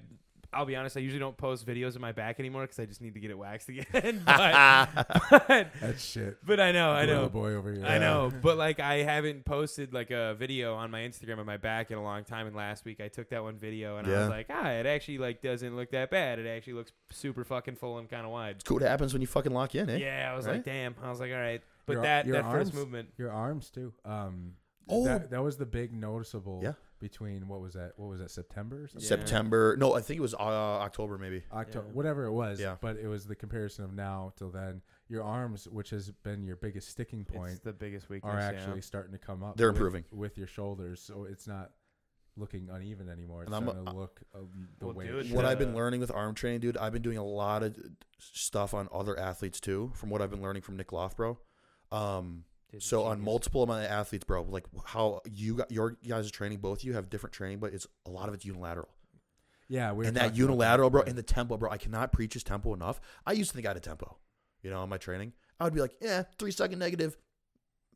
A: I'll be honest. I usually don't post videos of my back anymore because I just need to get it waxed again. but, but,
B: That's shit.
A: but I know, I
B: Gorilla
A: know.
B: boy over here.
A: I know, but like I haven't posted like a video on my Instagram of my back in a long time. And last week I took that one video and I
C: Yeah.
A: was like, ah, it actually like doesn't look that bad. It actually looks super fucking full and kind of wide.
C: It's cool. What happens when you fucking lock in, eh?
A: Yeah, I was
C: Right?
A: like, damn. I was like, all right, but
B: Your-
A: that
B: your
A: that
B: arms?
A: first movement.
B: Your arms too. Um,
C: Oh.
B: that, that was the big noticeable.
C: Yeah.
B: Between what was that? What was that? September or something.
C: September. No, I think it was uh, October maybe.
B: October,
A: Yeah.
B: whatever it was.
C: Yeah.
B: But it was the comparison of now till then. Your arms, which has been your biggest sticking point,
A: It's the biggest weakness.
B: are
A: yeah.
B: actually starting to come up.
C: They're
B: with-
C: improving.
B: with your shoulders, so it's not looking uneven anymore. It's
C: And I'm-
B: starting to look um, the
A: Well,
B: way.
A: dude,
B: it
C: What
B: should.
C: I've been
A: Uh,
C: learning with arm training, dude, I've been doing a lot of stuff on other athletes too. From what I've been learning from Nick Lofbro, um,
A: Dude,
C: so on
A: genius.
C: multiple of my athletes, bro, like how you got your guys' training, both of you have different training, but it's a lot of it's unilateral.
B: yeah, we were
C: and that
B: talking about
C: unilateral, bro,
B: yeah.
C: and the tempo, bro. I cannot preach his tempo enough. I used to think I had a tempo, you know, in my training. I would be like, yeah, three second negative,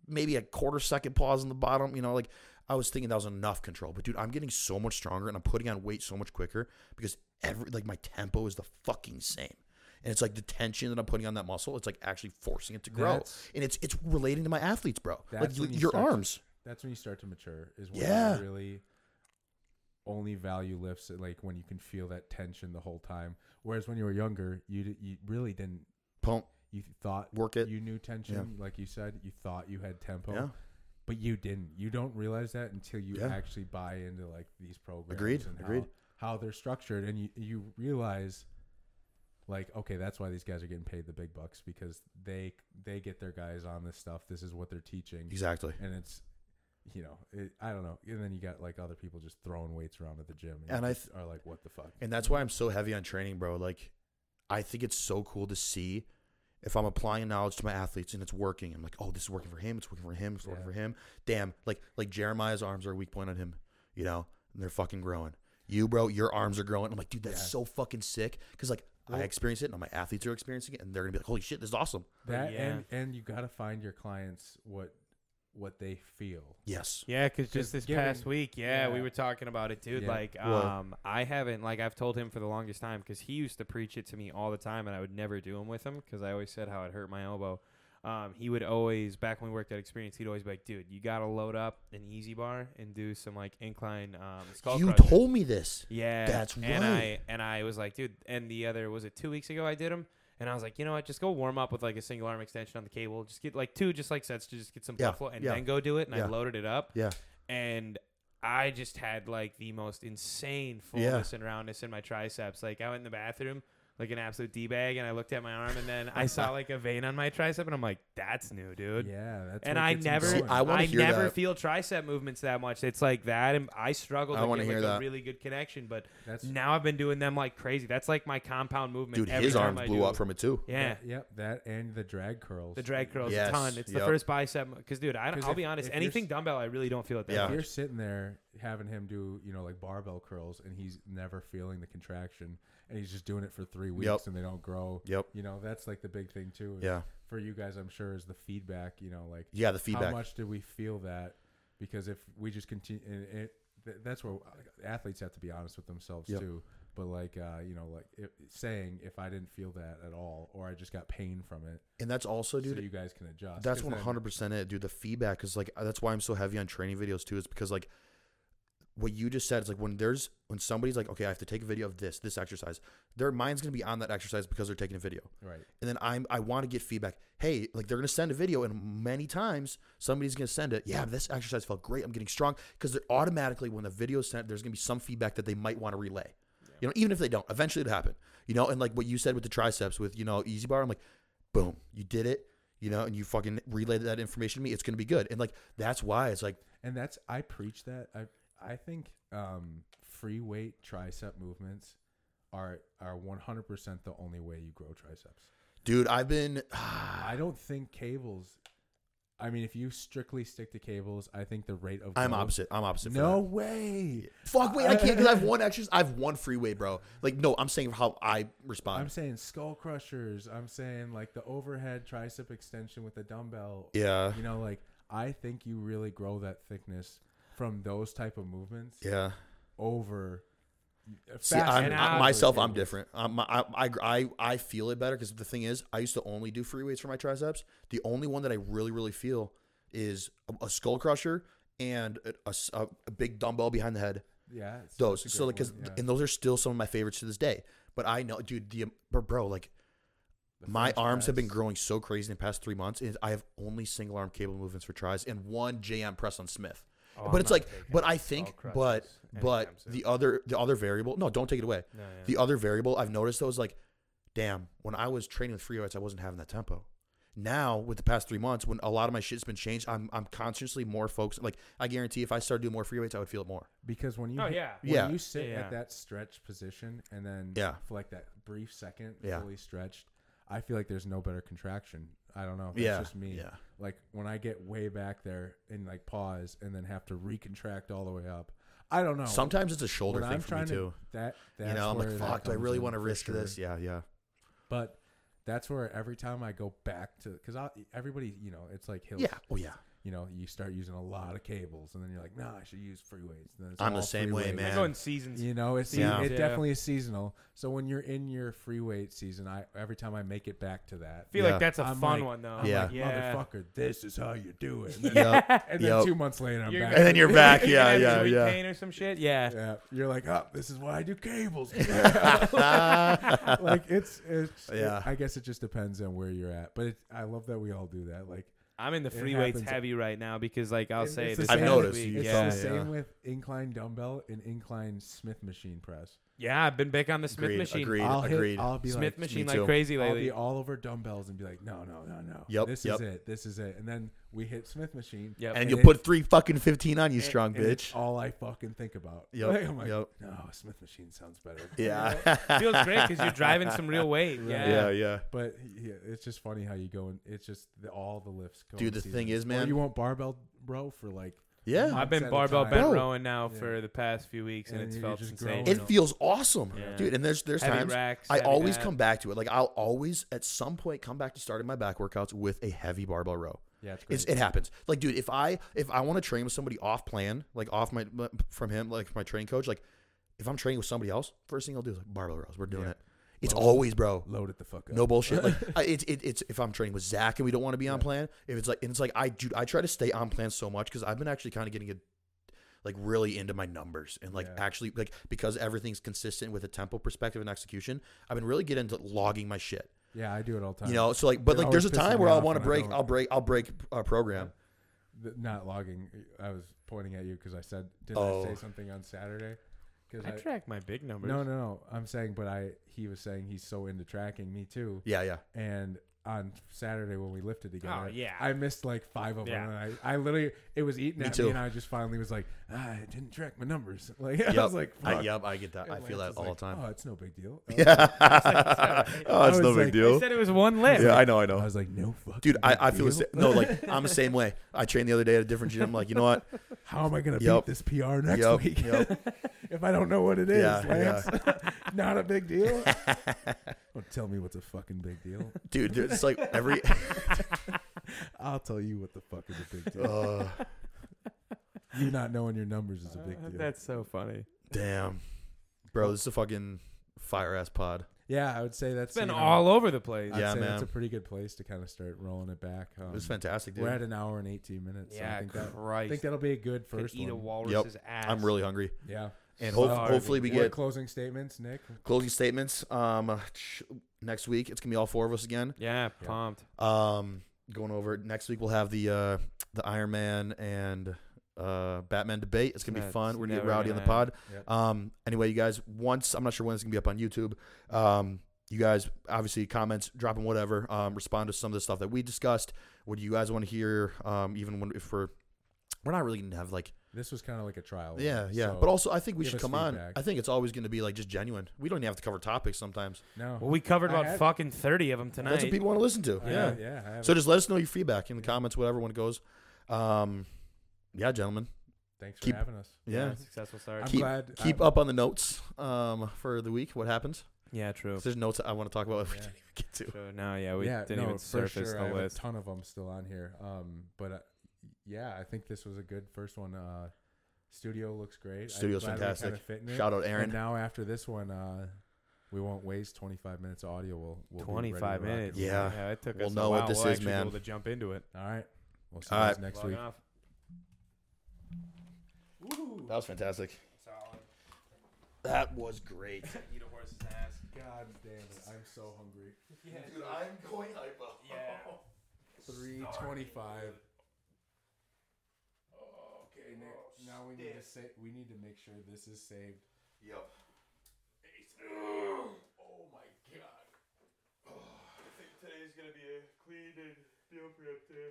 C: maybe a quarter second pause on the bottom, you know, like I was thinking that was enough control. But dude, I'm getting so much stronger and I'm putting on weight so much quicker because every like my tempo is the fucking same. And it's like the tension that I'm putting on that muscle, it's like actually forcing it to grow.
B: That's-
C: and it's it's relating to my athletes, bro. Like
B: That's when you
C: your
B: start to-
C: arms.
B: that's when you start to mature is when
C: Yeah.
B: you really only value lifts at, like when you can feel that tension the whole time whereas when you were younger you d- you really didn't
C: Pump.
B: you thought
C: Work it.
B: you knew tension like you said you thought you had tempo
C: Yeah.
B: but you didn't you don't realize that until you
C: Yeah.
B: actually buy into like these programs
C: Agreed,
B: and
C: agreed.
B: How, how they're structured and you you realize like okay that's why these guys are getting paid the big bucks because they they get their guys on this stuff this is what they're teaching
C: Exactly.
B: and it's you know it, i don't know and then you got like other people just throwing weights around at the gym and, you
C: And I
B: just are like what the fuck
C: And that's why I'm so heavy on training, bro. Like, I think it's so cool to see if I'm applying knowledge to my athletes and it's working. I'm like, oh, this is working for him. It's working for him. It's working
B: Yeah.
C: for him. Damn, like like Jeremiah's arms are a weak point on him, you know, and they're fucking growing. You, bro, your arms are growing. I'm like, dude, that's
B: Yeah.
C: so fucking sick. Cause like I
B: Well-
C: experience it, and my athletes are experiencing it, and they're gonna be like, holy shit, this is awesome.
B: that
A: yeah.
B: and and you got to find your clients what what they feel
C: Yes.
A: Yeah, because
B: Just
A: just this
B: giving-
A: past week, yeah, we
B: yeah.
A: were talking about it, dude.
B: Yeah.
A: Like,
C: Well-
A: um, I haven't, like, I've told him for the longest time because he used to preach it to me all the time, and I would never do him with him because I always said how it hurt my elbow. Um, he would always, back when we worked at Experience, he'd always be like, dude, you got to load up an easy bar and do some, like, incline um, skull
C: you
A: crusher."
C: told me this.
A: Yeah,
C: That's
A: And
C: right.
A: I and I was like, dude. And the other was it two weeks ago I did them, and I was like, you know what? Just go warm up with like a single arm extension on the cable. Just get like two, just like sets to just get some
C: Yeah,
A: blood flow, and
C: yeah,
A: then go do it. And
C: yeah.
A: I loaded it up.
C: Yeah.
A: and I just had like the most insane
C: Yeah.
A: fullness and roundness in my triceps. Like I went in the bathroom. Like an absolute d bag, and I looked at my arm, and then I saw like a vein on my tricep, and I'm like, "That's new, dude."
B: yeah that's
A: and
B: what
A: I
B: gets 'em
A: never,
C: See,
B: going.
C: I
A: I,
C: wanna hear
A: never
C: that.
A: feel tricep movements that much. It's like that, and I struggle
C: I
A: to
C: wanna
A: get
C: hear
A: like
C: that.
A: a really good connection. But
B: that's
A: now I've been doing them like crazy. That's like my compound movement.
C: Dude,
A: every
C: his
A: time
C: arms
A: I
C: blew
A: do.
C: up from it too.
A: yeah.
B: that- yep that and the drag curls
A: The drag curls
C: Yes,
A: a ton. It's
C: yep.
A: the first bicep because, dude, I don't,
B: 'Cause
A: I'll
B: if-
A: be honest.
B: if you're
A: Anything
B: s-
A: dumbbell, I really don't feel it that
C: Yeah.
B: if
A: much.
B: you're sitting there having him do you know like barbell curls and he's never feeling the contraction and he's just doing it for three weeks and they don't grow
C: Yep.
B: you know that's like the big thing too is
C: Yeah.
B: for you guys i'm sure is the feedback you know like
C: Yeah, the feedback.
B: how much do we feel that because if we just continue and it, th- that's where athletes have to be honest with themselves
C: Yep.
B: too but like uh, you know like if, saying if i didn't feel that at all or i just got pain from it
C: And that's also, dude,
B: so you guys can adjust
C: That's
B: 'Cause then-
C: one hundred percent it, dude. The feedback is like uh, that's why I'm so heavy on training videos too. Is because like what you just said is like when there's when somebody's like, okay, I have to take a video of this this exercise. Their mind's gonna be on that exercise because they're taking a video,
B: right
C: and then I'm I want to get feedback. Hey, like they're gonna send a video, and many times somebody's gonna send it. Yeah, this exercise felt great. I'm getting strong because they're automatically when the video's sent, there's gonna be some feedback that they might want to relay. You know, even if they don't, eventually it'll happen. You know, and like what you said with the triceps, with you know easy bar, I'm like, boom, you did it. You know, and you fucking relayed that information to me. It's gonna be good. And like that's why it's like,
B: and that's i preach that i i think um free weight tricep movements are are 100% the only way you grow triceps
C: dude, I've been. Ah.
B: I don't think cables. I mean, if you strictly stick to cables, I think the rate of
C: I'm
B: growth-
C: opposite. I'm opposite. for
B: No
C: that.
B: way.
C: Fuck, wait, I can't because I've one exercise. I've one freeway, bro. Like, no, I'm saying how I respond.
B: I'm saying skull crushers. I'm saying like the overhead tricep extension with the dumbbell.
C: yeah.
B: You know, like I think you really grow that thickness from those type of movements
C: Yeah.
B: over.
C: See, I'm,
A: and
C: I,
A: out.
C: myself, I'm different. I'm, I, I, I, I feel it better because the thing is, I used to only do free weights for my triceps. The only one that I really, really feel is a, a skull crusher and a- a, s- a- a big dumbbell behind the head.
B: Yeah, it's-
C: Those,
B: that's a
C: so
B: good
C: because
B: one, yeah.
C: and those are still some of my favorites to this day. But I know, dude, the bro, bro like
B: The
C: my
B: French
C: arms have been
B: press.
C: growing so crazy in the past three months, and I have only single arm cable movements for tries and one JM press on Smith.
A: Oh, I'm
C: but it's
A: not
C: like,
A: taking
C: but I
A: skull
B: Oh,
C: think,
A: crushers
C: but
A: anytime
C: but
A: soon.
C: the other the other variable. No, don't take it away.
A: No, yeah.
C: The other variable I've noticed though is like, damn, when I was training with free weights, I wasn't having that tempo. Now with the past three months, when a lot of my shit's been changed, I'm I'm consciously more focused. Like I guarantee, if I started doing more free weights, I would feel it more.
B: because when you
A: Oh,
B: hit-
A: yeah.
B: when
C: Yeah.
B: you sit
A: Yeah.
B: at that stretch position and then
C: Yeah.
B: for like that brief second
C: Yeah.
B: fully stretched, I feel like there's no better contraction. I don't know. If
C: Yeah.
B: That's just me.
C: Yeah.
B: Like when I get way back there and like pause and then have to recontract all the way up. I don't know.
C: Sometimes it's a shoulder
B: when
C: thing
B: I'm
C: for me
B: trying
C: too.
B: to that that's
C: you know, I'm
B: where that
C: like, fuck, do I
B: comes
C: really
B: in
C: want to
B: for
C: risk
B: sure.
C: this? Yeah, yeah.
B: But that's where every time I go back to because everybody you know it's like hills.
C: Yeah. Oh yeah.
B: You know, you start using a lot of cables, and then you're like, "Nah, I should use free weights." And then it's
C: I'm the
B: all
C: same
B: free
C: way,
B: weights.
A: I
C: man.
A: go in seasons.
B: You know, it's
C: Yeah.
B: it
A: Yeah.
B: definitely is seasonal. So when you're in your free weight season, I every time I make it back to that,
A: I feel
C: Yeah.
A: like that's a
B: I'm
A: fun
B: like-
A: one though.
B: I'm
C: Yeah.
B: like,
A: yeah.
B: motherfucker, this is how you do it. And then,
C: Yep.
B: and then
C: Yep.
B: two months later, I'm
A: You're
B: back.
A: gonna-
C: And then you're back.
A: you're
C: Yeah,
A: gonna have
C: yeah,
A: joint
C: yeah.
A: Pain or some shit. Yeah.
B: yeah, you're like, oh, this is why I do cables.
C: yeah.
B: like it's, it's
C: Yeah.
B: It, I guess it just depends on where you're at. But it, I love that we all do that. Like
A: I'm in the
B: It
A: free weights
B: happens.
A: heavy right now because like I'll
B: it-
A: say
B: it's the
A: this
B: same
C: I've
A: past
C: noticed
A: week-
C: you-
B: It's
A: Yeah,
B: the
A: yeah.
B: same with incline dumbbell and incline Smith machine press.
A: yeah, I've been big on the Smith
C: Agreed,
A: machine.
C: agreed.
B: I'll hit-
C: agreed.
B: I'll be
A: Smith
B: like,
A: machine
C: me
A: like
C: too.
A: crazy
B: I'll
A: lately.
B: be all over dumbbells and be like, no, no, no, no.
C: Yep,
B: This
C: yep.
B: is it. This is it. And then we hit Smith Machine.
A: Yep.
C: And
B: And
C: you
B: it-
C: put three fucking fifteen on you, strong
B: and it's
C: bitch.
B: all I fucking think about.
C: Yep,
B: Like, I'm like,
C: yep.
B: no, Smith Machine sounds better.
C: Yeah.
A: feels great because you're driving some real weight. Yeah.
C: yeah, yeah.
B: But yeah, it's just funny how you go and it's just the, all the lifts go.
C: Dude,
B: in
C: the thing
B: season.
C: is, man-
B: Or you want barbell row for like.
C: Yeah.
A: I've been
B: at a
A: barbell
B: time.
A: bent
C: Bro.
A: rowing now
B: Yeah.
A: for the past few weeks, and,
B: And
A: it's
B: you're
A: felt
B: just
A: insane.
B: growing.
C: It feels awesome,
A: Yeah.
C: dude. And there's there's
A: Heavy
C: times
A: racks,
C: I
A: heavy
C: always
A: that.
C: come back to it. Like I'll always at some point come back to starting my back workouts with a heavy barbell row.
B: Yeah, it's great.
C: It's, it happens. Like, dude, if I if I want to train with somebody off plan, like off my from him, like my training coach, like if I'm training with somebody else, first thing I'll do is like barbell rows. We're doing
B: Yeah.
C: it. It's
B: Load it.
C: always, bro.
B: Load it the fuck up.
C: No bullshit. Like I, it's it, it's if I'm training with Zach and we don't want to be on plan. If it's like and it's like I do I try to stay on plan so much because I've been actually kind of getting a like really into my numbers and like
B: Yeah.
C: actually like because everything's consistent with a tempo perspective and execution. I've been really getting into logging my shit.
B: Yeah, I do it all the time.
C: You know, so like but
B: You're
C: like there's a
B: always pissing me
C: time where I
B: off
C: want to
B: when I
C: break.
B: don't.
C: I'll break. I'll break a program.
B: Th- not logging. I was pointing at you because I said, did
C: Oh.
B: I say something on Saturday? Because
A: I track my big numbers.
B: No, no, no. I'm saying, but I he was saying he's so into tracking me too.
C: Yeah, yeah.
B: And on Saturday when we lifted together,
A: Oh, yeah.
B: I missed like five of
A: Yeah.
B: them. And I, I literally it was eating
C: Me
B: at
C: too.
B: me, and I just finally was like, ah, I didn't track my numbers. Like I
C: Yep.
B: was like,
C: I,
B: "Fuck."
C: yep, I get that.
B: And
C: I feel
B: Lance
C: that
B: was
C: all
B: like,
C: the time.
B: Oh, it's no big deal. I was like-
C: Yeah. oh, it's
B: I
C: no
B: was like-
C: big
A: They
C: deal.
A: said it was one lift.
C: Yeah, I know, I know.
B: I was like, no fucking.
C: Dude, I, I
B: big
C: feel the same.
B: deal.
C: No, like I'm the same way. I trained the other day at a different gym. I'm like, you know what?
B: How am I gonna beat
C: Yep.
B: this PR next
C: Yep,
B: week
C: yep.
B: if I don't know what it is?
C: Yeah,
B: Lance? Not a big deal. don't tell me what's a fucking big deal.
C: Dude, there- it's like every.
B: I'll tell you what the fuck is a big deal.
C: Uh,
B: you not knowing your numbers is a big
A: Uh,
B: deal.
A: That's so funny.
C: damn, bro, this is a fucking fire ass pod.
B: yeah, I would say that's
A: It's been
B: you know,
A: all over the place.
B: I'd
C: Yeah,
B: say
C: man.
B: that's a pretty good place to kind of start rolling it back. Um,
C: It was fantastic,
B: We're at
C: dude.
B: an hour and eighteen minutes. so I
A: yeah,
B: think that I
A: Christ.
B: think that'll be a good
A: Could
B: first
A: eat a
B: one.
A: walrus's ass.
C: I'm really hungry.
B: yeah,
C: And hope,
A: Starving.
C: hopefully we
B: What are
C: get
B: closing statements, Nick.
C: closing statements. Um, sh- next week it's gonna be all four of us again.
A: yeah,
B: Yeah.
A: pumped.
C: Um, going over it. next week we'll have the uh the Iron Man and uh Batman debate. It's gonna be
A: That's
C: fun. We're gonna get
A: never
C: rowdy on the
A: gonna
C: pod.
A: end.
B: Yep.
C: Um, anyway, you guys, once I'm not sure when it's gonna be up on YouTube. Um, you guys obviously comments, dropping whatever, um, respond to some of the stuff that we discussed. What do you guys want to hear? Um, even when if we're we're not really gonna have like
B: This was kind of like a trial. one,
C: yeah yeah,
B: Oh, so-
C: but also I think we
B: give
C: should
B: us
C: come on.
B: feedback.
C: I think it's always gonna be like just genuine. We don't even have to cover topics sometimes.
B: no.
A: Well, we covered
B: I
A: about
B: had-
A: fucking thirty of them tonight.
C: That's what people want to listen to.
B: I
C: yeah.
B: have- yeah. I have
C: So
B: it.
C: just let us know your feedback in the comments, whatever when it goes. Um, yeah, gentlemen.
B: thanks for
C: keep-
B: having us.
C: Yeah.
A: successful
B: I'm
A: start.
C: keep-
B: glad.
C: Keep
B: I'm-
C: up on the notes um, for the week. What happens?
A: yeah, true.
C: 'Cause There's notes I want to talk about. We
B: Yeah.
C: didn't even get to.
A: True. No, yeah, we
B: yeah,
A: didn't
B: no,
A: even
B: for
A: surface
B: sure. I
A: the
B: have
A: list.
B: a ton of them still on here. Um, but uh, yeah, I think this was a good first one. Uh, Studio looks great.
C: Studio's
B: I'm glad we
C: fantastic.
B: kinda fit in it.
C: Shout out Aaron.
B: And now after this one, uh, we won't waste 25 minutes of audio. We'll, we'll be ready to
A: 25
B: rock and
A: minutes.
B: roll.
C: Yeah.
A: it took
C: We'll
A: us
C: know
A: a
C: what
A: while.
C: this
A: We'll
C: is,
A: actually be
C: man.
A: able to jump into it.
B: All right. We'll see
C: All
B: you guys
C: right.
B: next
A: Log
B: week.
A: off.
B: uh,
C: That was fantastic.
A: Solid.
C: That was great.
A: Eat a horse's ass.
B: God damn it. I'm so hungry.
C: Dude, I'm going hypo.
A: Yeah.
B: 325. Okay, Nick. Oh, Now we need to say we need to make sure this is saved.
C: Yep.
B: Oh my god.
A: Today's gonna be a clean and deal for up there.